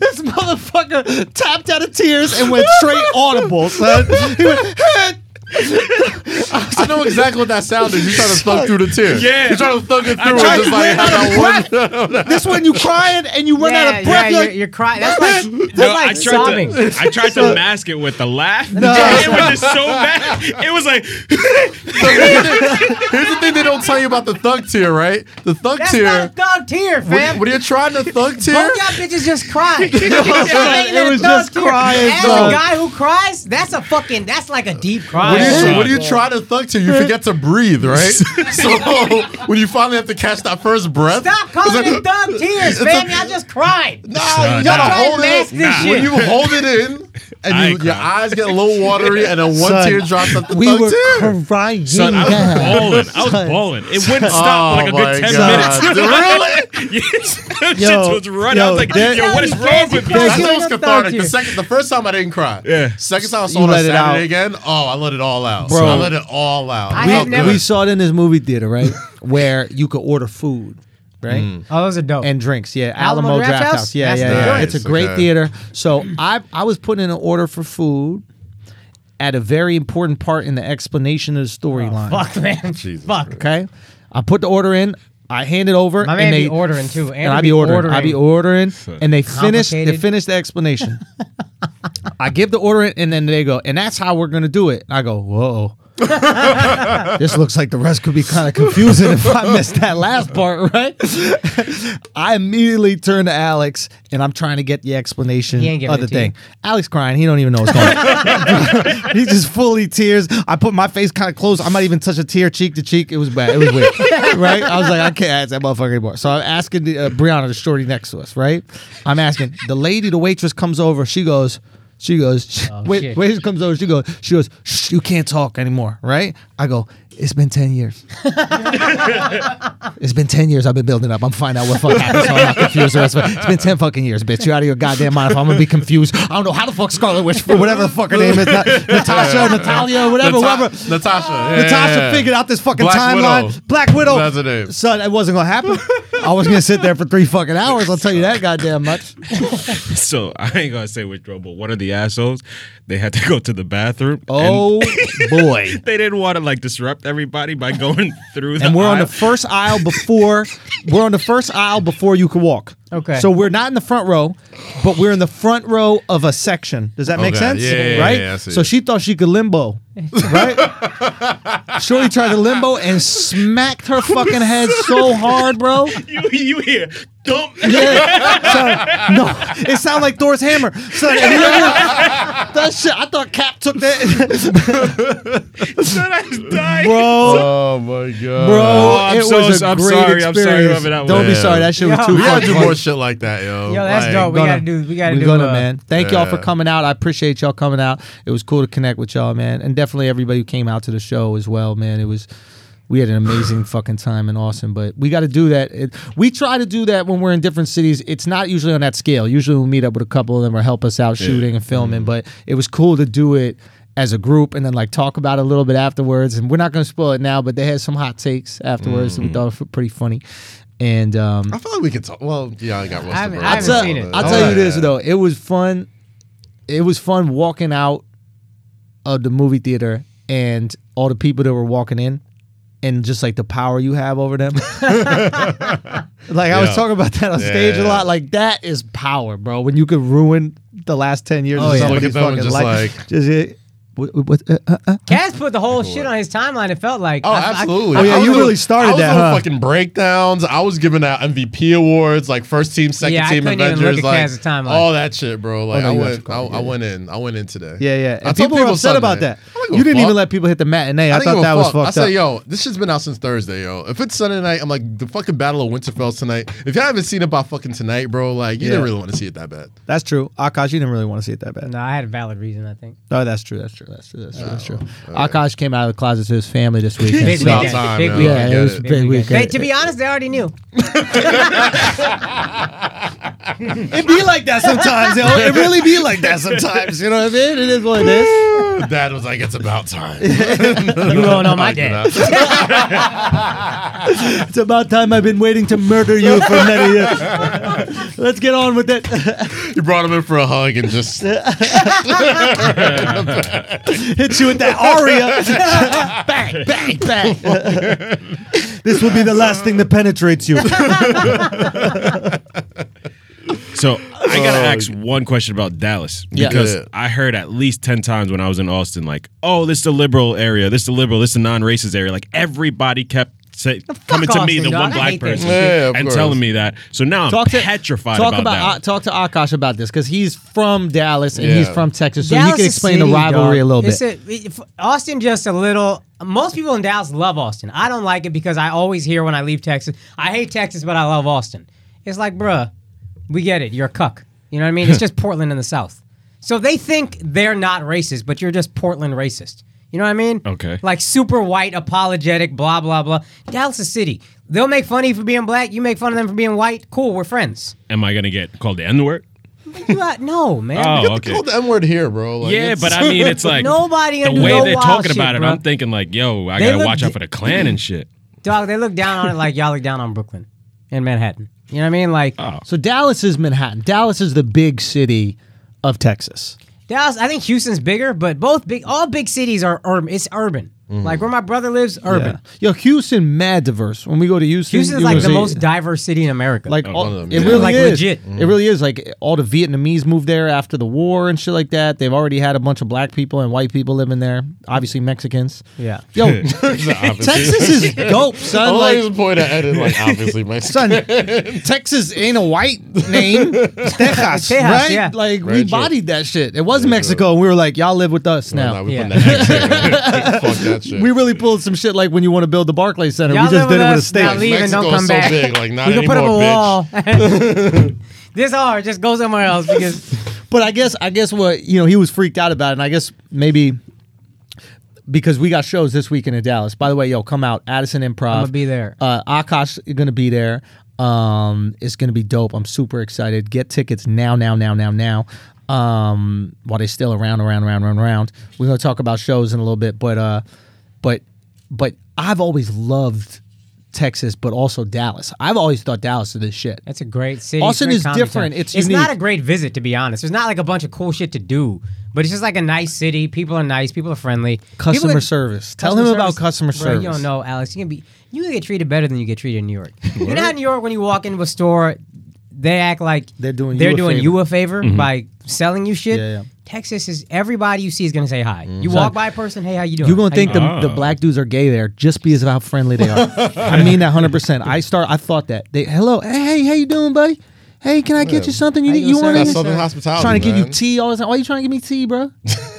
Speaker 4: motherfucker tapped out of tears and went straight audible, son. He went.
Speaker 2: I know exactly what that sound is. You're trying to thug through the tear.
Speaker 3: Yeah.
Speaker 2: You're trying to thug it through and
Speaker 4: tried
Speaker 2: just
Speaker 4: to
Speaker 2: like
Speaker 4: ran
Speaker 2: have
Speaker 4: out
Speaker 2: that
Speaker 4: of
Speaker 2: one
Speaker 4: This one you crying and you run out
Speaker 1: yeah,
Speaker 4: of breath.
Speaker 1: yeah,
Speaker 4: you're
Speaker 1: you're,
Speaker 4: like,
Speaker 1: you're crying. That's like, that's like
Speaker 3: I tried
Speaker 1: sobbing.
Speaker 3: to. I tried to mask it with a laugh. It was just so bad. It was like
Speaker 2: Here's the thing they don't tell you about the thug tear, right? The thug
Speaker 1: That's not a
Speaker 2: tear.
Speaker 1: thug tear, fam.
Speaker 2: When, when you're trying to thug tear,
Speaker 1: Both y'all bitches just cried.
Speaker 4: It
Speaker 1: it
Speaker 4: was just crying,
Speaker 1: As
Speaker 4: bro.
Speaker 1: a guy who cries, that's a fucking, that's like a deep cry.
Speaker 2: When
Speaker 3: Yeah.
Speaker 2: you, when you try to thug to, you forget to breathe, right? so when you finally have to catch that first breath,
Speaker 1: Stop calling
Speaker 2: it's
Speaker 1: it thug tears, fam. Y'all just cried.
Speaker 2: Nah, you gotta
Speaker 1: Nah.
Speaker 2: hold
Speaker 1: Try and
Speaker 2: it.
Speaker 1: mask this shit.
Speaker 2: When you hold it in,
Speaker 3: I
Speaker 2: and
Speaker 3: ain't
Speaker 2: you, your
Speaker 3: crying.
Speaker 2: eyes get a little watery, and then one
Speaker 4: Son,
Speaker 2: tear drops at the
Speaker 4: we
Speaker 2: thug
Speaker 4: were
Speaker 2: tear.
Speaker 4: crying.
Speaker 3: son. I was balling. I was
Speaker 4: Son.
Speaker 3: balling. It
Speaker 2: Oh
Speaker 3: wouldn't stop for like a good ten minutes. Shit
Speaker 4: Yo,
Speaker 3: was running. I
Speaker 4: yo,
Speaker 3: was like,
Speaker 4: there-
Speaker 3: yo, what is wrong
Speaker 1: There's-
Speaker 3: with me?
Speaker 2: That's
Speaker 1: You're
Speaker 2: almost
Speaker 1: a thug
Speaker 2: cathartic. The
Speaker 1: tear.
Speaker 2: second, the first time I didn't cry.
Speaker 3: Yeah.
Speaker 2: Second time I saw
Speaker 4: You
Speaker 2: it on
Speaker 4: let it out.
Speaker 2: Saturday again. Oh, I let it all out.
Speaker 4: Bro.
Speaker 2: I let it all out.
Speaker 1: I
Speaker 2: It
Speaker 4: we,
Speaker 1: have
Speaker 2: felt
Speaker 1: never-
Speaker 2: good.
Speaker 4: we saw it in this movie theater, right? Where you could order food, right?
Speaker 2: Mm.
Speaker 1: Oh, those are dope.
Speaker 4: And drinks, yeah.
Speaker 1: Alamo
Speaker 4: Alamo,
Speaker 1: Draft
Speaker 4: Draft House,
Speaker 1: House?
Speaker 4: yeah,
Speaker 1: That's
Speaker 4: yeah,
Speaker 1: nice.
Speaker 4: yeah. It's a
Speaker 2: Nice,
Speaker 4: great
Speaker 2: okay.
Speaker 4: theater. So I, I was putting in an order for food at a very important part in the explanation of the storyline.
Speaker 1: Oh, fuck, man. fuck.
Speaker 4: Okay, I put the order in. I hand it over.
Speaker 1: My
Speaker 4: and
Speaker 1: man
Speaker 4: they,
Speaker 1: be ordering too.
Speaker 4: and I be ordering, I be ordering, and they finish. They
Speaker 1: Complicated.
Speaker 4: finish the explanation. I give the order, and then they go, and that's how we're gonna do it. And I go, whoa. this looks like the rest could be kind of confusing if I missed that last part, right? I immediately turn to Alex and I'm trying to get the explanation
Speaker 1: He ain't giving
Speaker 4: of the
Speaker 1: it to you.
Speaker 4: thing. Alex crying, he don't even know what's going on. He's just fully tears. I put my face kind of close. I might even touch a tear cheek to cheek. It was bad. It was weird, right? I was like, I can't ask that motherfucker anymore. So I'm asking the, uh, Brianna, the shorty next to us, right? I'm asking the lady, the waitress comes over. She goes, She goes,
Speaker 1: Oh,
Speaker 4: wait,
Speaker 1: shit.
Speaker 4: wait, comes over. She goes, she goes, Shh, you can't talk anymore, right? I go, it's been 10 years. it's been 10 years I've been building up. I'm finding out what fuck happened so I'm not confused the rest of it. It's been 10 fucking years, bitch. You're out of your goddamn mind if I'm going to be confused. I don't know how the fuck Scarlet Witch, for whatever the fuck her name is, Na- Natasha, Natalia, whatever,
Speaker 2: Nata-
Speaker 4: whoever.
Speaker 2: Natasha. Yeah,
Speaker 4: Natasha
Speaker 2: yeah, yeah.
Speaker 4: figured out this fucking
Speaker 2: Black
Speaker 4: timeline.
Speaker 2: Widow.
Speaker 4: Black Widow.
Speaker 2: That's her name.
Speaker 4: Son, it wasn't gonna happen. I was gonna sit there for three fucking hours. I'll tell you that goddamn much.
Speaker 3: So I ain't gonna say which one, but one of the assholes, they had to go to the bathroom.
Speaker 4: Oh boy.
Speaker 3: and they didn't want to like disrupt everybody by going through. The
Speaker 4: And we're on the
Speaker 3: aisle.
Speaker 4: first aisle before we're on the first aisle before you can walk.
Speaker 1: Okay.
Speaker 4: So we're not in the front row, but we're in the front row of a section. Does that make
Speaker 2: Okay.
Speaker 4: sense?
Speaker 2: Yeah, yeah,
Speaker 4: right?
Speaker 2: yeah, I see.
Speaker 4: so she thought she could limbo. Right? Shorty tried to limbo and smacked her fucking head so hard, bro.
Speaker 3: you, you hear dump.
Speaker 4: Yeah. So, no, it sounded like Thor's hammer. So, and you know what? that shit, I thought Cap took that.
Speaker 3: Son, I was dying.
Speaker 4: Bro,
Speaker 2: Oh my god,
Speaker 4: bro,
Speaker 3: Oh, I'm
Speaker 4: it
Speaker 3: so-
Speaker 4: was a
Speaker 3: I'm
Speaker 4: great
Speaker 3: sorry, I'm sorry
Speaker 4: experience.
Speaker 3: about that one.
Speaker 4: Don't be
Speaker 2: Yeah.
Speaker 4: sorry. That shit was
Speaker 1: Yo.
Speaker 4: too
Speaker 2: We gotta
Speaker 4: fucking
Speaker 2: do
Speaker 4: funny.
Speaker 2: more shit like that, yo.
Speaker 1: Yo, that's
Speaker 2: Like,
Speaker 1: dope. We
Speaker 4: gonna-
Speaker 1: gotta do. We gotta
Speaker 4: We're
Speaker 1: do.
Speaker 4: gonna,
Speaker 1: uh,
Speaker 4: man. Thank y'all for
Speaker 2: yeah.
Speaker 4: coming out. I appreciate y'all coming out. It was cool to connect with y'all, man, and definitely everybody who came out to the show as well, man. It was. We had an amazing fucking time in Austin, but we got to do that. It, we try to do that when we're in different cities. It's not usually on that scale. Usually we'll meet up with a couple of them or help us out shooting and filming, but it was cool to do it as a group and then like talk about it a little bit afterwards. And we're not going to spoil it now, but they had some hot takes afterwards that we thought were pretty funny. And um,
Speaker 2: I feel like we could talk. Well, yeah, I got roasted.
Speaker 1: haven't-
Speaker 2: bro.
Speaker 1: I
Speaker 4: I'll
Speaker 1: haven't
Speaker 4: tell,
Speaker 1: seen it. Oh,
Speaker 4: I'll
Speaker 2: Oh,
Speaker 4: tell you this though, it was fun. It was fun walking out of the movie theater and all the people that were walking in, and just like the power you have over them. like I was
Speaker 2: Yeah.
Speaker 4: talking about that on stage a
Speaker 2: Yeah.
Speaker 4: lot. Like that is power, bro. When you could ruin the last ten years
Speaker 2: Oh,
Speaker 4: of
Speaker 2: yeah. Look
Speaker 4: somebody's
Speaker 2: at them and
Speaker 4: fucking
Speaker 2: just
Speaker 4: life.
Speaker 2: like-
Speaker 4: Just, uh, what, what, uh, uh, uh.
Speaker 1: Cass put the whole shit on his timeline. It felt like.
Speaker 2: Oh,
Speaker 1: I- I-
Speaker 2: absolutely.
Speaker 4: Oh, yeah,
Speaker 2: I was
Speaker 4: you
Speaker 2: doing-
Speaker 4: really started
Speaker 2: I was
Speaker 4: that,
Speaker 2: doing
Speaker 4: huh?
Speaker 2: fucking breakdowns. I was giving out MVP awards, like first team, second
Speaker 1: Yeah, I
Speaker 2: team
Speaker 1: couldn't even
Speaker 2: Avengers,
Speaker 1: look at
Speaker 2: like
Speaker 1: Kaz's timeline.
Speaker 2: all that shit, bro. Like
Speaker 4: Oh, no,
Speaker 2: I
Speaker 4: you
Speaker 2: went,
Speaker 4: actually
Speaker 2: I,
Speaker 4: called it,
Speaker 2: I
Speaker 4: yeah.
Speaker 2: went in, I went in today.
Speaker 4: Yeah, yeah.
Speaker 2: I told
Speaker 4: And people were upset
Speaker 2: Sunday.
Speaker 4: about that.
Speaker 2: I don't give
Speaker 4: You
Speaker 2: a
Speaker 4: didn't even
Speaker 2: fuck.
Speaker 4: let people hit the matinee. I,
Speaker 2: I, didn't
Speaker 4: thought
Speaker 2: give a
Speaker 4: that was
Speaker 2: fuck.
Speaker 4: fucked
Speaker 2: I said,
Speaker 4: up.
Speaker 2: yo, this shit's been out since Thursday, yo. If it's Sunday night, I'm like, the fucking Battle of Winterfell's tonight. If y'all haven't seen it by fucking tonight, bro, like, you
Speaker 4: Yeah.
Speaker 2: didn't really want to see it that bad.
Speaker 4: That's true. Akash, you didn't really want to see it that bad.
Speaker 1: No, I had a valid reason. I think.
Speaker 4: Oh, that's true. That's true. That's true. That's true. That's true.
Speaker 3: Oh,
Speaker 4: Akash came out of the closet to his family this weekend.
Speaker 1: Big
Speaker 4: so-
Speaker 2: about
Speaker 1: weekend.
Speaker 2: time,
Speaker 1: Big
Speaker 2: yo.
Speaker 1: weekend.
Speaker 2: I
Speaker 4: yeah,
Speaker 2: get
Speaker 4: it was a
Speaker 2: it.
Speaker 4: big weekend.
Speaker 1: They, to be honest, they already knew.
Speaker 4: it be like that sometimes. yo. It really be like that sometimes. You know what I mean? It is what it is.
Speaker 2: Dad was like, it's about time.
Speaker 1: You going on Oh, my dad?
Speaker 4: It's about time I've been waiting to murder you for many years. Let's get on with it.
Speaker 2: You brought him in for a hug and just
Speaker 4: Hit you with that aria. bang, bang, bang. this will be the last thing that penetrates you.
Speaker 3: So I gotta ask one question about Dallas
Speaker 4: Yeah.
Speaker 3: because
Speaker 2: Yeah.
Speaker 3: I heard at least ten times when I was in Austin, like, "Oh, this is the liberal area, this is the liberal, this is the non-racist area." Like everybody kept say, coming to me,
Speaker 1: Austin,
Speaker 3: the
Speaker 1: dog.
Speaker 3: one
Speaker 1: I
Speaker 3: black
Speaker 1: hate that
Speaker 3: person,
Speaker 2: shit. Yeah, of
Speaker 3: and
Speaker 2: course.
Speaker 3: telling me that. So now I'm
Speaker 4: talk to,
Speaker 3: petrified
Speaker 4: talk
Speaker 3: about, that.
Speaker 4: uh, talk to Akash about this because he's from Dallas and he's
Speaker 2: Yeah.
Speaker 4: from Texas, so
Speaker 1: Dallas
Speaker 4: he can
Speaker 1: is
Speaker 4: explain
Speaker 1: city,
Speaker 4: the rivalry
Speaker 1: dog.
Speaker 4: a little
Speaker 1: It's
Speaker 4: bit.
Speaker 1: a- if- Austin just a little. Most people in Dallas love Austin. I don't like it because I always hear when I leave Texas, I hate Texas, but I love Austin. It's like, bruh, we get it. You're a cuck. You know what I mean? It's just Portland in the South. So they think they're not racist, but you're just Portland racist. You know what I mean?
Speaker 3: Okay.
Speaker 1: Like super white, apologetic, blah blah blah. Dallas is city. They'll make fun of you for being black. You make fun of them for being white. Cool, we're friends.
Speaker 3: Am I gonna get called the N-word?
Speaker 1: You out- no man.
Speaker 3: Oh,
Speaker 2: okay.
Speaker 3: okay.
Speaker 2: called the M word here, bro. Like,
Speaker 3: Yeah,
Speaker 2: it's-
Speaker 3: but I mean, it's like
Speaker 1: Nobody
Speaker 3: the
Speaker 1: gonna do
Speaker 3: way
Speaker 1: no
Speaker 3: they're
Speaker 1: wild
Speaker 3: talking
Speaker 1: shit,
Speaker 3: about it.
Speaker 1: bro.
Speaker 3: I'm thinking like, "Yo, I
Speaker 1: They
Speaker 3: gotta
Speaker 1: look
Speaker 3: watch
Speaker 1: d-
Speaker 3: out for the Klan and shit."
Speaker 1: Dog, they look down on it like y'all look down on Brooklyn and Manhattan. You know what I mean? Like
Speaker 4: so Dallas is Manhattan. Dallas is the big city of Texas.
Speaker 1: Dallas, I think Houston's bigger, but both big, all big cities are urban. It's urban. Like where my brother lives, urban.
Speaker 4: Mm-hmm. Yeah. Yo, Houston, mad diverse. When we go to Houston,
Speaker 1: Houston's
Speaker 4: you
Speaker 1: like
Speaker 4: will
Speaker 1: the
Speaker 4: see-
Speaker 1: most diverse city in America.
Speaker 4: Like all,
Speaker 2: Oh, one of them,
Speaker 4: it
Speaker 2: yeah. Mm-hmm.
Speaker 4: really
Speaker 1: Like,
Speaker 4: is.
Speaker 1: legit.
Speaker 4: It really is. Like all the Vietnamese moved there after the war and shit like that. They've already had a bunch of black people and white people living there. Obviously Mexicans.
Speaker 1: yeah.
Speaker 4: Yo,
Speaker 2: Texas.
Speaker 4: Texas is dope, son.
Speaker 2: All I
Speaker 4: Like,
Speaker 2: just point at Ed and like, obviously, my
Speaker 4: son, Texas ain't a white name. Texas,
Speaker 1: Tejas,
Speaker 4: right?
Speaker 1: yeah.
Speaker 4: Like we
Speaker 2: Very true.
Speaker 4: bodied that shit. It was Mexico, and we were like, y'all live with us
Speaker 2: No,
Speaker 4: now.
Speaker 2: no, we
Speaker 1: Yeah.
Speaker 2: putting that X there. Fuck that shit.
Speaker 4: we really pulled some shit like when you want to build the Barclay Center,
Speaker 1: Y'all
Speaker 4: we just
Speaker 1: live
Speaker 4: did it
Speaker 1: with
Speaker 4: with a
Speaker 1: us, now
Speaker 4: state.
Speaker 1: leave and
Speaker 2: Mexico
Speaker 1: don't
Speaker 2: is
Speaker 1: come
Speaker 2: so
Speaker 1: back.
Speaker 2: big, like, not
Speaker 1: we can put up a
Speaker 2: anymore,
Speaker 1: wall. this hard, just go somewhere else because
Speaker 4: But I guess I guess what you know he was freaked out about, it, and I guess maybe because we got shows this weekend in Dallas. By the way, yo, come out Addison Improv.
Speaker 1: I'ma be there.
Speaker 4: Uh, Akash is gonna be there. Um, it's gonna be dope. I'm super excited. Get tickets now, now, now, now, now. Um, while they're still around, around, around, around, around. We're gonna talk about shows in a little bit, but uh, but but I've always loved Texas, but also Dallas. I've always thought Dallas is this shit.
Speaker 1: That's a great city.
Speaker 4: Austin
Speaker 1: It's a
Speaker 4: is
Speaker 1: comedy
Speaker 4: different.
Speaker 1: town.
Speaker 4: It's
Speaker 1: not
Speaker 4: unique.
Speaker 1: a great visit to be honest. There's not like a bunch of cool shit to do, but it's just like a nice city. People are nice. People are friendly. People
Speaker 4: Customer
Speaker 1: get-
Speaker 4: service. Tell him about customer
Speaker 1: Bro, You
Speaker 4: service.
Speaker 1: don't know, Alex. You can be. You can get treated better than you get treated in New York. you know how in New York when you walk into a store, they act like
Speaker 4: They're doing
Speaker 1: they're
Speaker 4: you a
Speaker 1: doing
Speaker 4: favor.
Speaker 1: you a favor by selling you shit.
Speaker 4: Yeah, yeah.
Speaker 1: Texas is everybody you see is gonna say hi. You walk by a person, hey, how you doing?
Speaker 4: You're gonna
Speaker 1: How
Speaker 4: think
Speaker 1: doing?
Speaker 4: the,
Speaker 3: Ah.
Speaker 4: the black dudes are gay there just because of how friendly they are. I mean that hundred percent. I start. I thought that. They hello, hey, how you doing, buddy? Hey, can I get you something? You
Speaker 1: How
Speaker 4: need?
Speaker 1: you
Speaker 4: You
Speaker 1: doing,
Speaker 4: want
Speaker 1: sir?
Speaker 2: That's
Speaker 4: anything?
Speaker 2: Southern hospitality.
Speaker 4: Trying to give you
Speaker 2: man.
Speaker 4: tea all the time. Why you trying to give me tea, bro?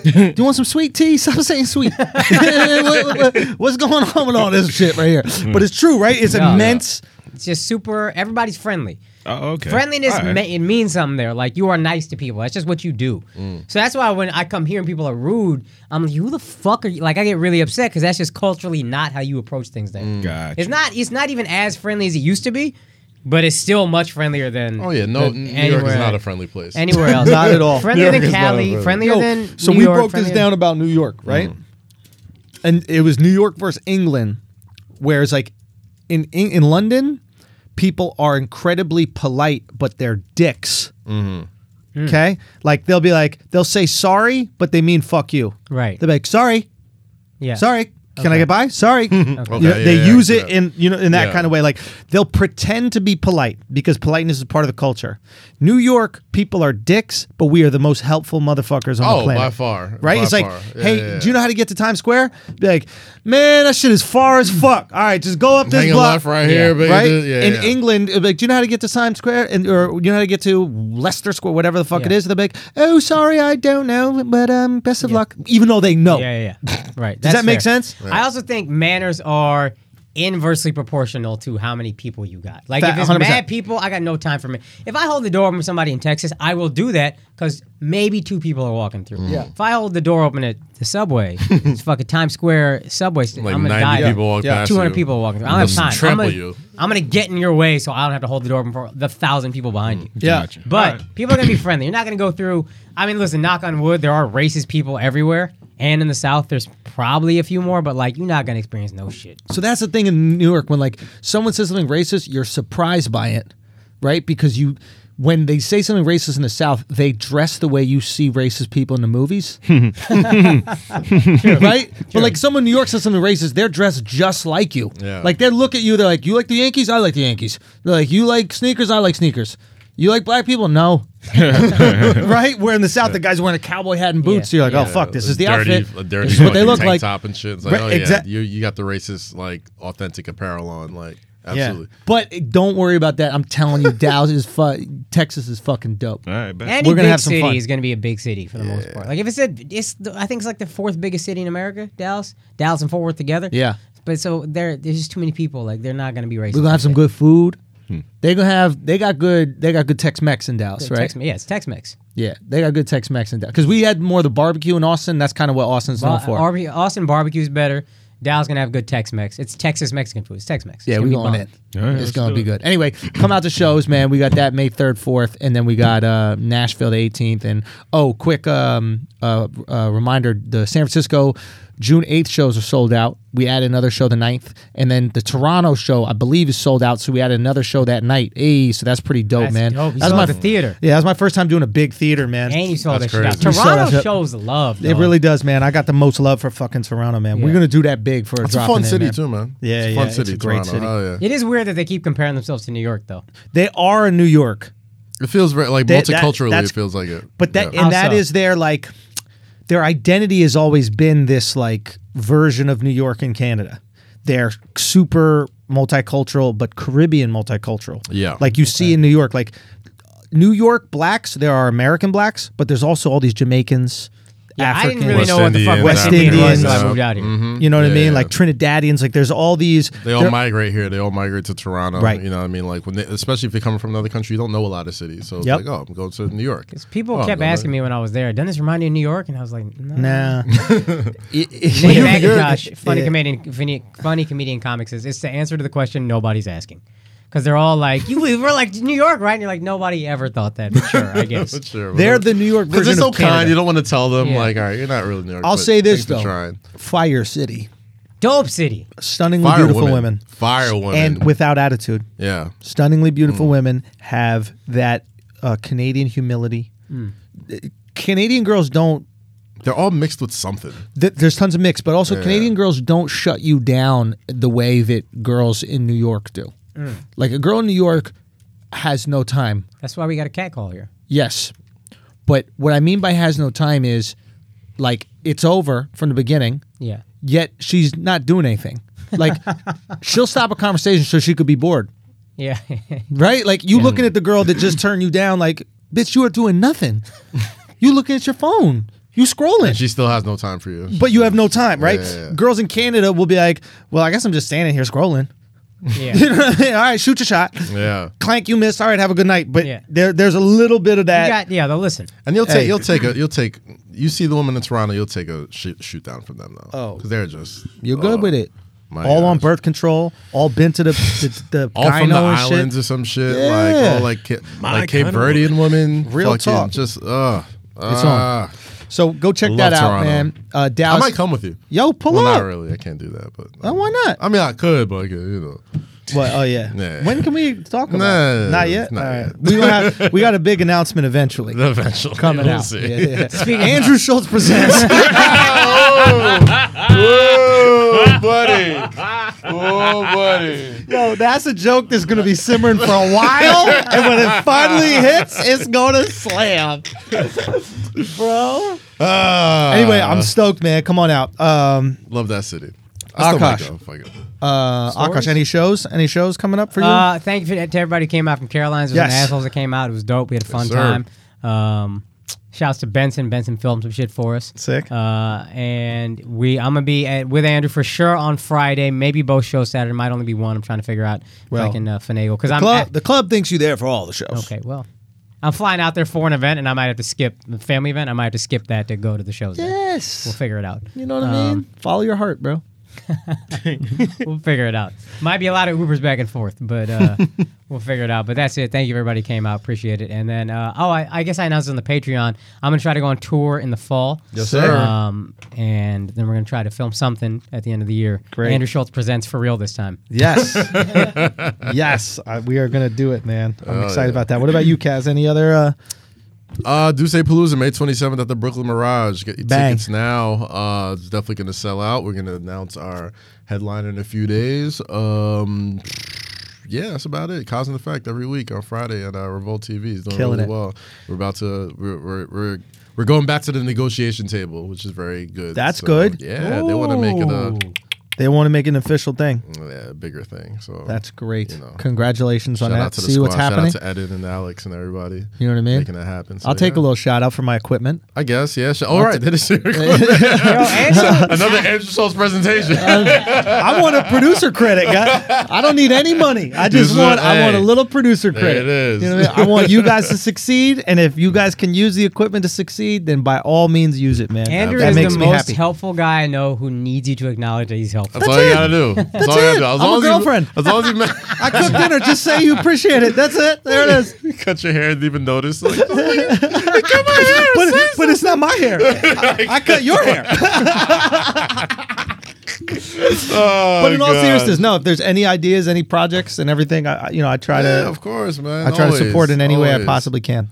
Speaker 4: Do you want some sweet tea? Stop saying sweet. What- what- What's going on with all this shit right here? But it's true, right? It's
Speaker 1: Yeah.
Speaker 4: immense.
Speaker 1: It's just super. Everybody's friendly.
Speaker 3: Oh, okay.
Speaker 1: Friendliness
Speaker 3: All right.
Speaker 1: ma- it means something there. Like you are nice to people. That's just what you do.
Speaker 4: Mm.
Speaker 1: So that's why when I come here and people are rude, I'm like, who the fuck are you? Like I get really upset because that's just culturally not how you approach things there.
Speaker 4: Mm.
Speaker 3: Gotcha.
Speaker 1: It's not. It's not even as friendly as it used to be, but it's still much friendlier than.
Speaker 2: Oh yeah, no,
Speaker 1: than
Speaker 2: New York is
Speaker 1: anywhere-
Speaker 2: not a friendly place.
Speaker 1: Anywhere else,
Speaker 4: Not at all.
Speaker 1: Friendlier
Speaker 2: New
Speaker 1: than
Speaker 2: York is not a
Speaker 1: Cali,
Speaker 2: friendly-
Speaker 1: friendlier
Speaker 4: Yo,
Speaker 1: than. Mm.
Speaker 4: so
Speaker 1: New
Speaker 4: we
Speaker 1: York,
Speaker 4: broke this
Speaker 1: friendlier-
Speaker 4: down about New York, right? And it was New York versus England, whereas like in in, in London, people are incredibly polite, but they're dicks.
Speaker 2: Mm-hmm.
Speaker 1: Mm.
Speaker 4: Okay, like they'll be like they'll say sorry, but they mean fuck you.
Speaker 1: Right.
Speaker 4: They'll be like sorry,
Speaker 1: Yeah.
Speaker 4: sorry. Can I
Speaker 1: Okay.
Speaker 4: get by? Sorry.
Speaker 2: Okay,
Speaker 4: You know,
Speaker 2: yeah,
Speaker 4: they
Speaker 2: yeah,
Speaker 4: use
Speaker 2: yeah.
Speaker 4: it in you know in that
Speaker 2: Yeah.
Speaker 4: kind of way. Like they'll pretend to be polite because politeness is part of the culture. New York people are dicks, but we are the most helpful motherfuckers on
Speaker 2: Oh,
Speaker 4: the planet.
Speaker 2: by far,
Speaker 4: Right?
Speaker 2: by
Speaker 4: it's like,
Speaker 2: far. Yeah,
Speaker 4: hey,
Speaker 2: yeah, yeah.
Speaker 4: do you know how to get to Times Square? Be like, man, that shit is far as fuck. All right, just go up this
Speaker 2: Hanging
Speaker 4: block.
Speaker 2: left right here, but
Speaker 4: Right
Speaker 2: yeah,
Speaker 4: in
Speaker 2: yeah.
Speaker 4: England, it'd be like, do you know how to get to Times Square and or you know how to get to Leicester Square, whatever the fuck it
Speaker 1: Yeah.
Speaker 4: is? They're like, oh, sorry, I don't know, but um, best of luck. Even though they know,
Speaker 1: Yeah, yeah, yeah. Right.
Speaker 4: Does
Speaker 1: That's
Speaker 4: that make
Speaker 1: fair.
Speaker 4: sense?
Speaker 1: I also think manners are inversely proportional to how many people you got. Like
Speaker 4: Fa-
Speaker 1: if it's
Speaker 4: 100%.
Speaker 1: mad people, I got no time for me. If I hold the door open for somebody in Texas, I will do that because maybe two people are walking through. Yeah.
Speaker 2: Mm-hmm.
Speaker 1: If I hold the door open at the subway, it's fucking Times Square subway. sta-
Speaker 2: Like
Speaker 1: I'm gonna
Speaker 2: 90
Speaker 1: die.
Speaker 2: people walk
Speaker 4: Yeah.
Speaker 2: past
Speaker 1: Two hundred
Speaker 2: you.
Speaker 1: people are walking. through. I don't have
Speaker 2: Just
Speaker 1: time.
Speaker 2: trample
Speaker 1: I'm gonna,
Speaker 2: you.
Speaker 1: I'm gonna get in your way so I don't have to hold the door open for the thousand people
Speaker 2: Mm.
Speaker 1: behind you.
Speaker 4: Yeah.
Speaker 3: Gotcha.
Speaker 1: But people are gonna be friendly. You're not gonna go through. I mean, listen. Knock on wood. There are racist people everywhere, and in the South, there's probably a few more. But like, you're not gonna experience no shit.
Speaker 4: So that's the thing in New York when like someone says something racist, you're surprised by it, right? Because you when they say something racist in the South, they dress the way you see racist people in the movies. right? But like someone in New York says something racist, they're dressed just like you.
Speaker 2: Yeah.
Speaker 4: Like they look at you, they're like, You like the Yankees? I like the Yankees. They're like, You like sneakers, I like sneakers. You like black people? No. right? Where in the South, the guy's wearing a cowboy hat and boots.
Speaker 1: Yeah.
Speaker 4: You're like, oh
Speaker 2: Yeah,
Speaker 4: fuck, this
Speaker 2: a
Speaker 4: is the
Speaker 2: dirty,
Speaker 4: outfit.
Speaker 2: A dirty
Speaker 4: This is what they
Speaker 2: fucking
Speaker 4: look
Speaker 2: tank
Speaker 4: like.
Speaker 2: top and shit. It's like,
Speaker 4: Right,
Speaker 2: oh yeah,
Speaker 4: exact-
Speaker 2: you you got the racist like authentic apparel on, like absolutely.
Speaker 4: But don't worry about that. I'm telling you, Dallas is fu- Texas is fucking dope.
Speaker 3: All right, bet.
Speaker 1: Any
Speaker 4: We're gonna
Speaker 1: big
Speaker 4: have some
Speaker 1: city
Speaker 4: fun.
Speaker 1: is gonna be a big city for the most part. Like if it's a, it's the, I think it's like the fourth biggest city in America, Dallas, Dallas and Fort Worth together.
Speaker 4: Yeah.
Speaker 1: But so there, there's just too many people. Like they're not gonna be racist.
Speaker 4: We're gonna have some good food.
Speaker 3: Hmm.
Speaker 4: They gonna have they got good they got good Tex Mex in Dallas, right?
Speaker 1: Tex- yeah, it's Tex-Mex.
Speaker 4: Yeah, they got good Tex Mex in Dallas because we had more of the barbecue in Austin. That's kind of what Austin's known
Speaker 1: Ba-
Speaker 4: for.
Speaker 1: Arby- Austin barbecue's better. Dallas gonna have good Tex-Mex. It's Texas Mexican food. It's Tex-Mex. It's
Speaker 4: yeah,
Speaker 1: gonna
Speaker 4: we
Speaker 1: be
Speaker 4: going
Speaker 1: bomb.
Speaker 4: in.
Speaker 3: All right,
Speaker 4: it's
Speaker 3: let's
Speaker 4: gonna
Speaker 3: do
Speaker 4: be
Speaker 3: it.
Speaker 4: good. Anyway, come out to shows, man. We got that May third, fourth, and then we got uh, Nashville the eighteenth. And oh, quick um, uh, uh, reminder: the San Francisco June eighth shows are sold out. We added another show the 9th. and then the Toronto show I believe is sold out. So we added another show that night. Hey, so that's pretty dope,
Speaker 1: That's
Speaker 4: man.
Speaker 1: dope. You
Speaker 4: That's
Speaker 1: sold
Speaker 4: my
Speaker 1: the theater.
Speaker 4: Yeah, that's my first time doing a big theater, man.
Speaker 1: And you saw that
Speaker 2: That's
Speaker 1: shit out.
Speaker 2: crazy.
Speaker 4: You saw that
Speaker 1: Toronto
Speaker 4: shit.
Speaker 1: shows love.
Speaker 4: It
Speaker 1: dog.
Speaker 4: really does, man. I got the most love for fucking Toronto, man. We're
Speaker 1: Yeah.
Speaker 4: gonna do that big for a
Speaker 2: It's a
Speaker 4: dropping
Speaker 2: fun
Speaker 4: in,
Speaker 2: city
Speaker 4: man.
Speaker 2: too, man.
Speaker 4: Yeah,
Speaker 2: it's a
Speaker 4: yeah,
Speaker 2: fun
Speaker 4: it's
Speaker 2: city,
Speaker 4: a great
Speaker 2: Toronto.
Speaker 4: city.
Speaker 2: Oh, yeah.
Speaker 1: It is weird that they keep comparing themselves to New York, though.
Speaker 4: They are in New York.
Speaker 2: It feels very like
Speaker 4: That- that-
Speaker 2: multiculturally.
Speaker 4: that's-
Speaker 2: it feels like it.
Speaker 4: But that
Speaker 2: yeah.
Speaker 4: and that
Speaker 1: Also-
Speaker 4: is their like their identity has always been this like version of New York and Canada. They're super multicultural, but Caribbean multicultural.
Speaker 2: Yeah.
Speaker 4: Like you see in New York, like New York blacks, there are American blacks, but there's also all these Jamaicans,
Speaker 1: Yeah, I didn't
Speaker 4: African.
Speaker 1: really know what the fuck West
Speaker 4: West
Speaker 1: Indian was
Speaker 4: Indians.
Speaker 1: until I
Speaker 4: Yeah. Mm-hmm.
Speaker 1: moved out here.
Speaker 4: You know what I
Speaker 2: Mm-hmm. Yeah,
Speaker 4: mean?
Speaker 2: yeah.
Speaker 4: Like Trinidadians, like there's all these.
Speaker 2: They all
Speaker 4: there-
Speaker 2: migrate here. They all migrate to Toronto.
Speaker 4: Right.
Speaker 2: You know what I mean? Like when they, especially if they are coming from another country, you don't know a lot of cities. So it's
Speaker 4: Yep.
Speaker 2: like, oh, I'm going to New York.
Speaker 1: Because people
Speaker 2: Oh, I'm
Speaker 1: kept
Speaker 2: going
Speaker 1: asking
Speaker 2: to-
Speaker 1: me when I was there, doesn't this remind you of New York? And I was like, no.
Speaker 4: Nah.
Speaker 1: Nick
Speaker 4: You're-
Speaker 1: McIntosh, funny
Speaker 4: yeah.
Speaker 1: comedian, funny, funny comedian comics is it's the answer to the question nobody's asking. Because they're all like, you we we're like New York, right? And you're like, nobody ever thought that. But sure, I guess.
Speaker 2: But sure,
Speaker 4: They're
Speaker 2: whatever.
Speaker 4: the New York
Speaker 2: Because
Speaker 4: version
Speaker 2: they're so
Speaker 4: of Canada.
Speaker 2: kind, you don't want to tell them
Speaker 1: Yeah.
Speaker 2: like, all right, you're not really New York.
Speaker 4: I'll
Speaker 2: but
Speaker 4: say
Speaker 2: thanks
Speaker 4: this
Speaker 2: for
Speaker 4: though:
Speaker 2: trying.
Speaker 4: Fire City,
Speaker 1: Dope city.
Speaker 4: stunningly
Speaker 2: Fire
Speaker 4: beautiful women,
Speaker 2: Fire women. Mm.
Speaker 4: and without attitude.
Speaker 2: yeah,
Speaker 4: Stunningly beautiful women have that uh, Canadian humility. Uh, Canadian girls don't.
Speaker 2: they're all mixed with something.
Speaker 4: Th- there's tons of mix, but also
Speaker 2: Yeah.
Speaker 4: Canadian girls don't shut you down the way that girls in New York do. Like a girl in New York has no time
Speaker 1: That's why we got a cat call here.
Speaker 4: Yes. But what I mean by has no time is like it's over from the beginning,
Speaker 1: Yeah.
Speaker 4: yet she's not doing anything. Like she'll stop a conversation so she could be bored.
Speaker 1: Yeah.
Speaker 4: Right? Like you looking at the girl that just turned you down like, bitch, you are doing nothing. you looking at your phone. You scrolling.
Speaker 2: And she still has no time for you.
Speaker 4: but you have no time, right?
Speaker 2: Yeah, yeah, yeah.
Speaker 4: Girls in Canada will be like, Well, I guess I'm just standing here scrolling.
Speaker 1: yeah.
Speaker 4: All right, shoot your shot.
Speaker 2: yeah,
Speaker 4: Clank, you missed. All right, have a good night. But
Speaker 1: Yeah.
Speaker 4: there, there's a little bit of that.
Speaker 1: You got- yeah, they'll listen.
Speaker 2: and you'll take
Speaker 4: Hey.
Speaker 2: you'll take a you'll take you see the woman in Toronto, you'll take a sh- shoot down from them though.
Speaker 4: Oh.
Speaker 2: because they're just
Speaker 4: You're good
Speaker 2: oh,
Speaker 4: with it.
Speaker 2: my
Speaker 4: all on
Speaker 2: gosh.
Speaker 4: birth control. All been to the the, the
Speaker 2: all from the
Speaker 4: gyno and shit.
Speaker 2: islands or some shit.
Speaker 4: Yeah.
Speaker 2: Like all like Ca-
Speaker 3: My
Speaker 2: like Cape
Speaker 3: kind of
Speaker 2: Verdean women.
Speaker 4: Real
Speaker 2: fucking
Speaker 4: talk.
Speaker 2: Just uh,
Speaker 4: It's on. So go check
Speaker 2: Love
Speaker 4: that out,
Speaker 2: Toronto.
Speaker 4: man. Uh,
Speaker 2: I
Speaker 4: Dallas.
Speaker 2: might come with you.
Speaker 4: Yo, pull
Speaker 2: well,
Speaker 4: up.
Speaker 2: not really. I can't do that. But uh,
Speaker 4: Oh, why not?
Speaker 2: I mean, I could, but I could, you know.
Speaker 4: What? Oh yeah.
Speaker 2: Nah.
Speaker 4: When can we talk about?
Speaker 2: Nah,
Speaker 4: it? not yet.
Speaker 2: not
Speaker 4: All right.
Speaker 2: yet.
Speaker 4: We, gonna have, we got a big announcement eventually
Speaker 2: Eventually,
Speaker 4: coming
Speaker 2: we'll
Speaker 4: out.
Speaker 2: see.
Speaker 4: Yeah, yeah, yeah. Andrew Schultz presents.
Speaker 2: Whoa, buddy! Whoa, buddy!
Speaker 4: Yo, that's a joke that's gonna be simmering for a while, and when it finally hits, it's gonna slam, bro.
Speaker 2: Ah,
Speaker 4: Anyway, I'm stoked, man. Come on out. Um,
Speaker 2: love that city. I still
Speaker 4: Akash.
Speaker 2: might go. Fuck it.
Speaker 4: uh, Akash, any shows? Any shows coming up for you?
Speaker 1: Uh, thank you for, to everybody who came out from Caroline's. There's
Speaker 4: Yes.
Speaker 1: some assholes that came out. It was dope. We had a fun
Speaker 2: sir.
Speaker 1: time. Um, shouts to Benson. Benson filmed some shit for us.
Speaker 4: Sick.
Speaker 1: Uh, and we, I'm gonna be at, with Andrew for sure on Friday. Maybe both shows Saturday. Might only be one. I'm trying to figure out if
Speaker 4: Well,
Speaker 1: I can uh, finagle because I'm
Speaker 4: club,
Speaker 1: at-
Speaker 4: the club thinks you there for all the shows.
Speaker 1: okay. Well, I'm flying out there for an event, and I might have to skip the family event. I might have to skip that to go to the shows. then. We'll Um,
Speaker 4: Yes.
Speaker 1: figure it out.
Speaker 4: You know what I mean? Follow your heart, bro.
Speaker 1: we'll figure it out. Might be a lot of Ubers back and forth, but uh, we'll figure it out. But that's it. Thank you, everybody who came out. Appreciate it. And then, uh, oh, I, I guess I announced on the Patreon. I'm gonna try to go on tour in the fall.
Speaker 2: Yes, sir.
Speaker 1: Um, and then we're gonna try to film something at the end of the year.
Speaker 4: Great.
Speaker 1: Andrew Schultz presents for real this time.
Speaker 4: Yes. yes. I, we are going to do it, man. I'm
Speaker 2: Oh,
Speaker 4: excited
Speaker 2: yeah.
Speaker 4: about that. What about you, Kaz? Any other? Uh,
Speaker 2: Uh, do say Palooza May 27th at the Brooklyn Mirage. Get your
Speaker 4: Bang.
Speaker 2: tickets now. Uh, it's definitely going to sell out. We're going to announce our headliner in a few days. Um, yeah, that's about it. Cause and Effect every week on Friday at uh, Revolt TV is doing
Speaker 4: Killing
Speaker 2: really
Speaker 4: it.
Speaker 2: well. We're about to we're, we're we're we're going back to the negotiation table, which is very good.
Speaker 4: That's good.
Speaker 2: Yeah, they want to make it a
Speaker 4: they want to make an official thing.
Speaker 2: yeah, bigger thing. So
Speaker 4: That's great.
Speaker 2: You know.
Speaker 4: Congratulations on
Speaker 2: shout
Speaker 4: that.
Speaker 2: out to the
Speaker 4: See
Speaker 2: squad.
Speaker 4: what's happening.
Speaker 2: Shout out to Eden and Alex and everybody.
Speaker 4: You know what I mean?
Speaker 2: Making that happen. So,
Speaker 4: I'll take
Speaker 2: yeah.
Speaker 4: a little shout out for my equipment.
Speaker 2: I guess, yeah. Sh- All right, that is another Andrew Schultz presentation.
Speaker 4: I want a producer credit, guy. I don't need any money. I just
Speaker 2: This is-
Speaker 4: want I want a
Speaker 2: hey,
Speaker 4: little producer credit.
Speaker 2: it is.
Speaker 4: You know what I, mean? I want you guys to succeed, and if you guys can use the equipment to succeed, then by all means use it, man.
Speaker 1: Andrew
Speaker 4: that
Speaker 1: is
Speaker 4: makes
Speaker 1: the
Speaker 4: me
Speaker 1: most
Speaker 4: happy.
Speaker 1: helpful guy I know who needs you to acknowledge that he's helpful.
Speaker 2: That's, all you gotta do. That's, all you gotta
Speaker 4: it.
Speaker 2: do. As
Speaker 4: I'm a
Speaker 2: long as you-
Speaker 4: girlfriend.
Speaker 2: as long as you
Speaker 4: I cook dinner. Just say you appreciate it. That's it. There it is.
Speaker 2: ma- cut your hair and even notice. Like, oh
Speaker 4: but, but it's not my hair. I, I cut your hair.
Speaker 2: oh,
Speaker 4: But in all
Speaker 2: God.
Speaker 4: seriousness, no. If there's any ideas, any projects, and everything, I I- you know I try
Speaker 2: yeah,
Speaker 4: to
Speaker 2: of course, man.
Speaker 4: I try
Speaker 2: Always,
Speaker 4: to support in any way I
Speaker 2: always.
Speaker 4: possibly can.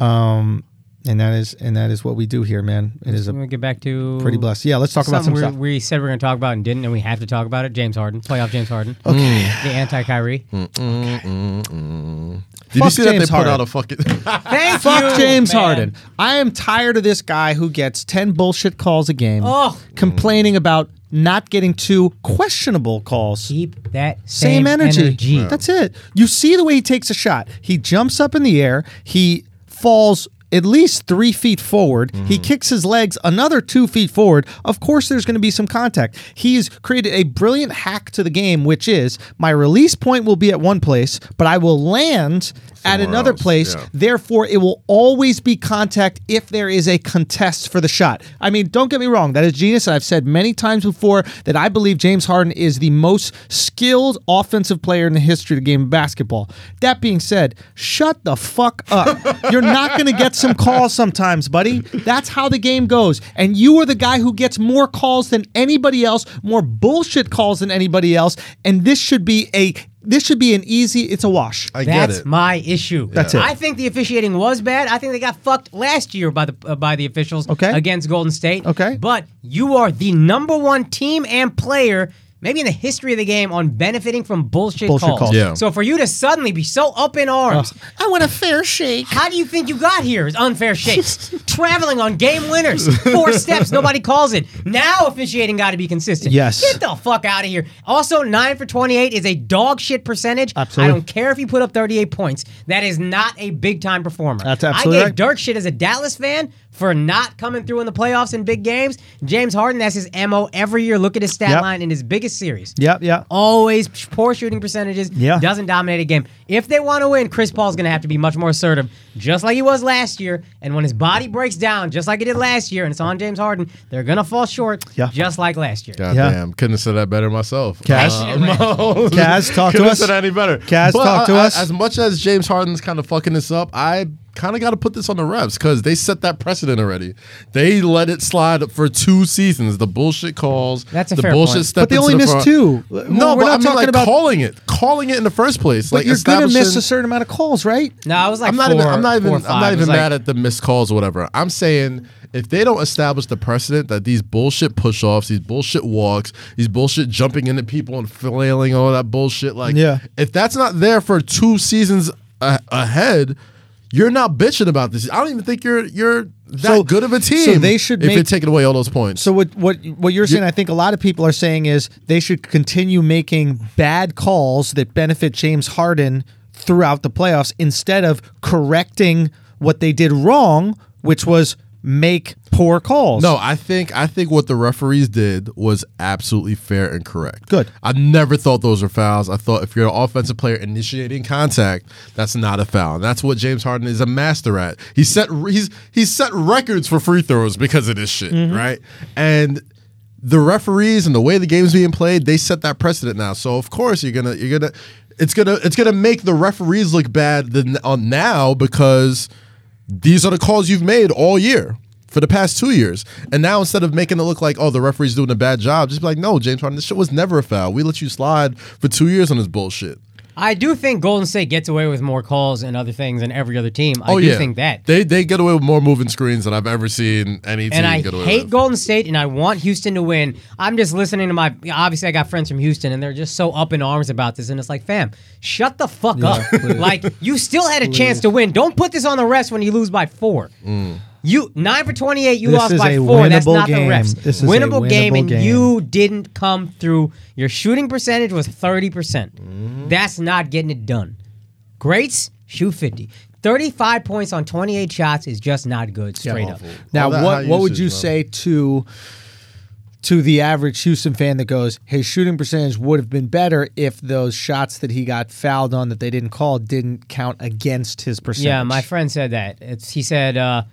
Speaker 4: Um, and that is and that is what we do here, man. It is
Speaker 1: I'm
Speaker 4: a
Speaker 1: gonna get back to
Speaker 4: pretty blessed. Yeah, let's talk about some
Speaker 1: we're-
Speaker 4: stuff.
Speaker 1: we said we are going to talk about and didn't, and we have to talk about it. James Harden, playoff James Harden. Okay. The anti Kyrie.
Speaker 2: Did you
Speaker 4: Fuck
Speaker 2: see that they
Speaker 4: James
Speaker 2: put
Speaker 4: Harden.
Speaker 2: out a fucking?
Speaker 1: Thank
Speaker 4: Fuck
Speaker 1: you,
Speaker 4: James
Speaker 1: man.
Speaker 4: Harden. I am tired of this guy who gets 10 bullshit calls a game,
Speaker 1: Oh.
Speaker 4: complaining about not getting two questionable calls.
Speaker 1: Keep that
Speaker 4: same,
Speaker 1: same,
Speaker 4: energy. That's it. You see the way he takes a shot. He jumps up in the air. He falls at least three feet forward. He
Speaker 2: Mm-hmm.
Speaker 4: kicks his legs another two feet forward. Of course, there's going to be some contact. He's created a brilliant hack to the game, which is my release point will be at one place, but I will land at
Speaker 2: Somewhere
Speaker 4: another
Speaker 2: else,
Speaker 4: place.
Speaker 2: yeah.
Speaker 4: Therefore, it will always be contact if there is a contest for the shot. I mean, don't get me wrong, that is genius. I've said many times before that I believe James Harden is the most skilled offensive player in the history of the game of basketball. That being said, shut the fuck up. You're not going to get some calls sometimes, buddy. That's how the game goes. And you are the guy who gets more calls than anybody else, more bullshit calls than anybody else, and this should be a this should be an easy it's a wash.
Speaker 2: I
Speaker 1: That's
Speaker 2: get it.
Speaker 1: my issue.
Speaker 4: That's it.
Speaker 1: I think the officiating was bad. I think they got fucked last year by the uh, by the officials
Speaker 4: Okay.
Speaker 1: against Golden State.
Speaker 4: Okay.
Speaker 1: But you are the number one team and player maybe in the history of the game on benefiting from bullshit,
Speaker 4: Bullshit
Speaker 1: calls.
Speaker 4: calls.
Speaker 2: Yeah.
Speaker 1: So for you to suddenly be so up in arms,
Speaker 4: I want a fair shake.
Speaker 1: how do you think you got here? Is unfair shakes. Traveling on game winners. Four steps, nobody calls it. Now officiating got to be consistent.
Speaker 4: Yes.
Speaker 1: Get the fuck out of here. Also, 9 for 28 is a dog shit percentage.
Speaker 4: Absolutely.
Speaker 1: I don't care if you put up 38 points. That is not a big time performer.
Speaker 4: That's absolutely
Speaker 1: I gave
Speaker 4: right.
Speaker 1: Dirk shit as a Dallas fan for not coming through in the playoffs in big games. James Harden, that's his MO every year. Look at his stat
Speaker 4: Yep.
Speaker 1: line in his biggest series.
Speaker 4: Yep, yeah.
Speaker 1: Always poor shooting percentages.
Speaker 4: Yeah.
Speaker 1: Doesn't dominate a game. If they want to win, Chris Paul's going to have to be much more assertive, just like he was last year. And when his body breaks down, just like he did last year, and it's on James Harden, they're going to fall short,
Speaker 4: Yeah.
Speaker 1: just like last year.
Speaker 2: God
Speaker 4: Yeah.
Speaker 2: damn, couldn't have said that better Uh, myf.
Speaker 4: Cash. Kaz, talk to
Speaker 2: couldn't have
Speaker 4: us.
Speaker 2: said that any better.
Speaker 4: Kaz,
Speaker 2: But
Speaker 4: talk to
Speaker 2: I- I-
Speaker 4: us.
Speaker 2: As much as James Harden's kind of fucking this up, I kind of got to put this on the refs because they set that precedent already. They let it slide for two seasons. The bullshit calls.
Speaker 1: That's a
Speaker 2: the
Speaker 1: fair
Speaker 2: bullshit
Speaker 1: point.
Speaker 2: step
Speaker 4: But they
Speaker 2: into
Speaker 4: only
Speaker 2: the
Speaker 4: missed
Speaker 2: front.
Speaker 4: two.
Speaker 2: No,
Speaker 4: We're
Speaker 2: but
Speaker 4: not
Speaker 2: I mean,
Speaker 4: talking
Speaker 2: like
Speaker 4: about-
Speaker 2: calling it, calling it in the first place.
Speaker 4: But
Speaker 2: like
Speaker 4: you're gonna miss a
Speaker 2: establishing-
Speaker 4: certain amount of calls, right?
Speaker 1: No, I was like,
Speaker 2: I'm not
Speaker 1: four,
Speaker 2: even. I'm not even.
Speaker 1: four or
Speaker 2: I'm
Speaker 1: five.
Speaker 2: not
Speaker 1: It
Speaker 2: even
Speaker 1: was like-
Speaker 2: mad at the missed calls or whatever. I'm saying if they don't establish the precedent that these bullshit push-offs, these bullshit walks, these bullshit jumping into people and flailing all that bullshit, like
Speaker 4: Yeah.
Speaker 2: if that's not there for two seasons a- ahead, you're not bitching about this. I don't even think you're you're that
Speaker 4: So-
Speaker 2: good of a team.
Speaker 4: so they should
Speaker 2: if you're
Speaker 4: make-
Speaker 2: taking away all those points.
Speaker 4: So what what what you're saying? I think a lot of people are saying is they should continue making bad calls that benefit James Harden throughout the playoffs instead of correcting what they did wrong, which was make poor calls.
Speaker 2: No, I think I think what the referees did was absolutely fair and correct.
Speaker 4: Good.
Speaker 2: I never thought those were fouls. I thought if you're an offensive player initiating contact, that's not a foul. And that's what James Harden is a master at. He set he's he's set records for free throws because of this shit, right? And the referees and the way the game's being played, they set that precedent now. So of course you're gonna you're gonna it's gonna it's gonna make the referees look bad than, on now because these are the calls you've made all year for the past two years. And now instead of making it look like, oh, the referee's doing a bad job, just be like, no, James Harden, this shit was never a foul. We let you slide for two years on this bullshit.
Speaker 1: I do think Golden State gets away with more calls and other things than every other team. I
Speaker 2: oh
Speaker 1: do
Speaker 2: yeah,
Speaker 1: think that.
Speaker 2: they they get away with more moving screens than I've ever seen any team
Speaker 1: and I
Speaker 2: get away
Speaker 1: hate
Speaker 2: with.
Speaker 1: Golden State, and I want Houston to win. I'm just listening to my. Obviously, I got friends from Houston, and they're just so up in arms about this. And it's like, fam, shut the fuck up. like, you still had a chance to win. Don't put this on the refs when you lose by four. You nine for twenty eight. You
Speaker 4: Mm. This
Speaker 1: lost
Speaker 4: is
Speaker 1: by
Speaker 4: a
Speaker 1: four. That's
Speaker 4: winnable
Speaker 1: not
Speaker 4: game.
Speaker 1: the refs.
Speaker 4: This is a
Speaker 1: winnable, game,
Speaker 4: winnable
Speaker 1: and
Speaker 4: game.
Speaker 1: you didn't come through. Your shooting percentage was thirty percent.
Speaker 4: Mm-hmm.
Speaker 1: That's not getting it done. Greats shoot fifty. 35 points on 28 shots is just not good straight up.
Speaker 4: Now,
Speaker 2: All that
Speaker 4: what
Speaker 2: high
Speaker 4: what would
Speaker 2: usage,
Speaker 4: you
Speaker 2: though.
Speaker 4: say to to the average Houston fan that goes, his shooting percentage would have been better if those shots that he got fouled on that they didn't call didn't count against his percentage?
Speaker 1: Yeah, my friend said that. It's, he said uh,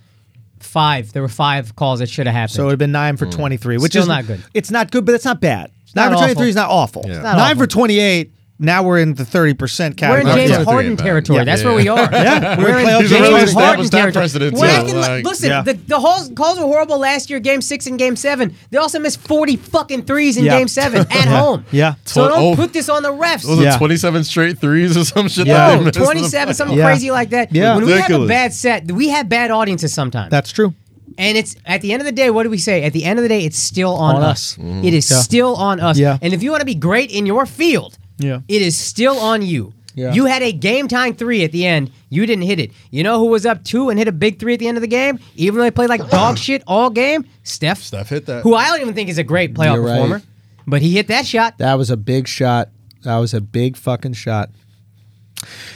Speaker 1: five. There were five calls that should have happened.
Speaker 4: So it would have been nine for
Speaker 2: Mm.
Speaker 4: 23, which
Speaker 1: Still
Speaker 4: is
Speaker 1: not good.
Speaker 4: It's not good, but it's not bad. nine
Speaker 1: not
Speaker 4: for 23
Speaker 1: awful.
Speaker 4: is not awful.
Speaker 2: It's
Speaker 4: Nine
Speaker 2: not
Speaker 4: for 28 Now we're in the 30%
Speaker 1: we're
Speaker 4: category.
Speaker 1: in
Speaker 2: Not
Speaker 1: James
Speaker 2: yet.
Speaker 1: Harden
Speaker 2: Yeah.
Speaker 1: territory.
Speaker 2: Yeah.
Speaker 1: That's
Speaker 2: Yeah.
Speaker 1: where we are.
Speaker 4: Yeah, we're in playoff
Speaker 1: James
Speaker 4: He's already
Speaker 1: Harden
Speaker 2: established that
Speaker 1: territory.
Speaker 2: precedent,
Speaker 1: Well,
Speaker 2: too.
Speaker 1: I can-
Speaker 2: Like-
Speaker 1: listen,
Speaker 4: Yeah.
Speaker 1: the, the calls, calls were horrible last year, game six and game seven. They also missed 40 fucking threes in
Speaker 4: Yeah.
Speaker 1: game seven at home.
Speaker 4: Yeah.
Speaker 1: So don't
Speaker 2: Oh.
Speaker 1: put this on the refs.
Speaker 2: Those
Speaker 4: Yeah.
Speaker 2: are twenty seven straight threes or some shit.
Speaker 4: Yeah.
Speaker 2: that they
Speaker 1: No,
Speaker 2: missed in the
Speaker 1: 27,
Speaker 2: playoffs.
Speaker 1: something
Speaker 4: Yeah.
Speaker 1: crazy like that.
Speaker 4: Yeah.
Speaker 1: When we have a
Speaker 9: Ridiculous.
Speaker 1: bad set, we have bad audiences sometimes.
Speaker 4: That's true.
Speaker 1: And it's at the end of the day, what do we say? At the end of the day, it's still on,
Speaker 4: On
Speaker 1: us.
Speaker 4: us. Mm-hmm.
Speaker 1: It is still on us.
Speaker 4: Yeah.
Speaker 1: And if you want to be great in your field,
Speaker 4: Yeah.
Speaker 1: it is still on you.
Speaker 4: Yeah.
Speaker 1: You had a game time three at the end. You didn't hit it. You know who was up two and hit a big three at the end of the game? Even though they played like dog shit all game? Steph.
Speaker 2: Steph hit that.
Speaker 1: Who I don't even think is a great playoff
Speaker 4: You're right.
Speaker 1: performer. But he hit that shot.
Speaker 4: That was a big shot. That was a big fucking shot.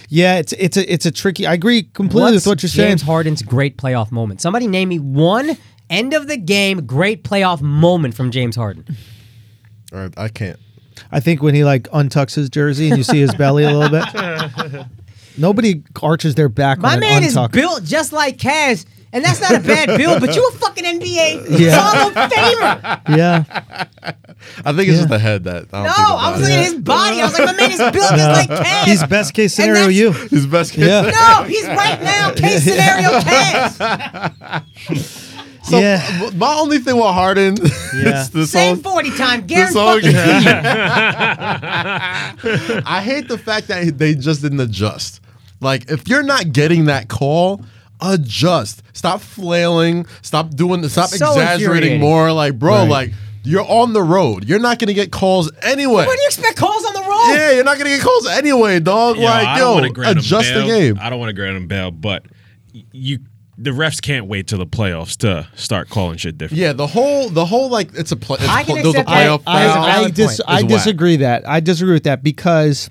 Speaker 4: Yeah, it's it's a it's a tricky. I agree completely
Speaker 1: What's
Speaker 4: with what you're saying.
Speaker 1: James Harden's great playoff moment. Somebody name me one end of the game great playoff moment from James Harden.
Speaker 2: All right, I can't.
Speaker 4: I think when he like untucks his jersey and you see his belly a little bit. Nobody arches their back.
Speaker 1: My
Speaker 4: when
Speaker 1: man
Speaker 4: it
Speaker 1: is
Speaker 4: untuck.
Speaker 1: built just like Kaz, and that's not a bad build. But you a fucking NBA
Speaker 4: Yeah.
Speaker 1: Hall of Famer.
Speaker 4: Yeah,
Speaker 2: I think it's just the head that. I don't
Speaker 1: No,
Speaker 2: think about
Speaker 1: I was
Speaker 2: it.
Speaker 1: looking at his body. I was like, my man is built just like Kaz.
Speaker 4: he's best case
Speaker 1: And
Speaker 4: scenario.
Speaker 1: that's-
Speaker 4: You.
Speaker 2: His best case.
Speaker 4: Yeah.
Speaker 1: No, he's right now. Case scenario, Kaz.
Speaker 2: So
Speaker 4: Yeah.
Speaker 2: my only thing with Harden
Speaker 4: Yeah.
Speaker 2: is this
Speaker 1: Same
Speaker 2: song.
Speaker 1: forty time. Garen
Speaker 2: This song.
Speaker 1: fucking
Speaker 2: I hate the fact that they just didn't adjust. Like, if you're not getting that call, adjust. Stop flailing. Stop doing. Stop
Speaker 1: So
Speaker 2: exaggerating
Speaker 1: infuriating.
Speaker 2: more. Like, bro,
Speaker 4: Right.
Speaker 2: like you're on the road. You're not gonna get calls anyway.
Speaker 1: What do you expect calls on the road?
Speaker 2: yeah, you're not gonna get calls anyway, dog.
Speaker 3: Yo, I
Speaker 2: like,
Speaker 3: don't
Speaker 2: yo,
Speaker 3: wanna grant 'em
Speaker 2: adjust the
Speaker 3: bail.
Speaker 2: game.
Speaker 3: I don't want to grant him bail, but y- you the refs can't wait till the playoffs to start calling shit different.
Speaker 2: Yeah, the whole, the whole, like, it's a play. It's
Speaker 1: I
Speaker 2: a pl-
Speaker 1: can
Speaker 2: there was a
Speaker 1: accept that.
Speaker 2: playoff.
Speaker 1: That is a
Speaker 2: foul.
Speaker 1: valid
Speaker 4: I, I, dis-
Speaker 1: point.
Speaker 4: I
Speaker 2: Is whack.
Speaker 4: disagree that. I disagree with that because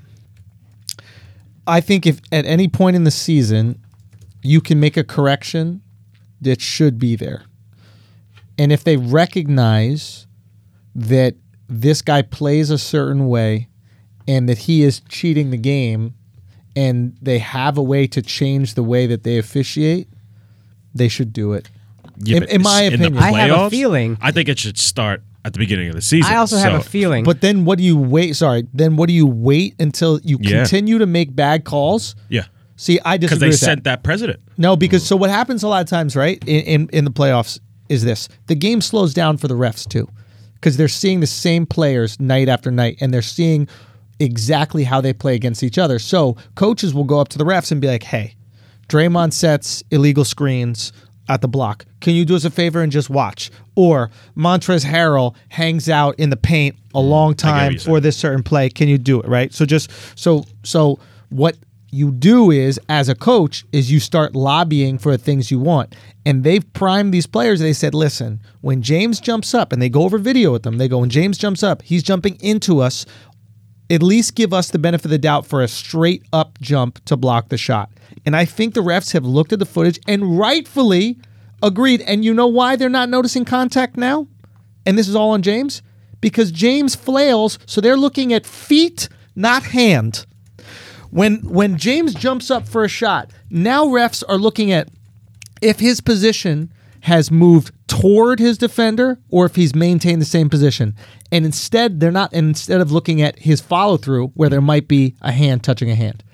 Speaker 4: I think if at any point in the season you can make a correction that should be there. And if they recognize that this guy plays a certain way and that he is cheating the game and they have a way to change the way that they officiate, they should do it.
Speaker 3: Yeah,
Speaker 4: In-
Speaker 3: but
Speaker 4: in my
Speaker 3: s- the
Speaker 4: opinion.
Speaker 1: I have a
Speaker 3: playoffs,
Speaker 1: feeling-
Speaker 3: I think it should start at the beginning of the season.
Speaker 1: I also have a
Speaker 3: So,
Speaker 1: feeling.
Speaker 4: But then what do you wait? Sorry, then what do you wait until you
Speaker 3: Yeah.
Speaker 4: continue to make bad calls?
Speaker 3: Yeah,
Speaker 4: See, I
Speaker 3: because
Speaker 4: disagree
Speaker 3: they
Speaker 4: with
Speaker 3: sent that
Speaker 4: that.
Speaker 3: president.
Speaker 4: No,
Speaker 3: Hmm.
Speaker 4: because so what happens a lot of times, right, in, in in the playoffs is this: the game slows down for the refs too, because they're seeing the same players night after night, and they're seeing exactly how they play against each other. So coaches will go up to the refs and be like, "Hey, Draymond sets illegal screens." At the block, can you do us a favor and just watch? Or Montrez Harrell hangs out in the paint a long
Speaker 3: Hmm. what
Speaker 4: time
Speaker 3: you're
Speaker 4: for
Speaker 3: saying.
Speaker 4: this certain play can you do it right so just so so what you do is as a coach is you start lobbying for the things you want and they've primed these players they said listen when james jumps up and they go over video with them they go when james jumps up he's jumping into us at least give us the benefit of the doubt for a straight up jump to block the shot. And I think the refs have looked at the footage and rightfully agreed. And you know why they're not noticing contact now? And this is all on James? Because James flails, so they're looking at feet, not hand. When when James jumps up for a shot, now refs are looking at if his position has moved toward his defender or if he's maintained the same position. And instead, they're not, and instead of looking at his follow through where there might be a hand touching a hand.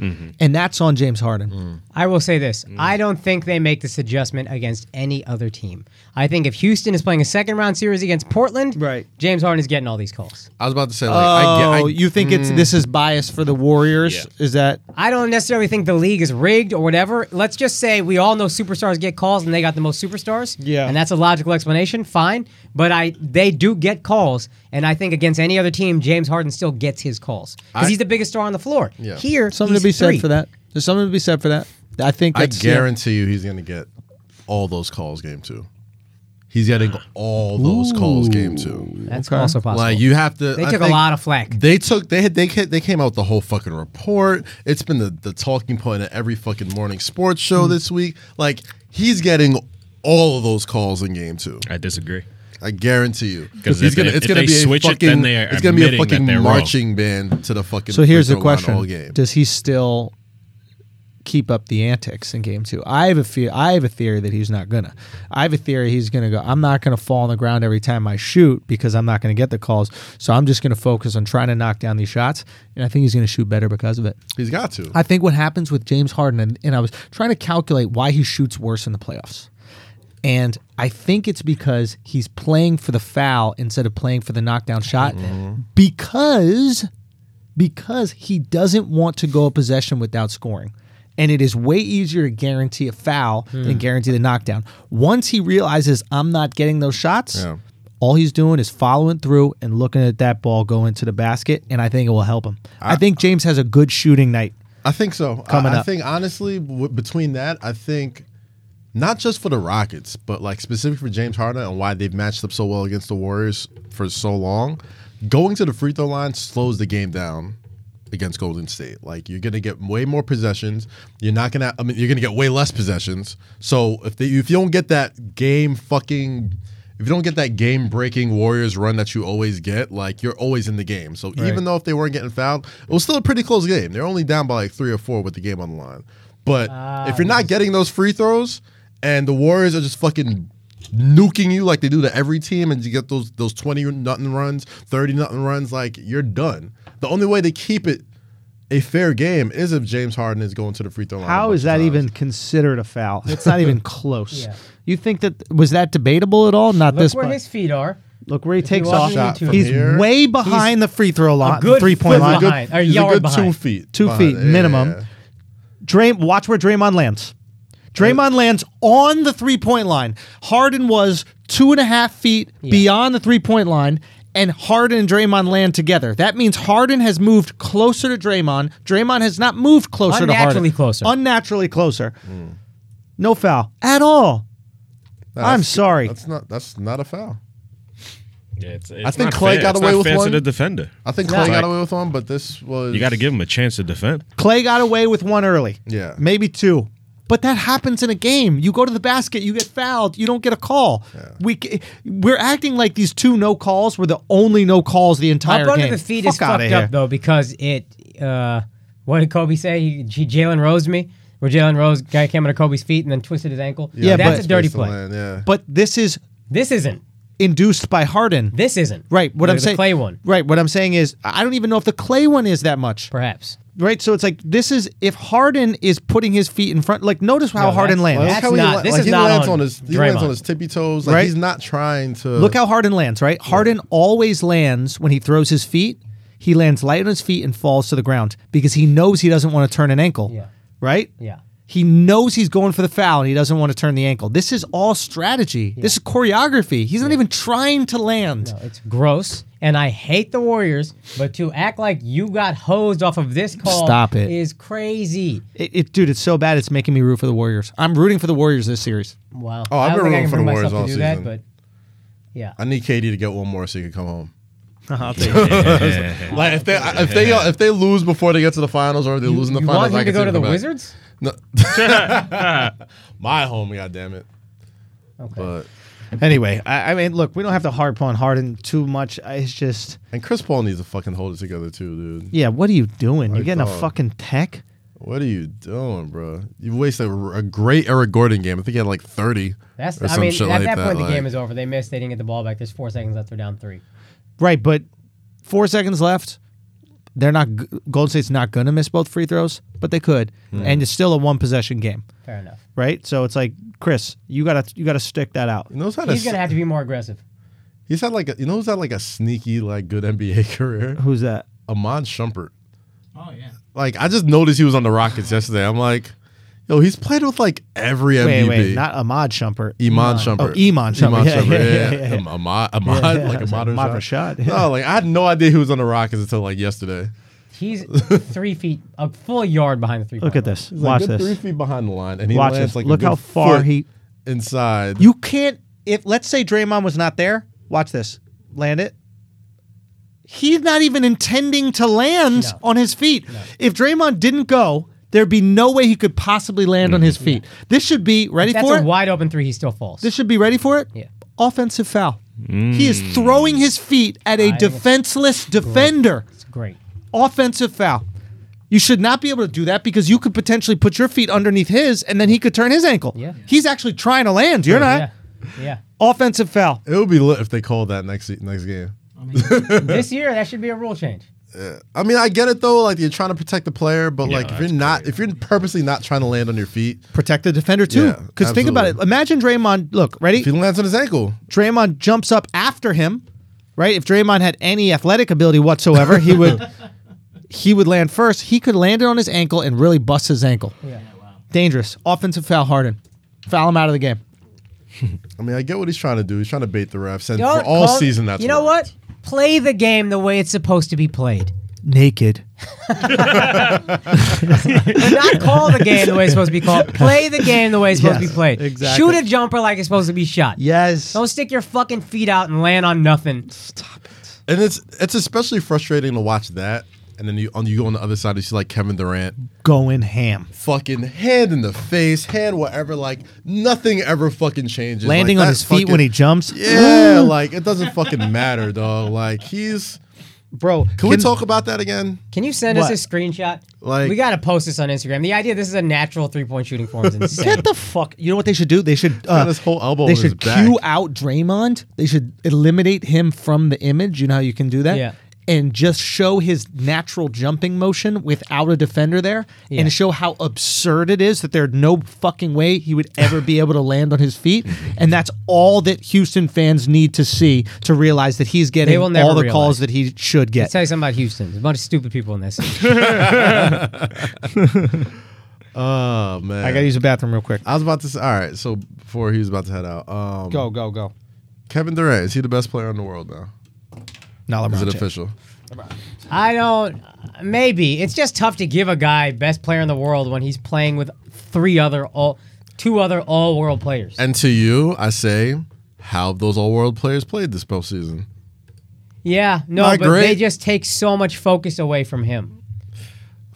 Speaker 4: And that's on James Harden.
Speaker 1: I will say this.
Speaker 2: Mm.
Speaker 1: I don't think they make this adjustment against any other team. I think if Houston is playing a second round series against Portland,
Speaker 4: Right.
Speaker 1: James Harden is getting all these calls.
Speaker 2: I was about to say, like,
Speaker 1: Oh,
Speaker 2: I, Mm. get, I
Speaker 4: Oh, you think it's this is bias for the Warriors?
Speaker 3: Yeah.
Speaker 4: Is that
Speaker 1: I don't necessarily think the league is rigged or whatever. Let's just say we all know superstars get calls and they got the most superstars.
Speaker 4: Yeah.
Speaker 1: And that's a logical explanation, fine. But I they do get calls, and I think against any other team, James Harden still gets his calls. Because
Speaker 2: I-
Speaker 1: he's the biggest star on the floor.
Speaker 2: Yeah.
Speaker 1: Here,
Speaker 4: something
Speaker 1: he's
Speaker 4: to be said
Speaker 1: three.
Speaker 4: for that? There's something to be said for that. I think
Speaker 2: I
Speaker 4: that's, yeah.
Speaker 2: guarantee you he's going to get all those calls game two. He's getting all those calls game two.
Speaker 1: That's
Speaker 4: Okay.
Speaker 1: also possible.
Speaker 2: Like you have to.
Speaker 1: they
Speaker 2: I
Speaker 1: took a
Speaker 2: think
Speaker 1: lot of flack.
Speaker 2: They took they had they ca- they came out with the whole fucking report. It's been the the talking point at every fucking morning sports show this week. Like he's getting all of those calls in game two.
Speaker 3: I disagree.
Speaker 2: I guarantee you.
Speaker 3: 'Cause
Speaker 2: He's
Speaker 3: if-
Speaker 2: gonna,
Speaker 3: if-
Speaker 2: it's
Speaker 3: if
Speaker 2: gonna
Speaker 3: they
Speaker 2: be a
Speaker 3: switch it,
Speaker 2: fucking
Speaker 3: then they are
Speaker 2: it's gonna be a
Speaker 3: admitting that
Speaker 2: fucking
Speaker 3: they're wrong.
Speaker 2: marching band to the fucking.
Speaker 4: So here's
Speaker 2: free
Speaker 4: the
Speaker 2: throw line
Speaker 4: question:
Speaker 2: All game.
Speaker 4: Does he still keep up the antics in game two? I have a fear. I have a theory that he's not gonna. I have a theory he's gonna go. I'm not gonna fall on the ground every time I shoot because I'm not gonna get the calls. So I'm just gonna focus on trying to knock down these shots, and I think he's gonna shoot better because of it.
Speaker 2: He's got to.
Speaker 4: I think what happens with James Harden, and, and I was trying to calculate why he shoots worse in the playoffs. And I think it's because he's playing for the foul instead of playing for the knockdown shot because because he doesn't want to go a possession without scoring. And it is way easier to guarantee a foul than guarantee the knockdown. Once he realizes I'm not getting those shots,
Speaker 2: Yeah.
Speaker 4: all he's doing is following through and looking at that ball go into the basket, and I think it will help him. I think James has a good shooting night.
Speaker 2: I think so.
Speaker 4: Coming
Speaker 2: I, I
Speaker 4: up.
Speaker 2: think honestly, w- between that, I think not just for the Rockets, but like specifically for James Harden and why they've matched up so well against the Warriors for so long. Going to the free throw line slows the game down against Golden State. Like you're gonna get way more possessions. You're not gonna. I mean, you're gonna get way less possessions. So if they, if you don't get that game fucking. If you don't get that game breaking Warriors run that you always get, like you're always in the game. So even though if they weren't getting fouled, it was still a pretty close game. They're only down by like three or four with the game on the line. But if you're not getting those free throws and the Warriors are just fucking nuking you like they do to every team and you get those those 20 nothing runs, 30 nothing runs, like you're done. The only way to keep it a fair game is if James Harden is going to the free throw line. a
Speaker 4: How
Speaker 2: bunch
Speaker 4: is
Speaker 2: of
Speaker 4: that
Speaker 2: times.
Speaker 4: even considered a foul? It's not even close.
Speaker 1: Yeah.
Speaker 4: You think that was that debatable at all? Not
Speaker 1: Look
Speaker 4: this
Speaker 1: where
Speaker 4: part.
Speaker 1: his feet are.
Speaker 4: Look where he
Speaker 1: you
Speaker 4: takes
Speaker 1: watch
Speaker 4: off.
Speaker 1: it on
Speaker 2: Shot from
Speaker 1: YouTube.
Speaker 4: He's
Speaker 2: here.
Speaker 4: way behind the free throw line,
Speaker 1: good
Speaker 4: three
Speaker 1: foot
Speaker 4: point line.
Speaker 1: behind. or
Speaker 2: He's a
Speaker 1: yard
Speaker 2: good two
Speaker 1: behind.
Speaker 2: feet.
Speaker 4: Two
Speaker 2: behind.
Speaker 4: feet minimum. Draym, watch where Draymond lands. Draymond lands on the three point line. Harden was two and a half feet beyond the three point line, and Harden and Draymond land together. That means Harden has moved closer to Draymond. Draymond has not moved closer to Harden.
Speaker 1: Unnaturally closer. Hmm.
Speaker 4: Unnaturally closer. No foul at all.
Speaker 2: No,
Speaker 4: I'm
Speaker 2: that's-
Speaker 4: sorry.
Speaker 2: That's not that's not a foul.
Speaker 3: Yeah, it's, it's
Speaker 2: I think
Speaker 3: not
Speaker 2: Clay
Speaker 3: fair.
Speaker 2: got
Speaker 3: It's
Speaker 2: away
Speaker 3: not
Speaker 2: with
Speaker 3: fair
Speaker 2: one.
Speaker 3: to the defender.
Speaker 2: I think
Speaker 1: not-
Speaker 2: Clay got
Speaker 3: Like-
Speaker 2: away with one, but this was
Speaker 3: You got to give him a chance to defend.
Speaker 4: Clay got away with one early.
Speaker 2: Yeah.
Speaker 4: Maybe two. But that happens in a game. You go to the basket, you get fouled, you don't get a call. We c- we're acting like these two no calls were the only no calls the entire
Speaker 1: Up under
Speaker 4: game.
Speaker 1: the feet
Speaker 4: Fuck
Speaker 1: is
Speaker 4: outta
Speaker 1: fucked up
Speaker 4: here.
Speaker 1: though because it. Uh, what did Kobe say? He, he Jalen Rose me. Where Jalen Rose guy came under Kobe's feet and then twisted his ankle.
Speaker 4: Yeah,
Speaker 1: that's
Speaker 4: but-
Speaker 1: a dirty
Speaker 2: Space the
Speaker 1: play.
Speaker 2: land, yeah.
Speaker 4: But this is
Speaker 1: This isn't.
Speaker 4: induced by Harden.
Speaker 1: This isn't.
Speaker 4: right. What
Speaker 1: The-
Speaker 4: I'm
Speaker 1: the
Speaker 4: saying.
Speaker 1: Clay one,
Speaker 4: Right. What I'm saying is I don't even know if the Clay one is that much.
Speaker 1: perhaps.
Speaker 4: Right. So it's like this is if Harden is putting his feet in front. Like notice how
Speaker 1: No,
Speaker 4: Harden
Speaker 1: that's-
Speaker 4: lands.
Speaker 2: Look
Speaker 1: That's
Speaker 2: how he
Speaker 1: not-
Speaker 2: la-
Speaker 1: this
Speaker 2: like,
Speaker 1: is
Speaker 2: he
Speaker 1: not
Speaker 2: lands
Speaker 1: on
Speaker 2: on his he lands
Speaker 1: Draymond.
Speaker 2: on his tippy toes. Like
Speaker 4: Right?
Speaker 2: he's not trying to
Speaker 4: Look how Harden lands, right? Harden always lands when he throws his feet. He lands light on his feet and falls to the ground because he knows he doesn't want to turn an ankle.
Speaker 1: Yeah.
Speaker 4: Right?
Speaker 1: Yeah.
Speaker 4: He knows he's going for the foul and he doesn't want to turn the ankle. This is all strategy. This is choreography. He's not even trying to land.
Speaker 1: No, it's gross, and I hate the Warriors. But to act like you got hosed off of this call
Speaker 4: Stop it.
Speaker 1: is crazy.
Speaker 4: It, it- dude, it's so bad. It's making me root for the Warriors. I'm rooting for the Warriors this series.
Speaker 1: Wow.
Speaker 2: Oh, I've
Speaker 1: I don't think I
Speaker 2: been rooting
Speaker 1: can
Speaker 2: for the
Speaker 1: bring
Speaker 2: Warriors
Speaker 1: myself to
Speaker 2: all
Speaker 1: do that,
Speaker 2: season.
Speaker 1: but yeah.
Speaker 2: I need KD to get one more so he can come home.
Speaker 3: Yeah.
Speaker 2: Like if they if they if they lose before they get to the finals or they lose in the
Speaker 1: You
Speaker 2: finals,
Speaker 1: want
Speaker 2: I
Speaker 1: him to
Speaker 2: can see
Speaker 1: go to
Speaker 2: him
Speaker 1: the
Speaker 2: come back.
Speaker 1: Wizards?
Speaker 2: No. My home, god damn it.
Speaker 1: Okay.
Speaker 2: But
Speaker 4: Anyway, I, I mean, look, we don't have to harp on Harden too much. I- It's just,
Speaker 2: and Chris Paul needs to fucking hold it together too, dude.
Speaker 4: yeah, what are you doing? You're getting a
Speaker 2: thought-
Speaker 4: fucking tech?
Speaker 2: What are you doing, bro? You wasted a, a great Eric Gordon game. I think he had like thirty.
Speaker 1: That's
Speaker 2: or
Speaker 1: I
Speaker 2: some
Speaker 1: mean, at
Speaker 2: shit
Speaker 1: that
Speaker 2: like
Speaker 1: point
Speaker 2: like-
Speaker 1: the game is over. They missed. They didn't get the ball back. There's four seconds left. They're down three.
Speaker 4: Right, but four seconds left. They're not. g- Golden State's not going to miss both free throws, but they could,
Speaker 2: Hmm.
Speaker 4: and it's still a one possession game,
Speaker 1: Fair enough.
Speaker 4: right? So it's like, Chris, you gotta you gotta stick that out.
Speaker 2: You know who's had
Speaker 1: He's
Speaker 2: a-
Speaker 1: gonna have to be more aggressive.
Speaker 2: he's had like a, you know who's had like a sneaky like good NBA career.
Speaker 4: Who's that?
Speaker 2: Amon Shumpert.
Speaker 10: Oh, yeah.
Speaker 2: Like I just noticed he was on the Rockets yesterday. I'm like, yo, he's played with like every
Speaker 4: Wait,
Speaker 2: MVP.
Speaker 4: wait, not Ahmad Shumpert.
Speaker 2: Iman Shumpert.
Speaker 4: Oh, Iman Shumpert. Yeah, yeah, yeah, yeah, yeah.
Speaker 2: Um, Ahmad, Ahmad,
Speaker 4: Yeah, yeah.
Speaker 2: like a modern
Speaker 4: Ahmad
Speaker 2: shot.
Speaker 4: Rashad, yeah.
Speaker 2: No, like I had no idea he was on the Rockets until like yesterday.
Speaker 1: He's three feet, a full yard behind the three.
Speaker 4: Look at this. Watch
Speaker 2: like, good Three
Speaker 4: this.
Speaker 2: feet behind the line, and he
Speaker 4: Watch
Speaker 2: lands
Speaker 4: this.
Speaker 2: like a
Speaker 4: Look
Speaker 2: good
Speaker 4: how far
Speaker 2: foot
Speaker 4: he.
Speaker 2: inside.
Speaker 4: You can't. If let's say Draymond was not there, watch this. Land it. He's not even intending to land
Speaker 1: No.
Speaker 4: on his feet. If Draymond didn't go, there'd be no way he could possibly land on his feet. This should be ready
Speaker 1: Mm-hmm. That's
Speaker 4: for
Speaker 1: a
Speaker 4: it.
Speaker 1: wide open three. He still falls.
Speaker 4: This should be ready for it.
Speaker 1: Yeah. Mm.
Speaker 4: Offensive foul. He is throwing his feet at a
Speaker 1: think it's
Speaker 4: defenseless defender.
Speaker 1: it's great.
Speaker 4: Offensive foul. You should not be able to do that because you could potentially put your feet underneath his and then he could turn his ankle.
Speaker 1: Yeah.
Speaker 4: He's actually trying to land. You're not.
Speaker 1: Yeah. Yeah.
Speaker 4: Offensive foul.
Speaker 2: it would be lit if they called that next se- next game.
Speaker 1: this year that should be a rule change.
Speaker 2: I mean, I get it though. Like you're trying to protect the player, but like if
Speaker 3: that's
Speaker 2: you're not, if you're purposely not trying to land on your feet,
Speaker 4: Protect the defender too.
Speaker 2: Yeah,
Speaker 4: Because think about it.
Speaker 2: absolutely.
Speaker 4: Imagine Draymond. Look, ready?
Speaker 2: if he lands on his ankle,
Speaker 4: Draymond jumps up after him, right? If Draymond had any athletic ability whatsoever, he would he would land first. He could land it on his ankle and really bust his ankle.
Speaker 1: Yeah.
Speaker 4: Dangerous. Offensive foul Harden. Foul him out of the game.
Speaker 2: I mean, I get what he's trying to do. He's trying to bait the refs, and
Speaker 1: Don't
Speaker 2: for all
Speaker 1: call-
Speaker 2: season, that's
Speaker 1: you know
Speaker 2: worked.
Speaker 1: what? Play the game the way it's supposed to be played.
Speaker 4: Naked.
Speaker 1: Not call the game the way it's supposed to be called. Play the game the way it's supposed to
Speaker 4: Yes,
Speaker 1: be played.
Speaker 4: exactly.
Speaker 1: Shoot a jumper like it's supposed to be shot.
Speaker 4: Yes.
Speaker 1: Don't stick your fucking feet out and land on nothing.
Speaker 2: And it's it's especially frustrating to watch that and then you on you go on the other side. You see like Kevin Durant,
Speaker 5: Going ham.
Speaker 2: fucking hand in the face, hand whatever. Like nothing ever fucking changes.
Speaker 5: Landing
Speaker 2: Like,
Speaker 5: on
Speaker 2: that
Speaker 5: his feet when he
Speaker 2: fucking-
Speaker 5: jumps.
Speaker 2: Yeah, like it doesn't fucking matter, dog. Like he's.
Speaker 1: bro.
Speaker 2: Can, we talk about that again?
Speaker 1: Can you send
Speaker 5: What?
Speaker 1: us a screenshot?
Speaker 2: Like-
Speaker 1: we gotta post this on Instagram. The idea this is a natural three point shooting form is insane.
Speaker 5: Get the fuck. You know what they should do? They should.
Speaker 2: Got
Speaker 5: Uh,
Speaker 2: his whole elbow
Speaker 5: they
Speaker 2: in his
Speaker 5: should
Speaker 2: back.
Speaker 5: cue out Draymond. They should eliminate him from the image. You know how you can do that?
Speaker 1: Yeah.
Speaker 5: And just show his natural jumping motion without a defender there
Speaker 1: Yeah.
Speaker 5: and show how absurd it is that there's no fucking way he would ever be able to land on his feet. And that's all that Houston fans need to see to realize that he's getting
Speaker 1: will never
Speaker 5: all the
Speaker 1: realize.
Speaker 5: calls that he should get.
Speaker 1: Let's tell you something about Houston. There's a bunch of stupid people in this.
Speaker 2: Oh man,
Speaker 5: I got to use the bathroom real quick.
Speaker 2: I was about to say. All right, so before he was about to head out, um,
Speaker 5: Go, go, go.
Speaker 2: Kevin Durant is he the best player in the world now?
Speaker 5: Not
Speaker 2: Is
Speaker 5: LeBron
Speaker 2: it
Speaker 5: James.
Speaker 2: official?
Speaker 1: I don't. Maybe it's just tough to give a guy best player in the world when he's playing with three other all, two other all world players.
Speaker 2: And to you, I say, how have those all-world players played this postseason?
Speaker 1: yeah, no,
Speaker 2: Not
Speaker 1: but
Speaker 2: great.
Speaker 1: they just take so much focus away from him.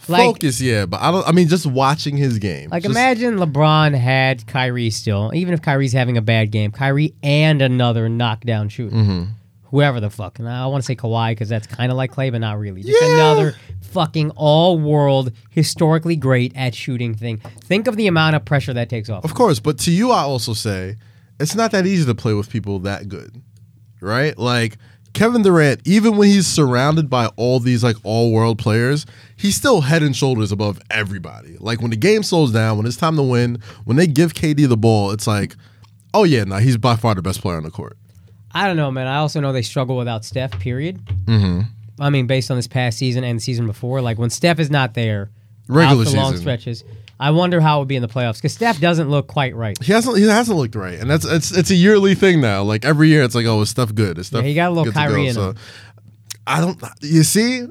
Speaker 1: Like-
Speaker 2: Focus, yeah, but I don't. I mean, just watching his game.
Speaker 1: Like
Speaker 2: Just-
Speaker 1: imagine LeBron had Kyrie still, even if Kyrie's having a bad game, Kyrie and another knockdown shooter,
Speaker 2: Mm-hmm.
Speaker 1: whoever the fuck. And I want to say Kawhi because that's kind of like Clay, but not really. Just
Speaker 2: Yeah.
Speaker 1: another fucking all-world, historically great at shooting thing. Think of the amount of pressure that takes off.
Speaker 2: Of course, but to you, I also say it's not that easy to play with people that good, right? Like Kevin Durant, even when he's surrounded by all these like all world players, he's still head and shoulders above everybody. Like when the game slows down, when it's time to win, when they give KD the ball, it's like, oh yeah, no, he's by far the best player on the court.
Speaker 1: I don't know, man. I also know they struggle without Steph. Period. Mm-hmm. I mean, based on this past season and the season before, like when Steph is not there,
Speaker 2: Regular
Speaker 1: out for long
Speaker 2: season.
Speaker 1: stretches. I wonder how it would be in the playoffs because Steph doesn't look quite right.
Speaker 2: He hasn't he hasn't looked right, and that's it's it's a yearly thing now. Like every year, it's like oh, is stuff good? Is stuff
Speaker 1: he got a little
Speaker 2: good to go?
Speaker 1: Kyrie in
Speaker 2: So,
Speaker 1: him.
Speaker 2: I don't. You see,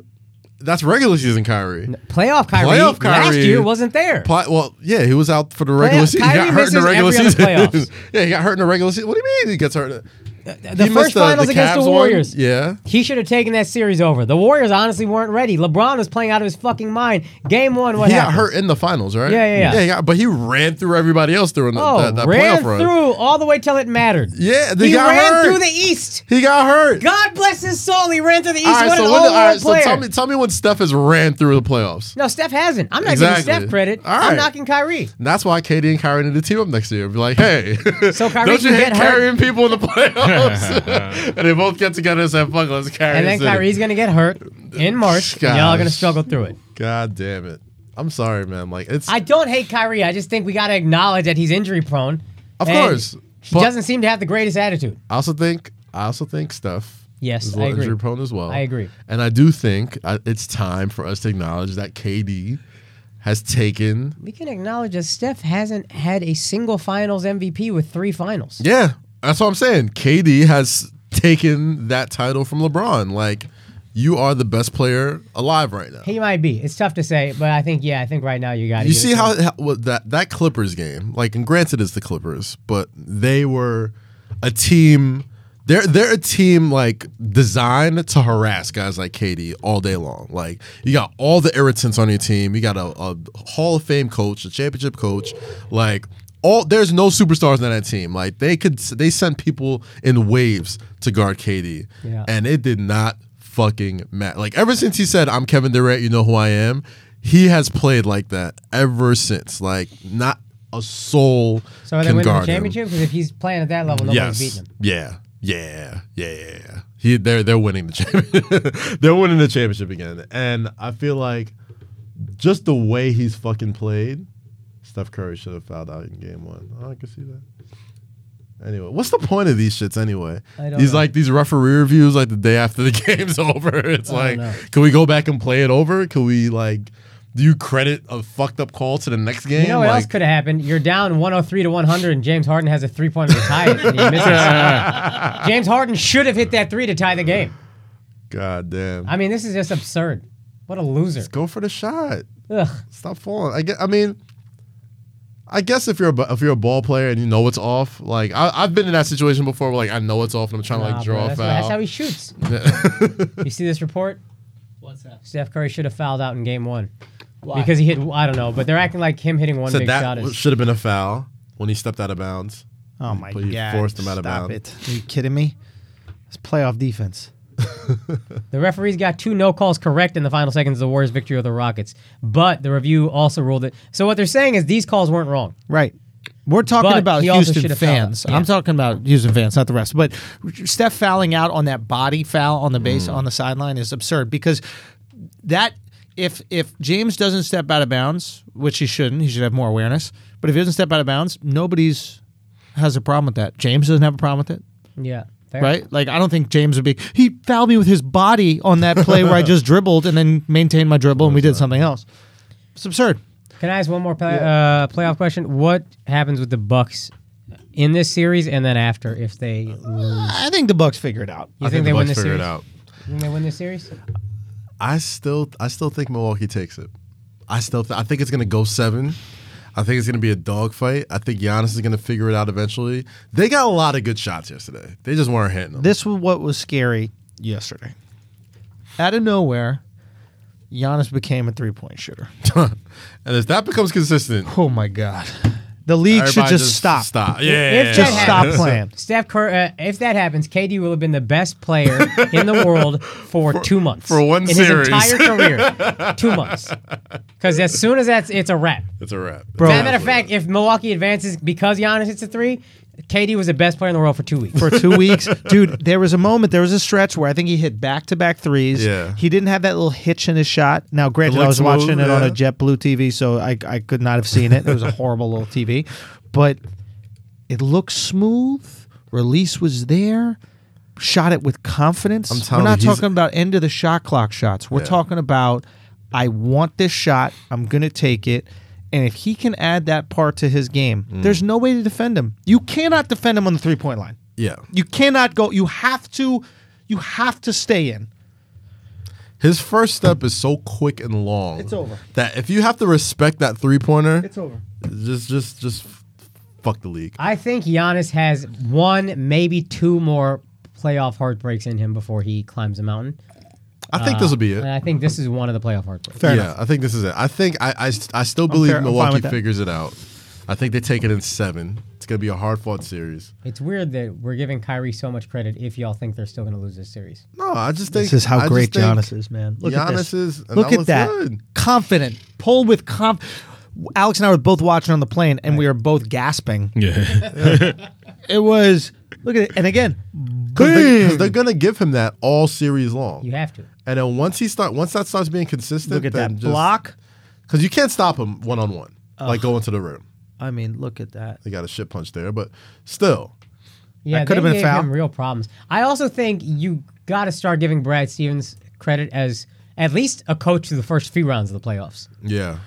Speaker 2: that's regular season Kyrie.
Speaker 1: Playoff Kyrie,
Speaker 2: Playoff
Speaker 1: last
Speaker 2: Kyrie.
Speaker 1: year wasn't there.
Speaker 2: Pla- well, yeah, he was out for the regular
Speaker 1: Playoff-
Speaker 2: season. He got
Speaker 1: Kyrie
Speaker 2: hurt in the
Speaker 1: misses
Speaker 2: regular
Speaker 1: every other
Speaker 2: season. yeah, he got hurt in the regular season. What do you mean he gets hurt?
Speaker 1: the first finals against the
Speaker 2: Cavs one.
Speaker 1: Warriors.
Speaker 2: Yeah.
Speaker 1: He should have taken that series over. The Warriors honestly weren't ready. LeBron was playing out of his fucking mind. Game one, what
Speaker 2: he
Speaker 1: happened?
Speaker 2: got hurt in the finals, right?
Speaker 1: Yeah, yeah, yeah.
Speaker 2: he got, but he ran through everybody else during the,
Speaker 1: Oh,
Speaker 2: that, that
Speaker 1: ran
Speaker 2: playoff run.
Speaker 1: through all the way till it mattered.
Speaker 2: Yeah, they
Speaker 1: he
Speaker 2: got
Speaker 1: ran
Speaker 2: hurt.
Speaker 1: through the East.
Speaker 2: He got hurt.
Speaker 1: God bless his soul. He ran through the East.
Speaker 2: all right,
Speaker 1: what
Speaker 2: so,
Speaker 1: an
Speaker 2: when,
Speaker 1: all-world
Speaker 2: all right, so
Speaker 1: player.
Speaker 2: tell me, tell me when Steph has ran through the playoffs.
Speaker 1: No, Steph hasn't. I'm not
Speaker 2: Exactly.
Speaker 1: giving Steph credit.
Speaker 2: All right.
Speaker 1: I'm knocking Kyrie.
Speaker 2: And that's why KD and Kyrie need to team up next year. Be like, hey,
Speaker 1: So Kyrie
Speaker 2: don't you
Speaker 1: can
Speaker 2: hate
Speaker 1: get hurt.
Speaker 2: carrying people in the playoffs? and they both get together and say, fuck, let's carry
Speaker 1: And then
Speaker 2: this in.
Speaker 1: Kyrie's going to get hurt in March. And y'all are going to
Speaker 2: Gosh.
Speaker 1: struggle through it.
Speaker 2: God damn it. I'm sorry, man. Like it's
Speaker 1: I don't hate Kyrie. I just think we got to acknowledge that he's injury prone.
Speaker 2: Of
Speaker 1: And
Speaker 2: course.
Speaker 1: He
Speaker 2: But-
Speaker 1: doesn't seem to have the greatest attitude.
Speaker 2: I also think I also think Steph
Speaker 1: Yes,
Speaker 2: is a
Speaker 1: I
Speaker 2: little
Speaker 1: agree.
Speaker 2: injury prone as well.
Speaker 1: I agree.
Speaker 2: And I do think uh, it's time for us to acknowledge that KD has taken
Speaker 1: We can acknowledge that Steph hasn't had a single finals MVP with three finals.
Speaker 2: Yeah, that's what I'm saying. KD has taken that title from LeBron. Like you are the best player alive right now.
Speaker 1: He might be. It's tough to say, but I think, yeah, I think right now you got to
Speaker 2: You see how, how what that that Clippers game, like, and granted it's the Clippers, but they were a team. They're they're a team like designed to harass guys like Katie all day long. Like you got all the irritants on your team. You got a, a Hall of Fame coach, a championship coach. Like all there's no superstars on that team. Like they could they sent people in waves to guard Katie,
Speaker 1: Yeah.
Speaker 2: and it did not fucking matter. Like ever since he said, "I'm Kevin Durant," you know who I am. He has played like that ever since. Like not a soul
Speaker 1: So are they
Speaker 2: can
Speaker 1: winning the
Speaker 2: guard him.
Speaker 1: championship? Because if he's playing at that level, nobody's
Speaker 2: Yes.
Speaker 1: beating him.
Speaker 2: Yeah. Yeah. Yeah. Yeah. yeah. He, they're they're winning the championship. they're winning the championship again, and I feel like just the way he's fucking played, Steph Curry should have fouled out in game one. Oh, I can see that. Anyway, what's the point of these shits anyway?
Speaker 1: I don't
Speaker 2: these
Speaker 1: know.
Speaker 2: like these referee reviews like the day after the game's over. It's
Speaker 1: I
Speaker 2: like,
Speaker 1: don't know.
Speaker 2: can we go back and play it over? Can we like, do you credit a fucked up call to the next game?
Speaker 1: You know what
Speaker 2: like,
Speaker 1: else could have happened? You're down 103 to 100, and James Harden has a three pointer to tie it, and he misses. James Harden should have hit that three to tie the game.
Speaker 2: God damn.
Speaker 1: I mean, this is just absurd. What a loser.
Speaker 2: Go for the shot.
Speaker 1: Ugh.
Speaker 2: stop falling. I, get, I mean, I guess if you're a, bu- if you're a ball player and you know it's off, like I, I've been in that situation before, where
Speaker 1: Ah,
Speaker 2: like I know it's off and I'm trying to
Speaker 1: Nah,
Speaker 2: like
Speaker 1: bro,
Speaker 2: draw a
Speaker 1: that's,
Speaker 2: foul.
Speaker 1: that's how he shoots. you see this report?
Speaker 4: What's that?
Speaker 1: Steph Curry should have fouled out in game one. Because he hit, I don't know, but they're acting like him hitting one
Speaker 2: Said
Speaker 1: big shot
Speaker 2: that
Speaker 1: is.
Speaker 2: should have been a foul when he stepped out of bounds.
Speaker 4: Oh my
Speaker 2: But you
Speaker 4: god!
Speaker 2: forced him out of
Speaker 4: Stop
Speaker 2: bounds.
Speaker 4: it! Are you kidding me? It's playoff defense.
Speaker 1: The referees got two no calls correct in the final seconds of the Warriors' victory over the Rockets, but the review also ruled it. So what they're saying is these calls weren't wrong.
Speaker 4: Right. We're talking
Speaker 1: But
Speaker 4: about
Speaker 1: he also
Speaker 4: Houston
Speaker 1: should've fouled
Speaker 4: fans.
Speaker 1: out. Yeah.
Speaker 4: I'm talking about Houston fans, not the rest. But Steph fouling out on that body foul on the base
Speaker 2: Mm.
Speaker 4: on the sideline is absurd because that if if James doesn't step out of bounds, which he shouldn't, he should have more awareness. But if he doesn't step out of bounds, nobody's has a problem with that. James doesn't have a problem with it.
Speaker 1: Yeah. Fair.
Speaker 4: Right? Like I don't think James would be he fouled me with his body on that play where I just dribbled and then maintained my dribble and we did something else. It's absurd.
Speaker 1: Can I ask one more play, uh, playoff question? What happens with the Bucks in this series and then after if they lose?
Speaker 4: I think the Bucks figure it out.
Speaker 1: You
Speaker 2: I think
Speaker 1: they
Speaker 2: the
Speaker 1: win
Speaker 2: Bucks
Speaker 1: this
Speaker 2: figure
Speaker 1: series?
Speaker 2: it out.
Speaker 1: You think they win this series?
Speaker 2: I still, I still think Milwaukee takes it. I still, th- I think it's gonna go seven. I think it's gonna be a dogfight. I think Giannis is gonna figure it out eventually. They got a lot of good shots yesterday. They just weren't hitting them.
Speaker 4: This was what was scary yesterday. Out of nowhere, Giannis became a three point shooter.
Speaker 2: and if that becomes consistent,
Speaker 4: Oh my god. The league should
Speaker 2: everybody
Speaker 4: just, stop.
Speaker 2: Stop. Yeah.
Speaker 1: If
Speaker 4: Just
Speaker 1: Yeah.
Speaker 4: stop playing.
Speaker 1: Steph Curry, uh, if that happens, KD will have been the best player in the world for, two months.
Speaker 2: for one
Speaker 1: in his
Speaker 2: series.
Speaker 1: entire career. two months. Because as soon as that's, it's a wrap.
Speaker 2: It's a wrap.
Speaker 1: As a matter of fact, if Milwaukee advances because Giannis hits a three, KD was the best player in the world for two weeks.
Speaker 4: For two weeks. Dude, there was a moment, there was a stretch where I think he hit back to back threes.
Speaker 2: Yeah.
Speaker 4: He didn't have that little hitch in his shot. Now, granted, I
Speaker 2: looks
Speaker 4: was watching
Speaker 2: smooth,
Speaker 4: it on
Speaker 2: yeah.
Speaker 4: a JetBlue TV, so I, I could not have seen it. It was a horrible little TV. But it looked smooth. Release was there. Shot it with confidence.
Speaker 2: I'm telling
Speaker 4: We're not
Speaker 2: you, he's-
Speaker 4: talking about end of the shot clock shots. We're
Speaker 2: Yeah.
Speaker 4: talking about I want this shot. I'm going to take it. And if he can add that part to his game,
Speaker 2: Mm.
Speaker 4: there's no way to defend him. You cannot defend him on the three point line.
Speaker 2: yeah.
Speaker 4: You cannot go. You have to. You have to stay in.
Speaker 2: His first step is so quick and long.
Speaker 4: It's over.
Speaker 2: That if you have to respect that three pointer,
Speaker 4: over.
Speaker 2: just just just f- fuck the league.
Speaker 1: I think Giannis has one, maybe two more playoff heartbreaks in him before he climbs the mountain.
Speaker 2: I
Speaker 4: Uh,
Speaker 2: think this will be it.
Speaker 1: And I think this is one of the playoff heartbreaks.
Speaker 2: yeah, I think this is it. I think I I, I still believe
Speaker 4: fair- I'm fine
Speaker 2: Milwaukee
Speaker 4: with that.
Speaker 2: figures it out. I think they take it in seven. It's gonna be a hard fought series.
Speaker 1: It's weird that we're giving Kyrie so much credit if y'all think they're still going to lose this series.
Speaker 2: No, I just think
Speaker 4: This is how
Speaker 2: I just
Speaker 4: great
Speaker 2: think
Speaker 4: Giannis is, man. Look at this.
Speaker 2: Giannis is. and
Speaker 4: Look at
Speaker 2: was
Speaker 4: that.
Speaker 2: good.
Speaker 4: Confident. Pull with conf. Alex and I were both watching on the plane, and we were both gasping.
Speaker 3: Yeah.
Speaker 4: It was. Look at it. And again,
Speaker 2: Because they, are gonna give him that all series long.
Speaker 1: You have to.
Speaker 2: And then once he start, once that starts being consistent,
Speaker 4: look at
Speaker 2: then
Speaker 4: that
Speaker 2: just-
Speaker 4: block.
Speaker 2: Because you can't stop him one on one, like going to the rim.
Speaker 4: I mean, look at that.
Speaker 2: They got a shit punch there, but still,
Speaker 1: Yeah,
Speaker 4: That could've
Speaker 1: they
Speaker 4: been
Speaker 1: gave
Speaker 4: foul.
Speaker 1: him real problems. I also think you got to start giving Brad Stevens credit as at least a coach through the first few rounds of the playoffs.
Speaker 2: yeah.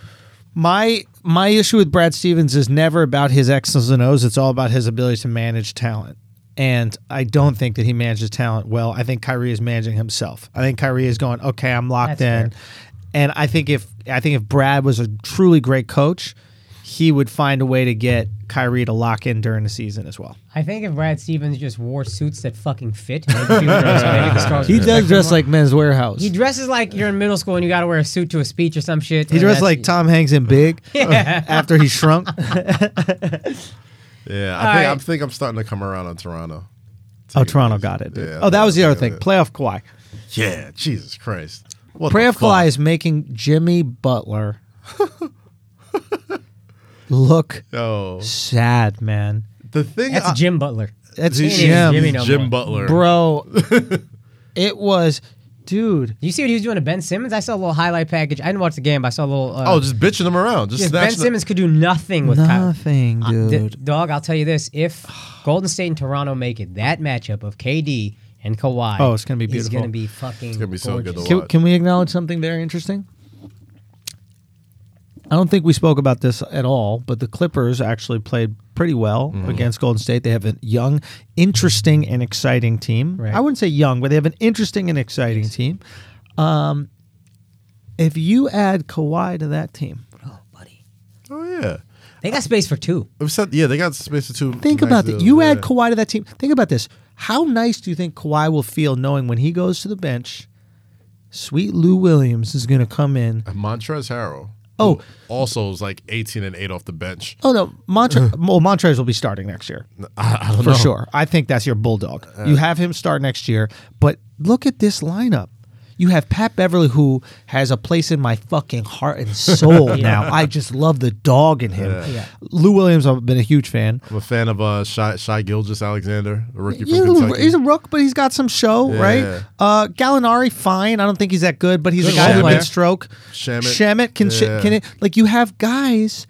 Speaker 4: My my issue with Brad Stevens is never about his X's and O's. It's all about his ability to manage talent. And I don't think that he manages talent well. I think Kyrie is managing himself. I think Kyrie is going, okay, I'm locked
Speaker 1: That's
Speaker 4: in. And I think if I think if Brad was a truly great coach, he would find a way to get Kyrie to lock in during the season as well.
Speaker 1: I think if Brad Stevens just wore suits that fucking fit, maybe he would also- maybe the stars would respect him more.
Speaker 4: like Men's Warehouse.
Speaker 1: He
Speaker 4: He,
Speaker 1: dresses like you're in middle school and you got to wear a suit to a speech or some shit. and that's-
Speaker 4: dressed like Tom Hanks in Big after he shrunk.
Speaker 2: Yeah, I
Speaker 1: All
Speaker 2: think
Speaker 1: right.
Speaker 2: I'm think I'm starting to come around on Toronto.
Speaker 4: oh, Toronto got it. dude.
Speaker 2: Yeah,
Speaker 4: oh, that was the other
Speaker 2: yeah,
Speaker 4: thing.
Speaker 2: yeah.
Speaker 4: Playoff Kawhi.
Speaker 2: Yeah, Jesus Christ. What the
Speaker 4: Prayer
Speaker 2: fuck?
Speaker 4: Fly is making Jimmy Butler look
Speaker 2: Yo,
Speaker 4: sad, man.
Speaker 2: the thing.
Speaker 4: uh,
Speaker 1: That's
Speaker 2: I-
Speaker 1: Jim Butler.
Speaker 4: That's
Speaker 1: He ain't even
Speaker 4: Jim,
Speaker 1: Jimmy no
Speaker 2: Jim
Speaker 1: more.
Speaker 2: Butler.
Speaker 4: bro. it was, dude.
Speaker 1: You see what he was doing to Ben Simmons? I saw a little highlight package. I didn't watch the game, but I saw a little. Uh,
Speaker 2: Oh, just bitching him around. Just
Speaker 1: yes, Ben
Speaker 2: snatching.
Speaker 1: Simmons could do nothing with Kyle.
Speaker 4: Nothing,
Speaker 1: Uh, d-
Speaker 4: dude.
Speaker 1: dog, I'll tell you this: if Golden State and Toronto make it, that matchup of KD and Kawhi,
Speaker 4: Oh, it's gonna be
Speaker 1: It's
Speaker 4: beautiful.
Speaker 1: gonna be fucking. It's
Speaker 2: gonna be so good to watch.
Speaker 4: Can, can we acknowledge something very interesting? I don't think we spoke about this at all, but the Clippers actually played pretty well against Golden State. They have a young, interesting, and exciting team.
Speaker 1: Right.
Speaker 4: I wouldn't say young, but they have an interesting and exciting team. Um, if you add Kawhi to that team,
Speaker 1: Oh, buddy,
Speaker 2: Oh yeah.
Speaker 1: they got space for two.
Speaker 2: It was set- yeah, they got space to two.
Speaker 4: think
Speaker 2: max
Speaker 4: about that.
Speaker 2: deals,
Speaker 4: You
Speaker 2: yeah.
Speaker 4: add Kawhi to that team. Think about this. How nice do you think Kawhi will feel knowing when he goes to the bench, Sweet Lou Williams is going to come in.
Speaker 2: And Montrez Harrell.
Speaker 4: Oh.
Speaker 2: who Also is like 18 and 8 off the bench.
Speaker 4: Oh no, Montre- well, Montrez will be starting next year for sure. I think that's your bulldog. you have him start next year, but look at this lineup. You have Pat Beverly, who has a place in my fucking heart and soul now. I just love the dog in him.
Speaker 1: Yeah.
Speaker 4: Lou Williams, I've been a huge fan.
Speaker 2: I'm a fan of uh, Shy, Shy Gilgis Alexander, a rookie
Speaker 4: He's a,
Speaker 2: from Kentucky.
Speaker 4: he's a rook, but he's got some show,
Speaker 2: Yeah.
Speaker 4: right? Uh, Gallinari, fine. I don't think he's that good, but he's a
Speaker 1: Good
Speaker 4: guy who
Speaker 1: player.
Speaker 4: can stroke.
Speaker 2: Shamit.
Speaker 4: Shamit can shi-
Speaker 2: Yeah.
Speaker 4: can it, like you have guys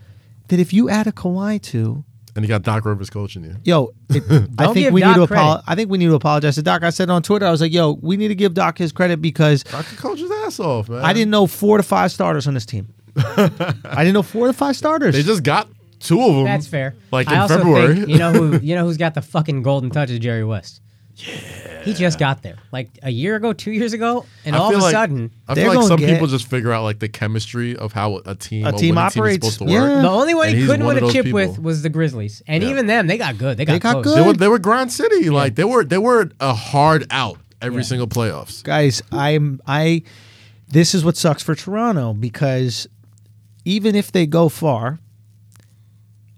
Speaker 4: that if you add a Kawhi to,
Speaker 2: and you got Doc Rivers coaching you.
Speaker 4: yo, it, I
Speaker 1: Don't
Speaker 4: think
Speaker 1: give
Speaker 4: we
Speaker 1: Doc
Speaker 4: need to
Speaker 1: credit.
Speaker 4: apologize. I think we need to apologize to Doc. I said on Twitter, I was like, yo, we need to give Doc his credit because
Speaker 2: Doc can coach his ass off, man.
Speaker 4: I didn't know four to five starters on this team. I didn't know four to five starters.
Speaker 2: They just got two of them.
Speaker 1: That's fair.
Speaker 2: Like
Speaker 1: I
Speaker 2: in
Speaker 1: also
Speaker 2: February.
Speaker 1: think, you know who? You know who's got the fucking golden touch is Jerry West. Yeah. He just got there, like a year ago, two years ago, and
Speaker 2: I
Speaker 1: all
Speaker 2: feel
Speaker 1: of a
Speaker 2: like-
Speaker 1: sudden,
Speaker 2: I
Speaker 4: they're
Speaker 2: feel like
Speaker 4: gonna
Speaker 2: some
Speaker 4: get-
Speaker 2: people just figure out like the chemistry of how a team,
Speaker 4: A
Speaker 2: a
Speaker 4: team
Speaker 2: winning
Speaker 4: operates.
Speaker 2: team is supposed to work.
Speaker 4: Yeah.
Speaker 1: the only one
Speaker 2: And
Speaker 1: he
Speaker 2: he's
Speaker 1: couldn't
Speaker 2: one
Speaker 1: win
Speaker 2: of
Speaker 1: a
Speaker 2: those
Speaker 1: chip
Speaker 2: people.
Speaker 1: with was the Grizzlies, and
Speaker 2: Yeah.
Speaker 1: even them, they got good. They got,
Speaker 4: They got
Speaker 1: close.
Speaker 4: good.
Speaker 2: They were they were grind city. Like they were they were a hard out every
Speaker 1: Yeah.
Speaker 2: single playoffs.
Speaker 4: guys i'm i this is what sucks for toronto because even if they go far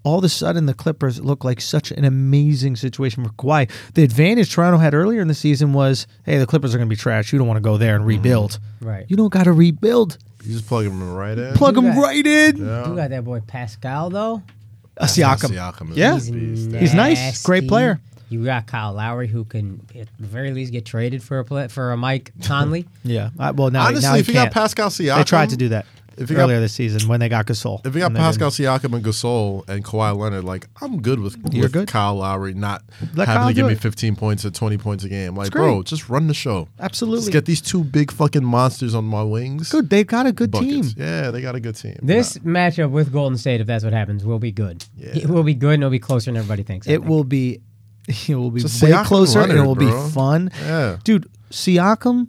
Speaker 4: all of a sudden the clippers look like such an amazing situation for Kawhi. the advantage toronto had earlier in the season was hey the clippers are going to be trash you don't want to go there and rebuild
Speaker 1: Mm-hmm. Right.
Speaker 4: you don't got to rebuild
Speaker 2: You just plug them right in.
Speaker 4: plug
Speaker 1: Do
Speaker 4: them
Speaker 1: that.
Speaker 4: right in
Speaker 1: You got that boy Pascal though.
Speaker 4: a siakam
Speaker 2: Siakam is a
Speaker 4: Yeah.
Speaker 2: beast.
Speaker 4: He's nice. Great
Speaker 1: nasty.
Speaker 4: player.
Speaker 1: You got Kyle Lowry, who can at the very least get traded for a play, for a Mike Conley.
Speaker 4: yeah I, well now, now
Speaker 2: Honestly,
Speaker 4: he
Speaker 2: if you got
Speaker 4: can't.
Speaker 2: Pascal Siakam,
Speaker 4: they tried to do that
Speaker 2: if you got-
Speaker 4: earlier this season when they got Gasol
Speaker 2: If you got
Speaker 4: And they didn't.
Speaker 2: Pascal Siakam and Gasol and Kawhi Leonard, like I'm good with,
Speaker 4: You're
Speaker 2: with
Speaker 4: good.
Speaker 2: Kyle Lowry not
Speaker 4: Let
Speaker 2: having
Speaker 4: Kyle
Speaker 2: to give
Speaker 4: do
Speaker 2: me
Speaker 4: it.
Speaker 2: 15 points or 20 points a game. Like,
Speaker 4: great.
Speaker 2: bro, just run the show.
Speaker 4: Absolutely.
Speaker 2: Just get these two big fucking monsters on my wings.
Speaker 4: good they've got a good team
Speaker 2: Buckets. Yeah, they got a good team.
Speaker 1: This matchup with Golden State, if that's what happens, will be good. It will be good, and it'll be closer than everybody thinks. I
Speaker 4: It
Speaker 1: think.
Speaker 4: will be, it will be
Speaker 2: Just
Speaker 4: way
Speaker 2: Siakam
Speaker 4: closer, and it
Speaker 2: Leonard,
Speaker 4: will
Speaker 2: bro.
Speaker 4: be fun.
Speaker 2: Yeah.
Speaker 4: dude, Siakam,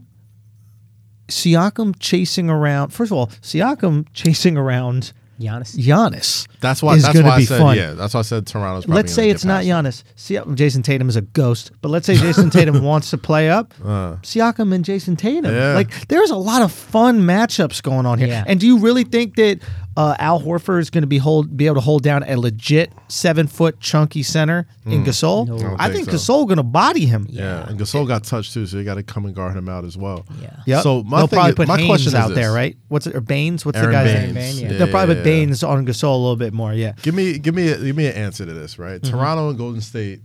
Speaker 4: Siakam chasing around. First of all, Siakam chasing around
Speaker 1: Giannis.
Speaker 4: Giannis.
Speaker 2: That's why.
Speaker 4: is
Speaker 2: That's
Speaker 4: gonna
Speaker 2: why I
Speaker 4: be
Speaker 2: said
Speaker 4: fun.
Speaker 2: yeah. That's why I said Toronto's. Probably
Speaker 4: Let's
Speaker 2: gonna
Speaker 4: say
Speaker 2: get
Speaker 4: it's not
Speaker 2: past them.
Speaker 4: Giannis. Siakam, Jason Tatum is a ghost, but let's say Jason Tatum wants to play up. Siakam and Jason Tatum.
Speaker 2: Uh. Yeah.
Speaker 4: Like there's a lot of fun matchups going on here.
Speaker 1: Yeah.
Speaker 4: And do you really think that uh, Al Horford is going to be hold be able to hold down a legit seven foot chunky center in Gasol?
Speaker 1: No. I don't
Speaker 4: I
Speaker 2: Hmm. think
Speaker 4: think,
Speaker 2: so.
Speaker 4: Gasol going to body him.
Speaker 2: Yeah, and Gasol got touched too, so you got to come and guard him out as well.
Speaker 1: Yeah.
Speaker 4: Yep.
Speaker 2: So my
Speaker 4: they'll
Speaker 2: thing
Speaker 4: probably
Speaker 2: is-
Speaker 4: put
Speaker 2: my
Speaker 4: Haynes
Speaker 2: question is
Speaker 4: out
Speaker 2: this.
Speaker 4: there, right? What's it, or Baines? What's
Speaker 2: Aaron
Speaker 4: the guy's
Speaker 2: Baines.
Speaker 4: name?
Speaker 1: Baines, yeah.
Speaker 4: They'll probably
Speaker 2: Yeah.
Speaker 4: put Baines on Gasol a little bit more. Yeah.
Speaker 2: Give me, give me, a, give me an answer to this, right?
Speaker 1: Mm-hmm.
Speaker 2: Toronto and Golden State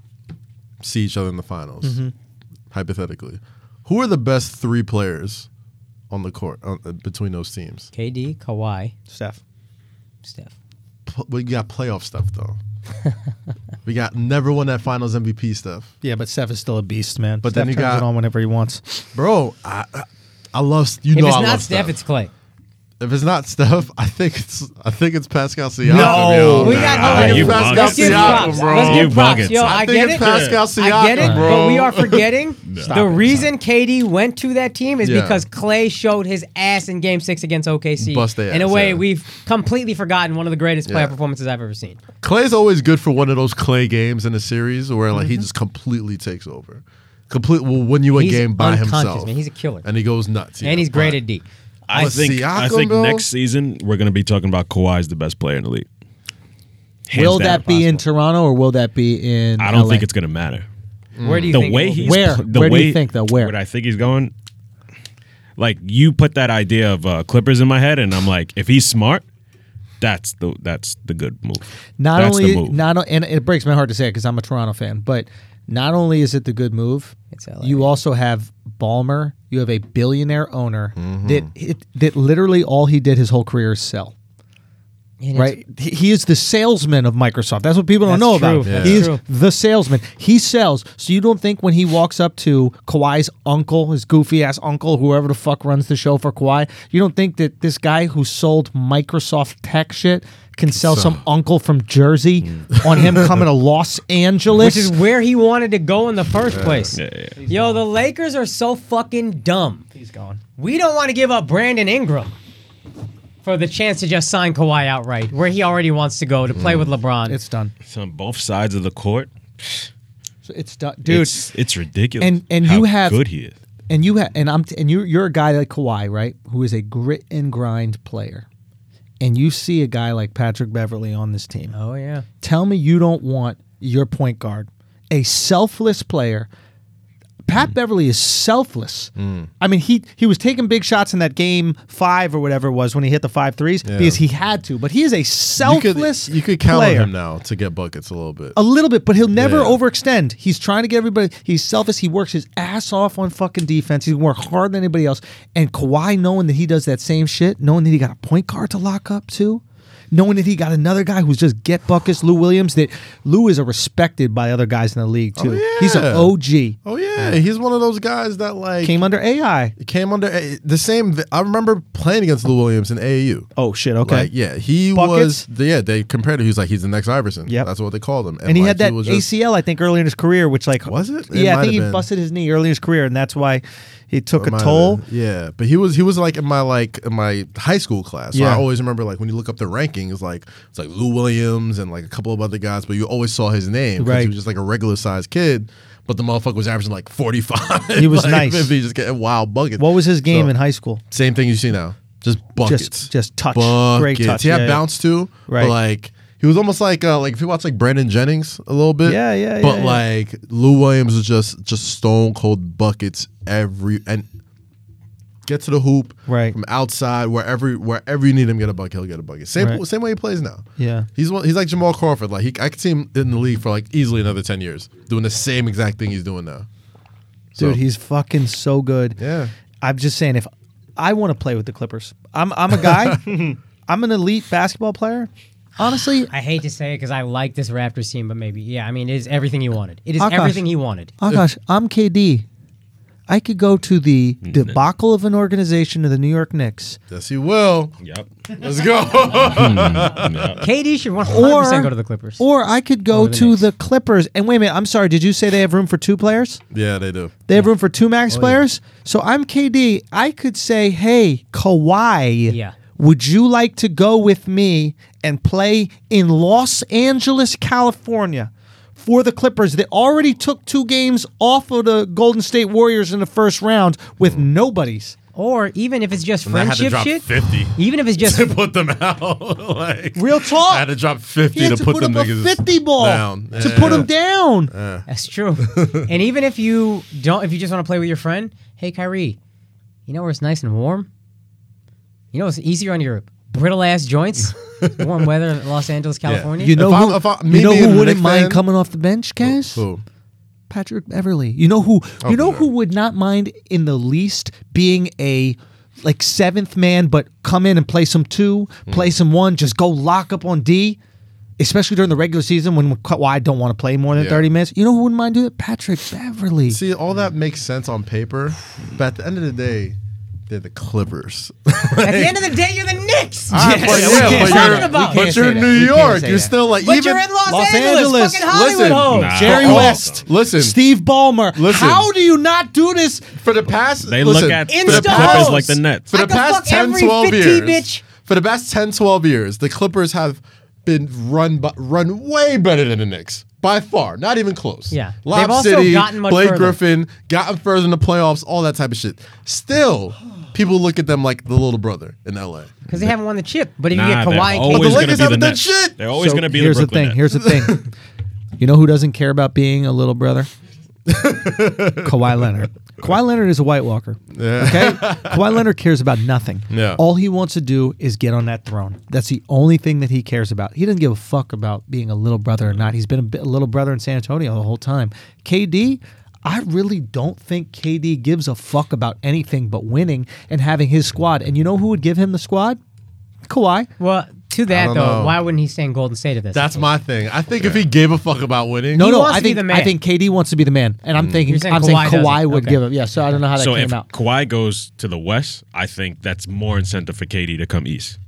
Speaker 2: see each other in the finals,
Speaker 1: Mm-hmm.
Speaker 2: hypothetically. Who are the best three players on the court on, uh, between those teams?
Speaker 1: KD, Kawhi,
Speaker 4: Steph.
Speaker 1: Steph.
Speaker 2: P- we got playoff stuff though. we got never won that Finals MVP stuff,
Speaker 4: Yeah, but Steph is still a beast, man.
Speaker 2: But
Speaker 4: Steph
Speaker 2: then you
Speaker 4: turns
Speaker 2: got-
Speaker 4: it on whenever he wants.
Speaker 2: bro. I, I- I love you
Speaker 1: If
Speaker 2: know
Speaker 1: it's
Speaker 2: I
Speaker 1: not
Speaker 2: love
Speaker 1: Steph, it's Clay.
Speaker 2: if it's not Steph, I think it's I think it's Pascal Siakam.
Speaker 4: No.
Speaker 2: yo.
Speaker 1: We got
Speaker 3: Nah,
Speaker 1: no
Speaker 3: you
Speaker 1: Let's
Speaker 2: bugging.
Speaker 1: give
Speaker 2: Siakam,
Speaker 1: props.
Speaker 2: bro.
Speaker 1: Let's give
Speaker 3: You
Speaker 1: props.
Speaker 3: bugging.
Speaker 1: Yo,
Speaker 3: I
Speaker 1: I
Speaker 2: think
Speaker 1: get
Speaker 2: it's
Speaker 1: it.
Speaker 2: Pascal
Speaker 1: I get
Speaker 2: Siakam,
Speaker 1: it,
Speaker 2: bro.
Speaker 1: but we are forgetting
Speaker 4: Stop
Speaker 1: the
Speaker 4: it.
Speaker 1: reason KD went to that team is
Speaker 2: Yeah.
Speaker 1: because Clay showed his ass in Game Six against OKC.
Speaker 2: Bust their
Speaker 1: in a
Speaker 2: ass,
Speaker 1: way,
Speaker 2: yeah.
Speaker 1: we've completely forgotten one of the greatest
Speaker 2: Yeah.
Speaker 1: playoff performances I've ever seen.
Speaker 2: Clay's always good for one of those Clay games in a series where like he just completely takes over. Complete will win you a
Speaker 1: He's
Speaker 2: game by
Speaker 1: unconscious,
Speaker 2: himself.
Speaker 1: man. He's a killer.
Speaker 2: and he goes nuts. yeah,
Speaker 1: and he's great
Speaker 2: but-
Speaker 1: at D.
Speaker 3: I
Speaker 2: But
Speaker 3: think I
Speaker 2: Siakam,
Speaker 3: think
Speaker 2: though?
Speaker 3: next season we're gonna be talking about Kawhi's the best player in the league. Hands
Speaker 11: will
Speaker 3: down
Speaker 11: that be in
Speaker 3: possible.
Speaker 11: Toronto or will that be in?
Speaker 3: I don't
Speaker 11: LA?
Speaker 3: think it's gonna matter.
Speaker 2: Mm.
Speaker 1: Where do you
Speaker 3: The
Speaker 1: think it
Speaker 3: way
Speaker 1: will be?
Speaker 3: he's
Speaker 11: Where?
Speaker 3: pl- the
Speaker 11: Where do
Speaker 3: way,
Speaker 11: you think, though? Where?
Speaker 3: I think he's going. Like you put that idea of uh, Clippers in my head, and I'm like, if he's smart, that's the that's the good move.
Speaker 11: Not
Speaker 3: that's
Speaker 11: only
Speaker 3: the move.
Speaker 11: not o- and it breaks my heart to say it because I'm a Toronto fan, but not only is it the good move,
Speaker 1: It's LA.
Speaker 11: you also have Balmer. You have a billionaire owner
Speaker 3: Mm-hmm.
Speaker 11: that it, that literally all he did his whole career is sell.
Speaker 1: And it's-
Speaker 11: Right, he he is the salesman of Microsoft. That's what people don't
Speaker 1: That's
Speaker 11: know
Speaker 1: true.
Speaker 11: about. him.
Speaker 1: That's
Speaker 11: He is
Speaker 1: true.
Speaker 11: the salesman. He sells. So you don't think when he walks up to Kawhi's uncle, his goofy ass uncle, whoever the fuck runs the show for Kawhi, you don't think that this guy who sold Microsoft tech shit can sell some uncle from Jersey on him coming to Los Angeles?
Speaker 1: Which is where he wanted to go in the first place.
Speaker 3: Yeah, yeah, yeah.
Speaker 1: Yo, the Lakers are so fucking dumb. He's gone. We don't want to give up Brandon Ingram for the chance to just sign Kawhi outright, where he already wants to go to
Speaker 2: Mm.
Speaker 1: play with LeBron.
Speaker 11: it's done.
Speaker 3: It's on both sides of the court,
Speaker 11: It's done, dude.
Speaker 3: It's, it's ridiculous.
Speaker 11: And- and
Speaker 3: how
Speaker 11: you have-
Speaker 3: good he is.
Speaker 4: and you ha- and I'm t- and you you're a guy like Kawhi, right, who is a grit and grind player, and you see a guy like Patrick Beverly on this team.
Speaker 1: Oh yeah.
Speaker 4: Tell me you don't want your point guard, a selfless player.
Speaker 2: Mm.
Speaker 4: Pat Beverly is selfless. I mean, he he was taking big shots in that game five or whatever it was when he hit the five threes because he had to. But he is a selfless.
Speaker 2: You could, you could count
Speaker 4: player. Oh.
Speaker 2: on him now to get buckets a little bit.
Speaker 4: A little bit, but he'll never
Speaker 2: Yeah.
Speaker 4: overextend. He's trying to get everybody. He's selfish. He works his ass off on fucking defense. He worked harder than anybody else. And Kawhi, knowing that he does that same shit, knowing that he got a point guard to lock up too, knowing that he got another guy who's just get buckets, Lou Williams. That Lou is a respected by other guys in the league too.
Speaker 2: Oh, yeah.
Speaker 4: He's an OG.
Speaker 2: oh yeah, he's one of those guys that like came,
Speaker 4: Came under AI.
Speaker 2: under eh, the same. I remember playing against Lou Williams in AAU.
Speaker 4: Oh shit. Okay.
Speaker 2: Like yeah, he
Speaker 4: Buckets?
Speaker 2: was yeah. They compared him. He was like he's the next Iverson.
Speaker 4: Yep.
Speaker 2: that's what they called him.
Speaker 4: and he
Speaker 2: like,
Speaker 4: had that
Speaker 2: was just-
Speaker 4: ACL, I think, earlier in his career, which like
Speaker 2: Was it? It
Speaker 4: yeah, I
Speaker 2: might have
Speaker 4: think he
Speaker 2: been.
Speaker 4: busted his knee early in his career, and that's why he took a
Speaker 2: Might have
Speaker 4: toll.
Speaker 2: been. Yeah, but he was he was like in my like in my high school class. So
Speaker 4: Yeah.
Speaker 2: I always remember like when you look up the rankings, like it's like Lou Williams and like a couple of other guys, but you always saw his name 'cause
Speaker 4: Right.
Speaker 2: he was just like a regular sized kid. But the motherfucker was averaging like forty five.
Speaker 4: He was nice.
Speaker 2: He just getting wild buckets.
Speaker 4: What was his game
Speaker 2: So,
Speaker 4: in high school?
Speaker 2: Same thing you see now, just buckets,
Speaker 4: just touch. Great
Speaker 2: buckets.
Speaker 4: touch.
Speaker 2: He had
Speaker 4: Yeah, yeah.
Speaker 2: bounce too,
Speaker 4: Right.
Speaker 2: but like. He was almost like uh, like if you watch like Brandon Jennings a little bit,
Speaker 4: Yeah, yeah,
Speaker 2: But
Speaker 4: yeah, yeah.
Speaker 2: like Lou Williams was just just stone cold buckets every and get to the hoop
Speaker 4: Right.
Speaker 2: from outside wherever wherever you need him get a bucket he'll get a bucket same
Speaker 4: Right.
Speaker 2: same way he plays now
Speaker 4: Yeah.
Speaker 2: he's one, he's like Jamal Crawford like he, I could see him in the league for like easily another ten years doing the same exact thing he's doing now So-
Speaker 4: Dude, he's fucking so good.
Speaker 2: Yeah.
Speaker 4: I'm just saying if I want to play with the Clippers. I'm I'm a guy. I'm an elite basketball player. Honestly,
Speaker 1: I hate to say it because I like this Raptors team, but maybe yeah. I mean, it is everything he wanted. It is
Speaker 4: Akash.
Speaker 1: everything he wanted.
Speaker 4: oh gosh, I'm KD. I could go to the debacle of an organization of the New York Knicks.
Speaker 2: yes he will
Speaker 3: Yep.
Speaker 2: let's go
Speaker 1: KD should 100% go to the Clippers.
Speaker 4: Or I could go
Speaker 1: Or the
Speaker 4: to
Speaker 1: Knicks.
Speaker 4: the Clippers. And wait a minute, I'm sorry, did you say they have room for two players?
Speaker 2: yeah they do
Speaker 4: They have room for two max players. So I'm KD. I could say, hey, Kawhi,
Speaker 1: Yeah.
Speaker 4: would you like to go with me and play in Los Angeles, California for the Clippers that already took two games off of the Golden State Warriors in the first round with nobody's?
Speaker 1: Or even if it's just
Speaker 2: I had
Speaker 1: friendship
Speaker 2: to drop
Speaker 1: shit.
Speaker 2: 50.
Speaker 1: Even if it's just
Speaker 2: to put them out like
Speaker 4: Real talk.
Speaker 2: I had to drop 50
Speaker 4: He had
Speaker 2: to,
Speaker 4: to
Speaker 2: put,
Speaker 4: put
Speaker 2: them
Speaker 4: up a
Speaker 2: niggas
Speaker 4: 50 ball
Speaker 2: down
Speaker 4: to put them down.
Speaker 1: that's true. and even if you don't, if you just want to play with your friend, hey Kyrie, you know where it's nice and warm. You know it's easier on your brittle ass joints. warm weather in Los Angeles, California.
Speaker 4: You know
Speaker 2: If I'm-
Speaker 4: who,
Speaker 2: if I- me
Speaker 4: you know
Speaker 2: being
Speaker 4: who
Speaker 2: a
Speaker 4: wouldn't
Speaker 2: Knicks
Speaker 4: mind
Speaker 2: fan-
Speaker 4: coming off the bench, guys?
Speaker 2: Who?
Speaker 4: Patrick Beverly. You know who you know
Speaker 2: sure.
Speaker 4: who would not mind in the least being a like seventh man, but come in and play some two,
Speaker 2: Hmm.
Speaker 4: play some one, just go lock up on D, especially during the regular season when Kawhi don't want to play more than
Speaker 2: Yeah.
Speaker 4: thirty minutes. You know who wouldn't mind doing it? Patrick Beverly.
Speaker 2: See, all that makes sense on paper, but at the end of the day, they're the Clippers.
Speaker 1: At the end of the day, you're the Knicks.
Speaker 2: Ah, but
Speaker 1: Yes.
Speaker 2: yeah,
Speaker 1: What are you
Speaker 2: but
Speaker 1: talking
Speaker 2: you're-
Speaker 1: about?
Speaker 2: But you're
Speaker 4: that.
Speaker 2: in New
Speaker 4: We can't
Speaker 2: York.
Speaker 4: say
Speaker 2: You're
Speaker 4: that.
Speaker 2: still like
Speaker 1: But
Speaker 2: even
Speaker 1: you're in Los,
Speaker 4: Los
Speaker 1: Angeles,
Speaker 4: Angeles.
Speaker 1: fucking Hollywood
Speaker 2: Listen.
Speaker 1: hoes.
Speaker 3: Nah.
Speaker 4: Jerry
Speaker 2: Oh,
Speaker 4: West.
Speaker 2: listen.
Speaker 4: Steve Ballmer.
Speaker 2: Listen.
Speaker 4: How do you not do this?
Speaker 2: for the past.
Speaker 3: They
Speaker 2: listen,
Speaker 3: look at the
Speaker 1: In
Speaker 3: Clippers
Speaker 1: stars.
Speaker 3: like the Nets.
Speaker 2: for the
Speaker 1: I can fuck
Speaker 2: past 10,
Speaker 1: every
Speaker 2: 12
Speaker 1: fit
Speaker 2: years.
Speaker 1: tea, bitch.
Speaker 2: For the past 10, 12 years, the Clippers have been run bu- run way better than the Knicks. By far, not even close.
Speaker 1: Yeah.
Speaker 2: Lob
Speaker 1: They've also
Speaker 2: City,
Speaker 1: gotten much
Speaker 2: Blake
Speaker 1: further.
Speaker 2: Griffin, gotten further in the playoffs, all that type of shit. Still, people look at them like the little brother in LA.
Speaker 1: Because they haven't won the chip. But if you
Speaker 3: Nah,
Speaker 1: get
Speaker 3: they're
Speaker 1: Kawhi and
Speaker 3: always
Speaker 2: But the
Speaker 3: going to
Speaker 2: Lakers
Speaker 3: be the
Speaker 2: haven't done
Speaker 3: Nets.
Speaker 2: shit.
Speaker 3: They're always
Speaker 4: So
Speaker 3: going to be
Speaker 4: here's
Speaker 3: the
Speaker 4: the,
Speaker 3: Brooklyn
Speaker 4: thing. Here's the thing. you know who doesn't care about being a little brother? Kawhi Leonard. Kawhi Leonard is a White Walker. Okay, Kawhi Leonard cares about nothing.
Speaker 2: Yeah.
Speaker 4: All he wants to do is get on that throne. That's the only thing that he cares about. He doesn't give a fuck about being a little brother or not. He's been a, bi- a little brother in San Antonio the whole time. KD, I really don't think KD gives a fuck about anything but winning and having his squad. And you know who would give him the squad? Kawhi.
Speaker 1: Well, to
Speaker 2: I
Speaker 1: that though,
Speaker 2: don't know.
Speaker 1: why wouldn't he stay in Golden State if this?
Speaker 2: That's my thing. I think if he gave a fuck about winning,
Speaker 4: No,
Speaker 5: Oh,
Speaker 1: He
Speaker 4: no,
Speaker 1: wants
Speaker 4: I
Speaker 1: to be
Speaker 4: think
Speaker 1: the
Speaker 4: I
Speaker 1: man.
Speaker 4: think KD wants to be the man, and I'm thinking
Speaker 1: saying
Speaker 4: I'm saying
Speaker 1: Kawhi doesn't.
Speaker 4: Kawhi would
Speaker 1: Okay.
Speaker 4: give him. Yeah, so I don't know how that
Speaker 3: Mm. So
Speaker 4: came
Speaker 3: if
Speaker 4: out.
Speaker 3: Kawhi goes to the West, I think that's more incentive for KD to come East.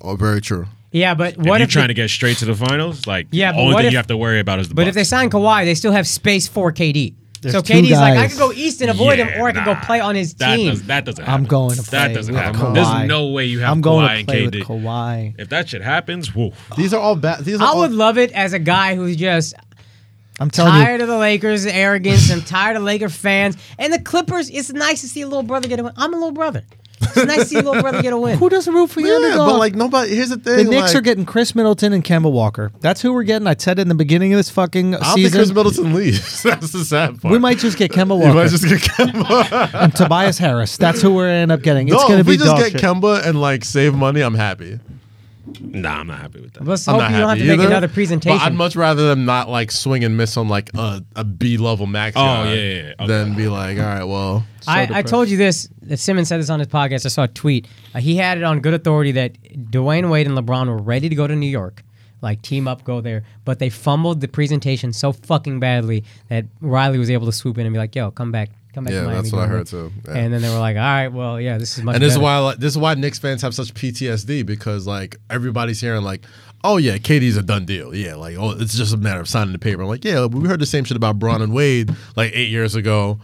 Speaker 2: oh, very true.
Speaker 1: yeah, but
Speaker 3: If
Speaker 1: what
Speaker 3: you're
Speaker 1: if,
Speaker 3: trying
Speaker 1: they-
Speaker 3: to get straight to the finals, like
Speaker 1: Yeah,
Speaker 3: the
Speaker 1: but
Speaker 3: only
Speaker 1: what
Speaker 3: thing
Speaker 1: if-
Speaker 3: you have to worry about is the
Speaker 1: But if they
Speaker 3: Bucks.
Speaker 1: sign Kawhi, they still have space for KD. so
Speaker 4: two
Speaker 1: KD's like, I
Speaker 4: guys.
Speaker 1: could go east and avoid him,
Speaker 3: Yeah,
Speaker 1: or I could go
Speaker 3: nah.
Speaker 1: play on his
Speaker 3: that
Speaker 1: team.
Speaker 3: Does, that doesn't
Speaker 4: I'm
Speaker 3: happen.
Speaker 4: going to play
Speaker 3: That doesn't
Speaker 4: with
Speaker 3: happen.
Speaker 4: Kawhi.
Speaker 3: There's no way you have
Speaker 4: I'm going
Speaker 3: Kawhi
Speaker 4: to play
Speaker 3: and
Speaker 4: with
Speaker 3: KD.
Speaker 4: Kawhi.
Speaker 3: If that shit happens, whoa.
Speaker 2: These are all bad. These are
Speaker 1: I
Speaker 2: all
Speaker 1: would love it as a guy who's just.
Speaker 5: I'm telling you.
Speaker 1: tired of the Lakers' arrogance. I'm tired of Laker fans and the Clippers. It's nice to see a little brother get a win. I'm a little brother. It's nice to see a little brother get a win.
Speaker 5: Who doesn't root for the
Speaker 2: Yeah,
Speaker 5: underdog?
Speaker 2: but like nobody. Here's the
Speaker 5: the
Speaker 2: thing.
Speaker 5: Knicks
Speaker 2: like,
Speaker 5: are getting Chris Middleton and Kemba Walker. That's who we're getting. I said it in the beginning of this fucking
Speaker 2: I don't think
Speaker 5: season.
Speaker 2: Chris Middleton leaves. That's the sad part.
Speaker 5: we might just get Kemba
Speaker 2: You
Speaker 5: Walker
Speaker 2: might just get Kemba.
Speaker 5: and Tobias Harris. That's who we're end up getting. It's
Speaker 2: no,
Speaker 5: gonna
Speaker 2: if
Speaker 5: be
Speaker 2: we just
Speaker 5: dog
Speaker 2: get
Speaker 5: shit.
Speaker 2: Kemba and like save money, I'm happy.
Speaker 3: Nah, I'm not happy with that.
Speaker 1: Let's
Speaker 2: I'm
Speaker 1: hope
Speaker 2: not
Speaker 1: you don't have
Speaker 2: happy
Speaker 1: to make
Speaker 2: either,
Speaker 1: another
Speaker 2: But I'd
Speaker 1: presentation.
Speaker 2: much rather them not like swing and miss on like a, a B level max.
Speaker 3: Oh,
Speaker 2: guy
Speaker 3: yeah, yeah, yeah.
Speaker 2: Than be like, all right, well,
Speaker 1: I, I told you this. that Simmons said this on his podcast. I saw a tweet. Uh, he had it on good authority that Dwayne Wade and LeBron were ready to go to New York, like team up, go there. But they fumbled the presentation so fucking badly that Riley was able to swoop in and be like, "Yo, come back, come back."
Speaker 2: Yeah,
Speaker 1: to Miami,
Speaker 2: that's what I
Speaker 1: Dwayne."
Speaker 2: heard too. Yeah.
Speaker 1: And then they were like, "All right, well, yeah, this is much."
Speaker 2: and this is
Speaker 1: better."
Speaker 2: why like, this is why Knicks fans have such PTSD because like everybody's hearing like, oh yeah, KD's a done deal. Yeah, like oh, it's just a matter of signing the paper. I'm like, yeah, we heard the same shit about Braun and Wade like eight years ago.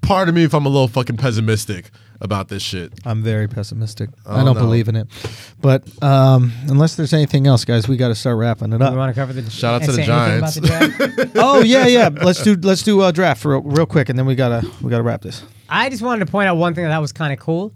Speaker 2: Pardon me if I'm a little fucking pessimistic about this shit.
Speaker 5: I'm very pessimistic.
Speaker 2: Oh,
Speaker 5: I don't
Speaker 2: no.
Speaker 5: believe in it. But um, unless there's anything else, guys, we got to start wrapping it
Speaker 1: We
Speaker 5: up.
Speaker 1: want to cover the
Speaker 2: Shout out to the
Speaker 1: say anything about the draft?
Speaker 5: oh yeah, yeah. Let's do let's do uh, draft real, real quick, and then we gotta we gotta wrap this.
Speaker 1: I just wanted to point out one thing that was kind of cool.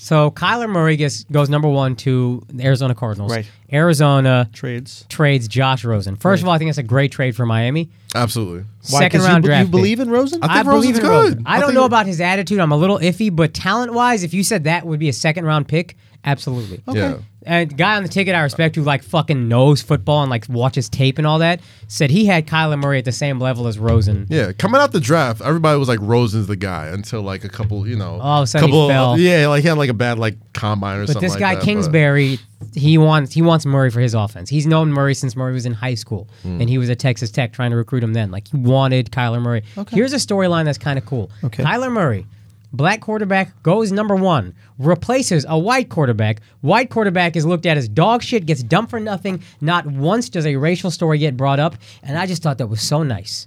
Speaker 1: So Kyler Murray gets, goes number one to the Arizona Cardinals.
Speaker 5: Right.
Speaker 1: Arizona
Speaker 5: Trades.
Speaker 1: trades Josh Rosen. First of all, I think that's a great trade for Miami.
Speaker 2: Absolutely.
Speaker 1: Second round
Speaker 5: you,
Speaker 1: draft.
Speaker 5: You
Speaker 1: pick.
Speaker 5: believe in Rosen?
Speaker 2: I think
Speaker 1: believe
Speaker 2: Rosen's
Speaker 1: in
Speaker 2: good.
Speaker 1: Rosen. I,
Speaker 2: I
Speaker 1: don't
Speaker 2: think-
Speaker 1: know about his attitude. I'm a little iffy, but talent wise, if you said that would be a second round pick, absolutely.
Speaker 2: Yeah.
Speaker 1: And guy on the ticket I respect who like fucking knows football and like watches tape and all that said he had Kyler Murray at the same level as Rosen.
Speaker 2: Yeah, coming out the draft, everybody was like Rosen's the guy until like a couple, you know,
Speaker 1: All of a sudden he
Speaker 2: couple,
Speaker 1: Oh, fell.
Speaker 2: yeah, like he had like a bad like combine or
Speaker 1: But
Speaker 2: something.
Speaker 1: this
Speaker 2: like
Speaker 1: guy
Speaker 2: that, but-
Speaker 1: Kingsbury, he wants he wants Murray for his offense. He's known Murray since Murray was in high school,
Speaker 2: Hmm.
Speaker 1: and he was at Texas Tech trying to recruit him then. Like he wanted Kyler Murray. Here's a storyline that's kind of cool.
Speaker 5: Okay.
Speaker 1: Kyler Murray, black quarterback, goes number one, replaces a white quarterback. White quarterback is looked at as dog shit, gets dumped for nothing. Not once does a racial story get brought up, and I just thought that was so nice.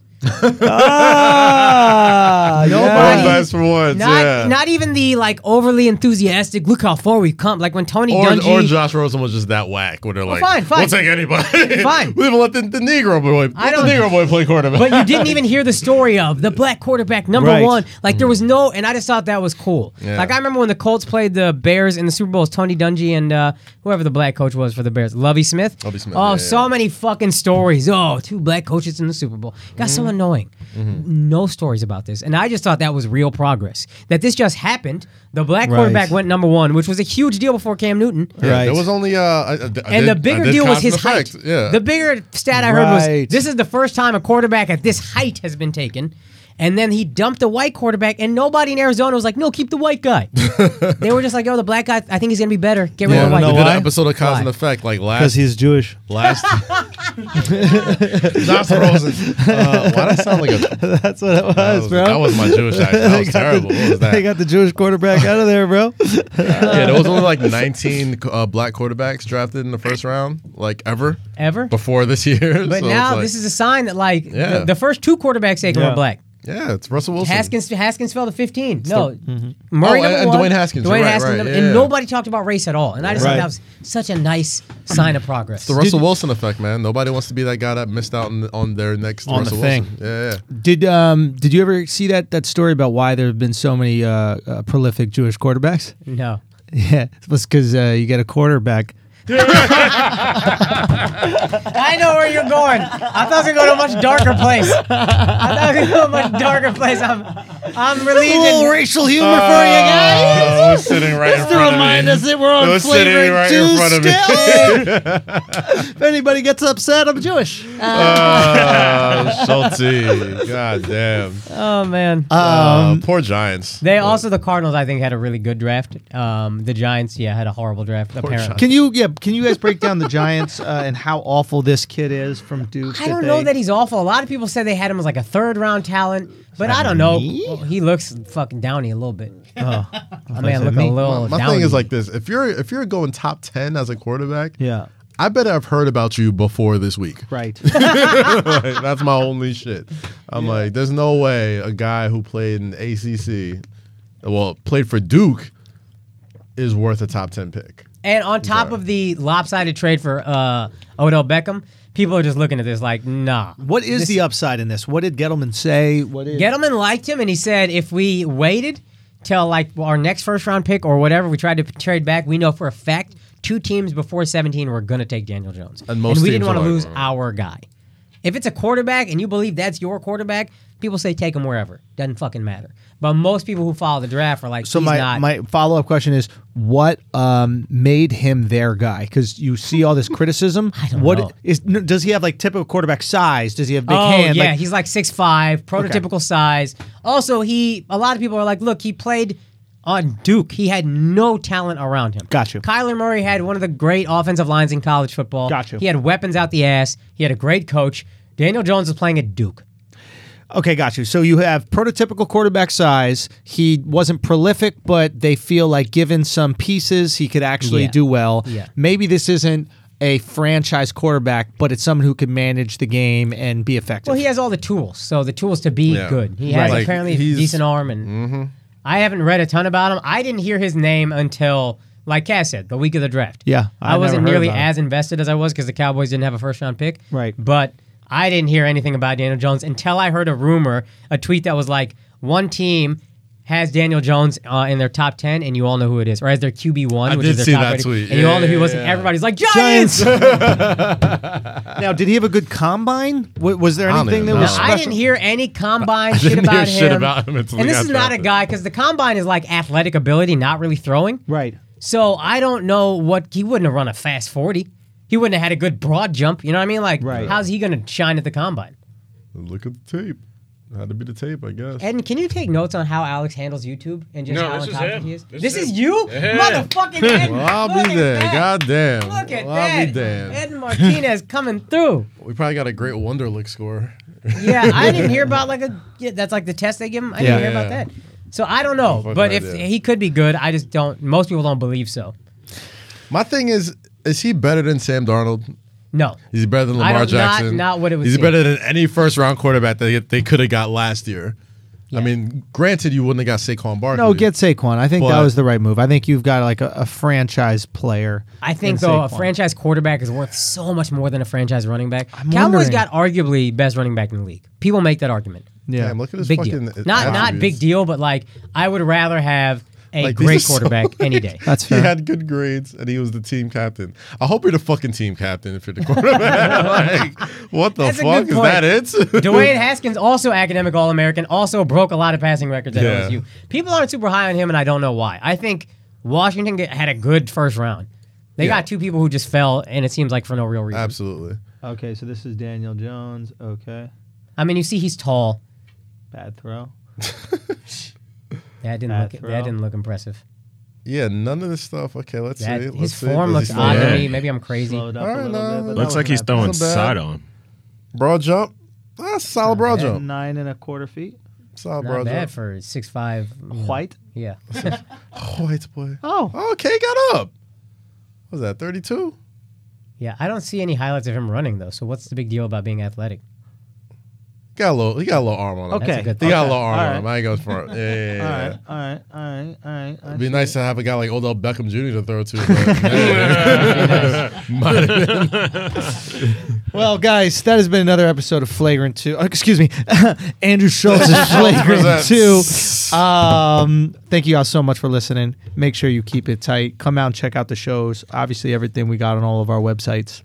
Speaker 5: Ah,
Speaker 1: Nobody-
Speaker 2: One best for once,
Speaker 1: Not,
Speaker 2: yeah.
Speaker 1: not even the like overly enthusiastic. Look how far we've come. Like when Tony
Speaker 2: Or,
Speaker 1: Dungy,
Speaker 2: or Josh Rosen was just that whack where they're like,
Speaker 1: fine, fine.
Speaker 2: we'll take anybody.
Speaker 1: Fine.
Speaker 2: we even let the, the Negro boy,
Speaker 1: I
Speaker 2: let the
Speaker 1: don't-
Speaker 2: Negro boy play quarterback.
Speaker 1: but you didn't even hear the story of the black quarterback number
Speaker 5: Right.
Speaker 1: one. Like there was no, and I just thought that was cool.
Speaker 2: Mm. Yeah.
Speaker 1: Like I remember when the Colts played the Bears in the Super Bowl, it was Tony Dungy and uh, whoever the black coach was for the Bears, Lovey Smith.
Speaker 2: Lovie Smith,
Speaker 1: Oh,
Speaker 2: yeah,
Speaker 1: so
Speaker 2: yeah.
Speaker 1: many fucking stories. Oh, two black coaches in the Super Bowl. Got so
Speaker 2: Mm-hmm.
Speaker 1: annoying. No stories about this, and I just thought that was real progress. That this just happened. The black
Speaker 5: Right.
Speaker 1: quarterback went number one, which was a huge deal before Cam Newton.
Speaker 2: Yeah,
Speaker 5: Right.
Speaker 2: There was only uh, I- I d- I
Speaker 1: And
Speaker 2: did-
Speaker 1: the
Speaker 2: I
Speaker 1: bigger
Speaker 2: did
Speaker 1: deal was
Speaker 2: cause
Speaker 1: his
Speaker 2: and effect,
Speaker 1: height.
Speaker 2: Yeah.
Speaker 1: The bigger stat I heard was
Speaker 5: Right.
Speaker 1: this is the first time a quarterback at this height has been taken. And then he dumped a white quarterback, and nobody in Arizona was like, no, keep the white guy. they were just like, oh, the black guy, I think he's going to be better. Get rid
Speaker 2: yeah,
Speaker 1: of the
Speaker 2: we
Speaker 1: white
Speaker 2: did
Speaker 1: guy.
Speaker 2: an episode of Cause and
Speaker 1: Why?
Speaker 2: Effect like
Speaker 5: because
Speaker 2: last
Speaker 5: he's Jewish.
Speaker 2: last. Josh Rosen. Uh, why that sound like a?
Speaker 5: That's what it was,
Speaker 2: That was,
Speaker 5: bro.
Speaker 2: that was my Jewish accent. That was terrible. what was that?
Speaker 5: They got the Jewish quarterback out of there, bro.
Speaker 2: yeah, there was only like 19 uh, black quarterbacks drafted in the first round, like ever
Speaker 1: Ever?
Speaker 2: before this year.
Speaker 1: But
Speaker 2: So it's
Speaker 1: now
Speaker 2: like-
Speaker 1: this is a sign that, like,
Speaker 2: Yeah.
Speaker 1: the, the first two quarterbacks taken were
Speaker 5: Yeah.
Speaker 1: black.
Speaker 2: yeah, it's Russell Wilson.
Speaker 1: Haskins Haskins fell to 15. No. Murray
Speaker 2: Oh,
Speaker 1: number
Speaker 2: and- and
Speaker 1: one,
Speaker 2: Dwayne Haskins, you're
Speaker 1: Dwayne
Speaker 2: right,
Speaker 1: Haskins
Speaker 2: right,
Speaker 1: number-
Speaker 2: yeah.
Speaker 1: And nobody talked about race at all. And I just
Speaker 5: Right.
Speaker 1: thought that was such a nice sign of progress.
Speaker 2: The Russell Wilson effect, man. Nobody wants to be that guy that missed out on, on their next
Speaker 5: On the
Speaker 2: Russell
Speaker 5: thing.
Speaker 2: Wilson. Yeah, yeah.
Speaker 5: Did um did you ever see that that story about why there have been so many uh, uh, prolific Jewish quarterbacks?
Speaker 1: no.
Speaker 5: Yeah, it was because uh, you get a quarterback.
Speaker 1: I know where you're going. I thought it was gonna go to a much darker place. I thought it was gonna go to a much darker place. I'm, I'm relieved.
Speaker 5: racial humor Oh. Ah,
Speaker 2: Uh, was sitting right in front of me.
Speaker 5: that we're on
Speaker 2: It was sitting
Speaker 5: Flavor
Speaker 2: right in
Speaker 5: Tuesday.
Speaker 2: front of me.
Speaker 5: if anybody gets upset, I'm Jewish.
Speaker 2: Uh, Schulte. God damn.
Speaker 1: Oh man.
Speaker 2: Uh,
Speaker 5: Um,
Speaker 2: poor Giants.
Speaker 1: they also the Cardinals I think had a really good draft. Um, the Giants yeah had a horrible draft apparently.
Speaker 5: Can you yeah? Can you guys break down the Giants uh, and how awful this kid is from Duke?
Speaker 1: I don't know that he's awful. A lot of people said they had him as like a third round talent, but I don't know. Well, he looks fucking downy a little bit. Oh, I mean,
Speaker 5: that
Speaker 1: look a
Speaker 5: me?
Speaker 1: little.
Speaker 2: My
Speaker 1: downy.
Speaker 2: thing is like this: if you're if you're going top ten as a quarterback,
Speaker 5: Yeah.
Speaker 2: I bet I've heard about you before this week.
Speaker 5: Right.
Speaker 2: Like, that's my only shit. I'm like, there's no way a guy who played in ACC, well, played for Duke, is worth a top ten pick.
Speaker 1: And on top of the lopsided trade for uh, Odell Beckham, people are just looking at this like, nah.
Speaker 4: What is the upside in this? What did Gettleman say? What is
Speaker 1: Gettleman liked him, and he said if we waited till like our next first round pick or whatever, we tried to trade back. We know for a fact two teams before 17 were going to take Daniel Jones,
Speaker 2: And most
Speaker 1: we didn't
Speaker 2: teams
Speaker 1: want
Speaker 2: are
Speaker 1: to
Speaker 2: like,
Speaker 1: lose
Speaker 2: "Mm."
Speaker 1: our guy. If it's a quarterback and you believe that's your quarterback, people say take him wherever. Doesn't fucking matter. But most people who follow the draft are like,
Speaker 4: So
Speaker 1: he's
Speaker 4: my,
Speaker 1: not.
Speaker 4: my follow up question is what um, made him their guy? Because you see all this criticism. I
Speaker 1: don't know.
Speaker 4: does he have like typical quarterback size? Does he have big
Speaker 1: oh
Speaker 4: hand?
Speaker 1: yeah,
Speaker 4: Like,
Speaker 1: he's like six five, prototypical size. Also, he a lot of people are like, look, he played on Duke. He had no talent around him.
Speaker 4: Got you.
Speaker 1: Kyler Murray had one of the great offensive lines in college football.
Speaker 4: Got you.
Speaker 1: He had weapons out the ass. He had a great coach. Daniel Jones was playing at Duke.
Speaker 4: okay, got you. So you have prototypical quarterback size. He wasn't prolific, but they feel like given some pieces, he could actually
Speaker 1: Yeah.
Speaker 4: do well.
Speaker 1: Yeah.
Speaker 4: Maybe this isn't a franchise quarterback, but it's someone who can manage the game and be effective.
Speaker 1: Well, he has all the tools. So the tools to be
Speaker 2: Yeah.
Speaker 1: good. He
Speaker 2: Right.
Speaker 1: has
Speaker 2: Like,
Speaker 1: apparently a
Speaker 2: he's- Mm-hmm.
Speaker 1: decent arm, and I haven't read a ton about him. I didn't hear his name until, like Cass said, the week of the draft.
Speaker 4: Yeah, I
Speaker 1: I, wasn't
Speaker 4: never heard
Speaker 1: nearly
Speaker 4: about him.
Speaker 1: as invested as I was because the Cowboys didn't have a first round pick.
Speaker 4: Right.
Speaker 1: but I didn't hear anything about Daniel Jones until I heard a rumor, a tweet that was like, one team. Has Daniel Jones uh, in their top ten, and you all know who it is, or as their QB one,
Speaker 2: I
Speaker 1: which
Speaker 2: did
Speaker 1: is their
Speaker 2: see
Speaker 1: top
Speaker 2: that
Speaker 1: rated,
Speaker 2: tweet.
Speaker 1: and you all know who he was.
Speaker 2: Yeah.
Speaker 1: And everybody's like Giants.
Speaker 4: now, did he have a good combine? Wa- was there
Speaker 2: I don't
Speaker 4: anything that
Speaker 2: even
Speaker 4: was
Speaker 2: know.
Speaker 1: Now,
Speaker 4: special?
Speaker 1: I didn't hear any combine shit
Speaker 2: didn't hear
Speaker 1: about him.
Speaker 2: shit about him until
Speaker 1: and
Speaker 2: he
Speaker 1: this
Speaker 2: got
Speaker 1: is not a
Speaker 2: drafted.
Speaker 1: guy because the combine is like athletic ability, not really throwing.
Speaker 4: Right.
Speaker 1: So I don't know what he wouldn't have run a fast forty. He wouldn't have had a good broad jump. You know what I mean? Like,
Speaker 4: Right.
Speaker 1: how's he going to shine at the combine?
Speaker 2: Look at the tape. Had to be the tape, I guess.
Speaker 1: Ed, can you take notes on how Alex handles YouTube and just
Speaker 3: No,
Speaker 1: how
Speaker 3: this
Speaker 1: on
Speaker 3: is
Speaker 1: top
Speaker 3: him.
Speaker 1: he is?
Speaker 3: This
Speaker 1: This,
Speaker 3: is
Speaker 1: is
Speaker 3: him.
Speaker 1: you,
Speaker 3: Yeah.
Speaker 1: motherfucking Ed.
Speaker 2: Well, I'll
Speaker 1: Look
Speaker 2: be
Speaker 1: at
Speaker 2: there.
Speaker 1: that.
Speaker 2: God damn.
Speaker 1: Look at
Speaker 2: well,
Speaker 1: that.
Speaker 2: I'll be damn.
Speaker 1: Ed Martinez coming through.
Speaker 2: We probably got a great Wonderlick score.
Speaker 1: Yeah, I didn't hear about like a yeah, that's like the test they give him. I didn't
Speaker 4: Yeah.
Speaker 1: hear about
Speaker 2: Yeah.
Speaker 1: that. So I don't know,
Speaker 2: fucking
Speaker 1: but if
Speaker 2: idea.
Speaker 1: he could be good, I just don't. Most people don't believe so.
Speaker 2: My thing is, is he better than Sam Darnold?
Speaker 1: No,
Speaker 2: He's better than
Speaker 1: I don't-
Speaker 2: Lamar
Speaker 1: not-
Speaker 2: Jackson.
Speaker 1: not what it was
Speaker 2: He's
Speaker 1: seen.
Speaker 2: better than any first round quarterback that they, they could have got last year. I mean, granted, you wouldn't have got Saquon Barkley.
Speaker 4: No, get Saquon. I think that
Speaker 2: But-
Speaker 4: was the right move. I think you've got like a, a franchise player.
Speaker 1: I think
Speaker 4: in
Speaker 1: though a
Speaker 4: Saquon.
Speaker 1: franchise quarterback is worth so much more than a franchise running back.
Speaker 4: I'm
Speaker 1: Cowboys
Speaker 4: wondering.
Speaker 1: got arguably best running back in the league. People make that argument.
Speaker 4: Yeah.
Speaker 2: Damn, look at his
Speaker 1: Big deal.
Speaker 2: fucking. uh,
Speaker 1: Not not big deal, but like I would rather have a
Speaker 2: Like, these are
Speaker 1: great
Speaker 2: so
Speaker 1: quarterback any day.
Speaker 4: That's
Speaker 2: He
Speaker 4: fair.
Speaker 2: had good grades and he was the team captain. I hope you're the fucking team captain if you're the quarterback. like, what the
Speaker 1: That's a
Speaker 2: fuck
Speaker 1: good
Speaker 2: is
Speaker 1: point.
Speaker 2: that? It.
Speaker 1: Dwayne Haskins, also academic All American, also broke a lot of passing records at
Speaker 2: Yeah.
Speaker 1: LSU. People aren't super high on him, and I don't know why. I think Washington get, had a good first round. They
Speaker 2: Yeah.
Speaker 1: got two people who just fell, and it seems like for no real reason.
Speaker 2: Absolutely.
Speaker 5: Okay, so this is Daniel Jones. Okay,
Speaker 1: I mean, you see, he's tall.
Speaker 5: bad throw.
Speaker 1: That didn't
Speaker 5: Bad
Speaker 1: look.
Speaker 5: throw.
Speaker 1: That didn't look impressive.
Speaker 2: Yeah, none of this stuff. Okay, let's
Speaker 1: That,
Speaker 2: see. Let's
Speaker 1: his
Speaker 2: see.
Speaker 1: form
Speaker 2: Does
Speaker 1: looks
Speaker 2: he
Speaker 1: odd
Speaker 2: slow
Speaker 1: to
Speaker 2: down?
Speaker 1: me. Maybe I'm crazy.
Speaker 5: Slowed up
Speaker 2: All right,
Speaker 5: a little
Speaker 2: no,
Speaker 5: bit. but
Speaker 2: that
Speaker 3: Looks
Speaker 5: that
Speaker 3: like
Speaker 5: wasn't
Speaker 3: he's
Speaker 5: that
Speaker 3: throwing
Speaker 2: Isn't bad.
Speaker 3: side on.
Speaker 2: Broad jump. That's solid broad
Speaker 5: bad.
Speaker 2: jump.
Speaker 5: Nine and a quarter feet.
Speaker 2: Solid
Speaker 1: Not
Speaker 2: broad
Speaker 1: bad
Speaker 2: jump.
Speaker 1: for six five.
Speaker 5: White.
Speaker 1: Yeah.
Speaker 2: White boy.
Speaker 5: Oh,
Speaker 2: Okay, got up. What was that 32?
Speaker 1: yeah. I don't see any highlights of him running though. So what's the big deal about being athletic?
Speaker 2: Got a little. He got a little arm on him.
Speaker 5: okay.
Speaker 1: That's a good
Speaker 2: He
Speaker 1: thing.
Speaker 2: got a
Speaker 5: Okay,
Speaker 2: little arm
Speaker 5: all
Speaker 2: on
Speaker 5: right.
Speaker 2: him. I ain't going for it. Yeah, yeah,
Speaker 5: All
Speaker 2: yeah.
Speaker 5: right, all right, all right, all right. I
Speaker 2: It'd be
Speaker 5: see
Speaker 2: nice
Speaker 5: it.
Speaker 2: to have a guy like Odell Beckham Jr. to throw to. but- Might have been-
Speaker 4: well, guys, that has been another episode of Flagrant Two. uh, excuse me, Andrew Schultz is Flagrant Two.
Speaker 2: presents.
Speaker 4: Um, thank you guys so much for listening. Make sure you keep it tight. Come out and check out the shows. Obviously, everything we got on all of our websites.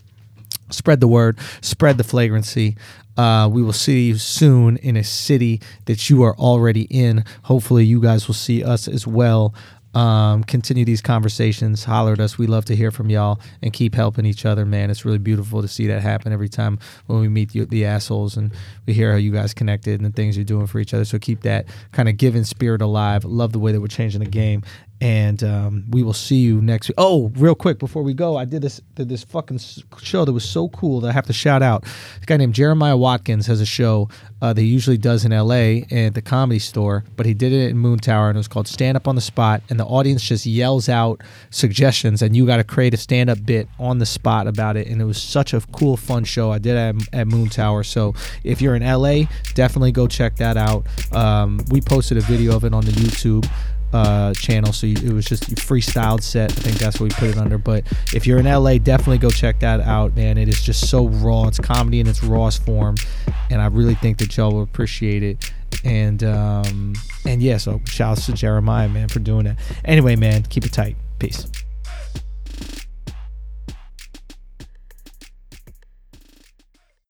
Speaker 4: Spread the word. Spread the flagrancy. Uh, we will see you soon in a city that you are already in. Hopefully, you guys will see us as well. Um, continue these conversations. Holler at us. We love to hear from y'all and keep helping each other, man. It's really beautiful to see that happen every time when we meet you, the assholes and we hear how you guys connected and the things you're doing for each other. So keep that kind of giving spirit alive. Love the way that we're changing the game. And um, we will see you next week. Oh, real quick before we go, I did this did this fucking s- show that was so cool that I have to shout out. A guy named Jeremiah Watkins has a show uh, that he usually does in L.A. at the Comedy Store, but he did it in Moon Tower, and it was called Stand Up on the Spot. And the audience just yells out suggestions, and you got to create a stand up bit on the spot about it. And it was such a cool, fun show. I did it at, at Moon Tower. So if you're in L.A., definitely go check that out. Um, we posted a video of it on the YouTube uh, channel, so you, it was just you freestyled set. I think that's what we put it under. But if you're in LA, definitely go check that out, man. It is just so raw. It's comedy in its rawest form, and I really think that y'all will appreciate it. And um, and yeah, so shouts to Jeremiah, man, for doing that. Anyway, man, keep it tight. Peace.